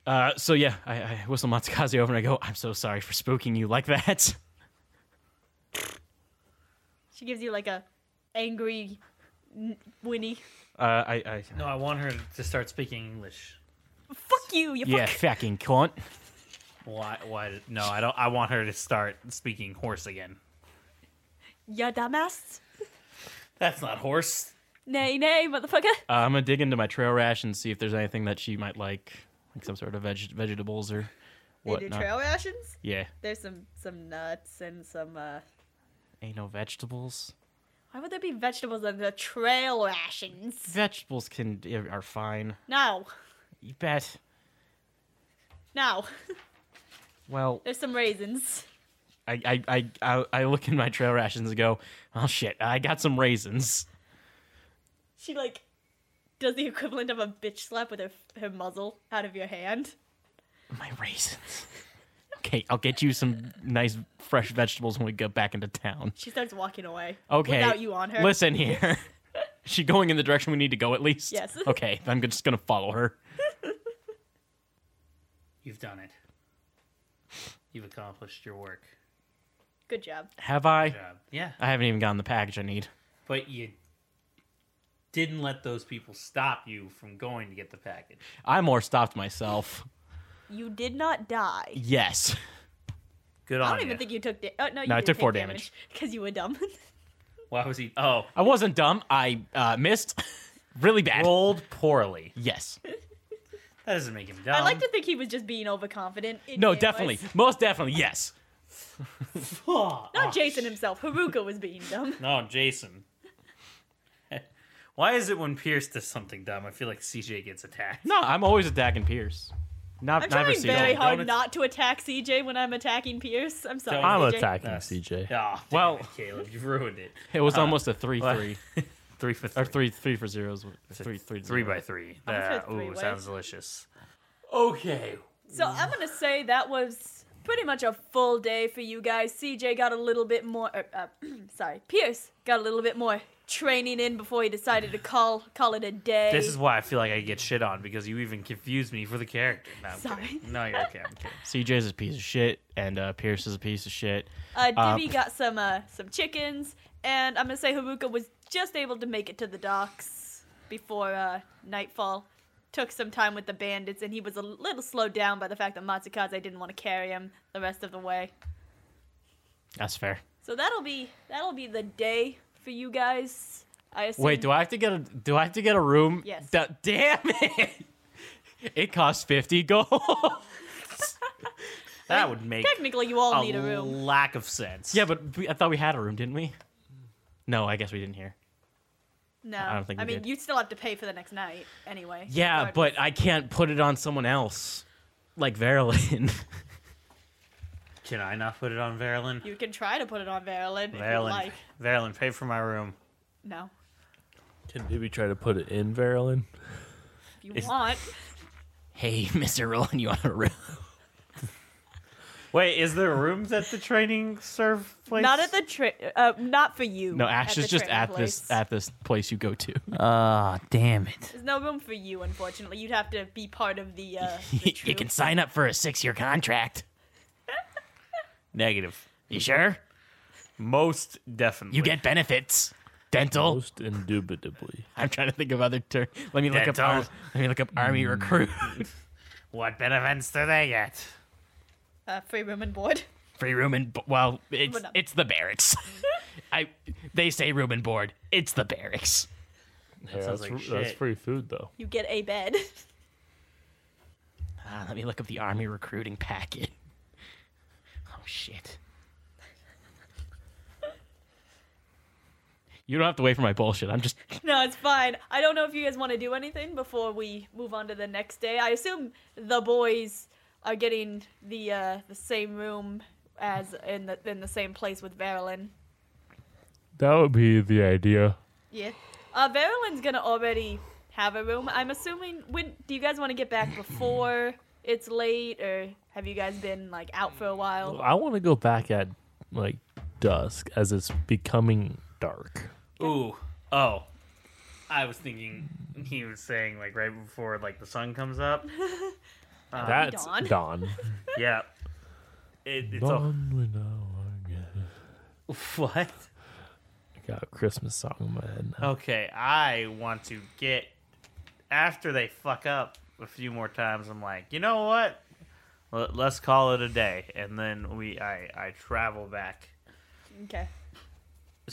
S3: Uh, so yeah, I, I whistle Matsukaze over and I go, I'm so sorry for spooking you like that.
S1: She gives you like a angry n- whinny.
S3: Uh, I, I
S4: No, I want her to start speaking English.
S1: Fuck you. You
S3: yeah,
S1: fuck.
S3: fucking cunt.
S4: Why? Why? did- No, I don't. I want her to start speaking horse again.
S1: Ya dumbass.
S4: That's not horse.
S1: Nay, nay, motherfucker.
S3: Uh, I'm gonna dig into my trail rash and see if there's anything that she might like, like some sort of veg- vegetables or
S1: They do
S3: whatnot.
S1: trail rations.
S3: Yeah,
S1: There's some some nuts and some. uh
S3: ain't no vegetables.
S1: Why would there be vegetables on the trail rations?
S3: Vegetables can are fine.
S1: No,
S3: You bet.
S1: no.
S3: Well,
S1: There's some raisins.
S3: I I, I, I I look in my trail rations and go, oh shit, I got some raisins.
S1: She like does the equivalent of a bitch slap with her her muzzle out of your hand.
S3: My raisins. Okay, I'll get you some nice fresh vegetables when we get back into town.
S1: She starts walking away.
S3: Okay.
S1: Without you on her.
S3: Listen here. Is she going in the direction we need to go at least?
S1: Yes.
S3: Okay, I'm just gonna follow her.
S4: You've done it. You've accomplished your work.
S1: Good job.
S3: Have I?
S4: Good job. Yeah.
S3: I haven't even gotten the package I need.
S4: But you didn't let those people stop you from going to get the package.
S3: I more stopped myself.
S1: You did not die.
S3: Yes.
S4: Good
S1: I don't even think you took. Da- oh, no, you
S3: No, I
S1: did
S3: took
S1: take
S3: four
S1: damage because you were dumb.
S4: Why was he? Oh,
S3: I wasn't dumb. I uh, missed really bad.
S4: Rolled poorly.
S3: Yes.
S4: That doesn't make him dumb.
S1: I like to think he was just being overconfident. in
S3: Um, No,
S1: game
S3: definitely.
S1: wise.
S3: Most definitely. Yes.
S4: Oh,
S1: Not Jason himself. Haruka was being dumb.
S4: No, Jason. Why is it when Pierce does something dumb, I feel like CJ gets attacked?
S3: No, I'm always attacking Pierce. Not,
S1: I'm
S3: never
S1: trying
S3: seen
S1: very
S3: it.
S1: hard
S4: Don't-
S1: not to attack CJ when I'm attacking Pierce. I'm sorry.
S2: I'm
S1: CJ.
S2: attacking CJ.
S4: Oh,
S3: Well-
S4: well, Caleb, you ruined it. Uh,
S3: It was almost a three
S1: Uh,
S3: three
S4: Three for three.
S3: or three three for zeros. Three three
S4: Three
S3: zero.
S4: by three.
S1: I'm gonna
S4: Uh,
S1: try
S4: ooh,
S1: three ways.
S4: sounds delicious. Okay.
S1: So I'm gonna say that was pretty much a full day for you guys. CJ got a little bit more. Uh, uh, sorry, Pierce got a little bit more training in before he decided to call call it a day.
S4: This is why I feel like I get shit on because you even confused me for the character. No, I'm
S1: Sorry.
S4: kidding. No, you're okay. I'm kidding.
S3: CJ's a piece of shit, and uh, Pierce is a piece of shit.
S1: Uh, Dibby got some uh, some chickens, and I'm gonna say Haruka was just able to make it to the docks before uh, nightfall. Took some time with the bandits, and he was a little slowed down by the fact that Matsukaze didn't want to carry him the rest of the way.
S3: That's fair.
S1: So that'll be that'll be the day for you guys. I assume.
S3: Wait, do I have to get a do I have to get a room?
S1: Yes.
S3: Da- damn it! It costs fifty gold.
S4: That would make
S1: Technically, you all
S4: a
S1: need a room.
S4: lack of sense.
S3: Yeah, but we, I thought we had a room, didn't we? No, I guess we didn't hear.
S1: No,
S3: I don't think we
S1: mean
S3: did.
S1: you still have to pay for the next night anyway.
S3: Yeah,
S1: regardless.
S3: but uh, I can't put it on someone else, like Verilyn.
S4: Can I not put it on Verilyn?
S1: you can try to put it on Verilyn. if you
S4: Verilyn,
S1: like.
S4: Verilyn, pay for my room.
S1: No,
S2: Can maybe try to put it in Verilyn?
S1: if you want.
S3: hey, Mister Roland, you want a room?
S20: Wait, is there rooms at the training serve place?
S1: Not at the tra- uh, not for you.
S21: No, Ash
S1: at
S21: is
S1: the
S21: just
S1: training
S21: at
S1: place.
S21: this at this place you go to.
S3: Ah, damn it.
S1: There's no room for you, unfortunately. You'd have to be part of the. Uh,
S3: you can sign up for a six year contract.
S20: Negative.
S3: You sure?
S20: Most definitely.
S3: You get benefits. Dental.
S22: Most indubitably.
S3: I'm trying to think of other terms. Let me look
S22: Dental.
S3: up. Ar- let me look up army recruit.
S20: what benefits do they get?
S1: uh, free room and board.
S3: Free room and bo- well, it's
S1: But no.
S3: it's the barracks. I they say room and board. It's the barracks.
S22: Yeah,
S3: sounds
S22: that's,
S3: like
S22: r- that's
S3: shit.
S22: free food though.
S1: You get a bed.
S3: Ah, let me look up the army recruiting packet. Oh shit.
S21: You don't have to wait for my bullshit. I'm just
S1: no, it's fine. I don't know if you guys want to do anything before we move on to the next day. I assume the boys are getting the uh, the same room as in the in the same place with Verilyn.
S22: That would be the idea.
S1: Yeah. Uh, Verilyn's gonna already have a room. I'm assuming. When do you guys want to get back before it's late, or have you guys been like out for a while?
S22: I want to go back at like dusk as it's becoming dark.
S4: Ooh. Oh. I was thinking he was saying like right before like the sun comes up. Uh,
S22: That's dawn.
S4: yeah. It, it's all
S22: Dawn when I wake up.
S4: what?
S22: I got a Christmas song in my head now.
S4: Okay, I want to get after they fuck up a few more times. I'm like, you know what? Let- Let's call it a day, and then we I I travel back
S1: Okay.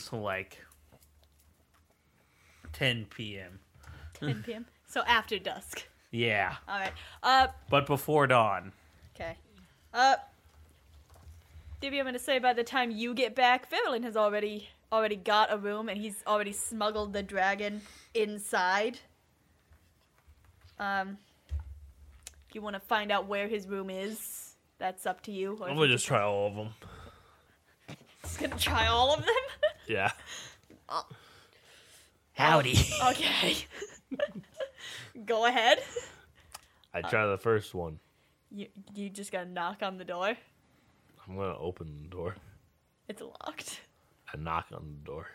S4: to like 10 p.m.
S1: 10 p.m. So after dusk.
S4: Yeah,
S1: All right. Uh.
S4: but before dawn.
S1: Okay. Uh. Dibby, I'm gonna say by the time you get back, Verilyn has already already got a room, and he's already smuggled the dragon inside. Um. If you want to find out where his room is, that's up to you. or
S2: I'm
S1: if
S2: gonna
S1: you
S2: just try all of them.
S1: Just gonna try all of them.
S2: Yeah.
S3: Howdy.
S1: okay. Go ahead.
S2: I try the first one.
S1: You you just gotta knock on the door.
S2: I'm gonna open the door.
S1: It's locked.
S2: I knock on the door.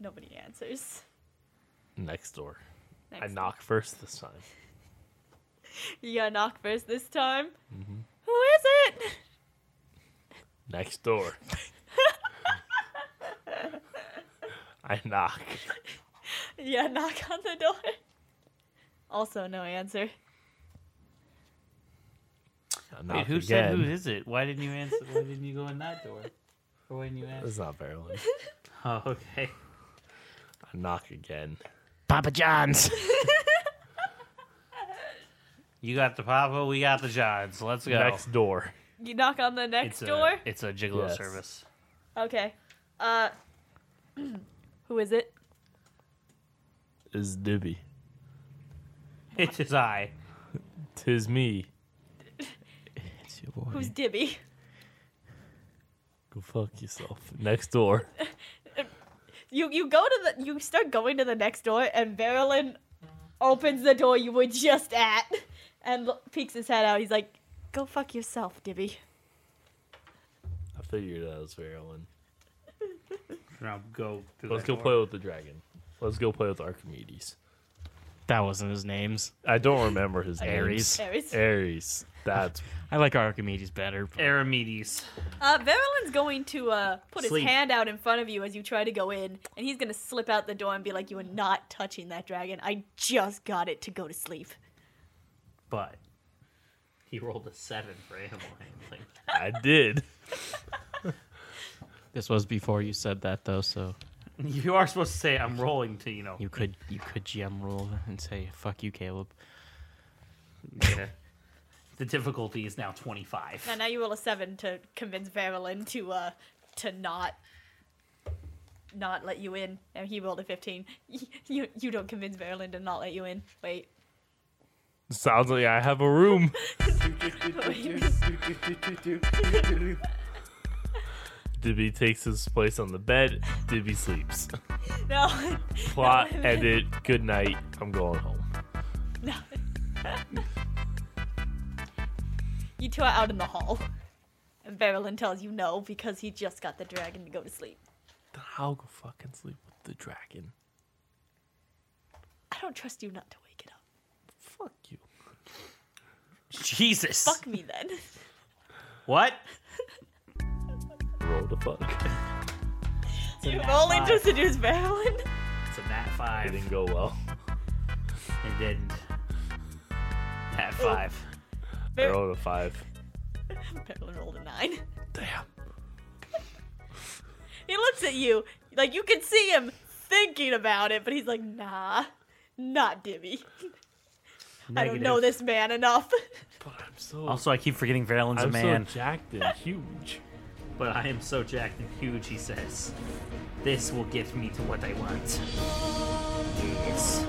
S1: Nobody answers.
S2: Next door.
S1: Next
S2: I knock first this time.
S1: You gotta knock first this time.
S2: Mhm.
S1: Who is it?
S2: Next door. I knock.
S1: Yeah, knock on the door. Also, no answer.
S2: I
S4: Wait,
S2: knock
S4: who said
S2: again.
S4: who is it? Why didn't you answer? Why didn't you go in that door? Or why didn't you answer?
S2: It's not Maryland.
S4: Oh, okay.
S2: I knock again.
S3: Papa John's.
S4: You got the Papa, we got the Johns. Let's go.
S2: Next door.
S1: You knock on the next
S4: it's uh, a,
S1: door.
S4: It's a gigolo
S2: Yes.
S4: service.
S1: Okay. Uh, who is it?
S2: Is Dibby.
S4: It is I.
S2: Tis me.
S1: Who's Dibby?
S2: Go fuck yourself. Next door.
S1: You you go to the you start going to the next door, and Verilyn opens the door you were just at, and lo- peeks his head out. He's like, "Go fuck yourself, Dibby."
S2: I figured that was Maryland.
S4: And I'll go. through
S2: Let's
S4: that
S2: go
S4: door.
S2: play with the dragon. Let's go play with Archimedes.
S21: that wasn't his names.
S2: I don't remember his name.
S21: Ares.
S1: Ares.
S2: Ares. That's
S21: I like Archimedes better. but-
S4: Aramedes.
S1: Uh, Verilyn's going to uh, put
S4: Sleep.
S1: his hand out in front of you as you try to go in, and he's gonna slip out the door and be like, "You are not touching that dragon. I just got it to go to sleep."
S4: But he rolled a seven for animal handling.
S2: I did.
S21: This was before you said that though, so
S4: You are supposed to say I'm rolling to you know.
S21: you could you could GM rule and say fuck you, Caleb.
S4: Yeah. the difficulty is now twenty
S1: Now,
S4: five.
S1: now you roll a seven to convince Verilyn to uh, to not not let you in, and he rolled a fifteen. You you don't convince Verilyn to not let you in. Wait.
S22: Sounds like I have a room.
S2: Dibby takes his place on the bed. Dibby sleeps.
S1: No.
S2: Plot edit. Good night. I'm going home.
S1: You two are out in the hall. And Verilyn tells you no because he just got the dragon to go to sleep.
S2: Then I'll go fucking sleep with the dragon.
S1: I don't trust you not to wake it up.
S2: Fuck you.
S4: Jesus.
S1: Fuck me then.
S4: What?
S2: Roll the fuck.
S1: You've only just seduced Verilyn.
S4: It's a nat five. It didn't
S23: go well.
S4: It didn't. Nat
S1: Oh,
S4: five.
S1: Ver-
S23: rolled a five.
S1: Verilyn rolled a nine.
S2: Damn.
S1: He looks at you like you can see him thinking about it, but he's like, nah, not Dibby. I don't know this man enough.
S2: So
S4: Also, I keep forgetting Valen's a
S2: I'm so
S4: man.
S2: jacked and huge.
S4: But I am so jacked and huge, he says. This will get me to what I want. Yes.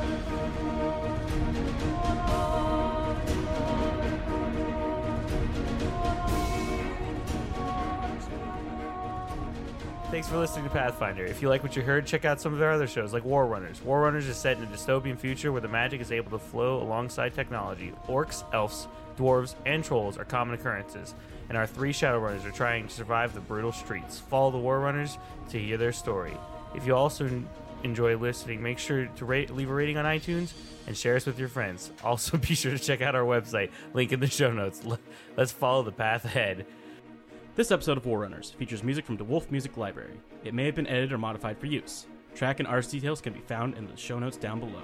S3: Thanks for listening to Pathfinder. If you like what you heard, check out some of our other shows like War Runners. War Runners is set in a dystopian future where the magic is able to flow alongside technology. Orcs, elves, dwarves, and trolls are common occurrences, and our three Shadowrunners are trying to survive the brutal streets. Follow the War Runners to hear their story. If you also en- enjoy listening, make sure to rate, leave a rating on iTunes and share us with your friends. Also, be sure to check out our website, link in the show notes. Let- Let's follow the path ahead.
S2: This episode of Warrunners features music from the Wolf Music Library. It may have been edited or modified for use. Track and artist details can be found in the show notes down below.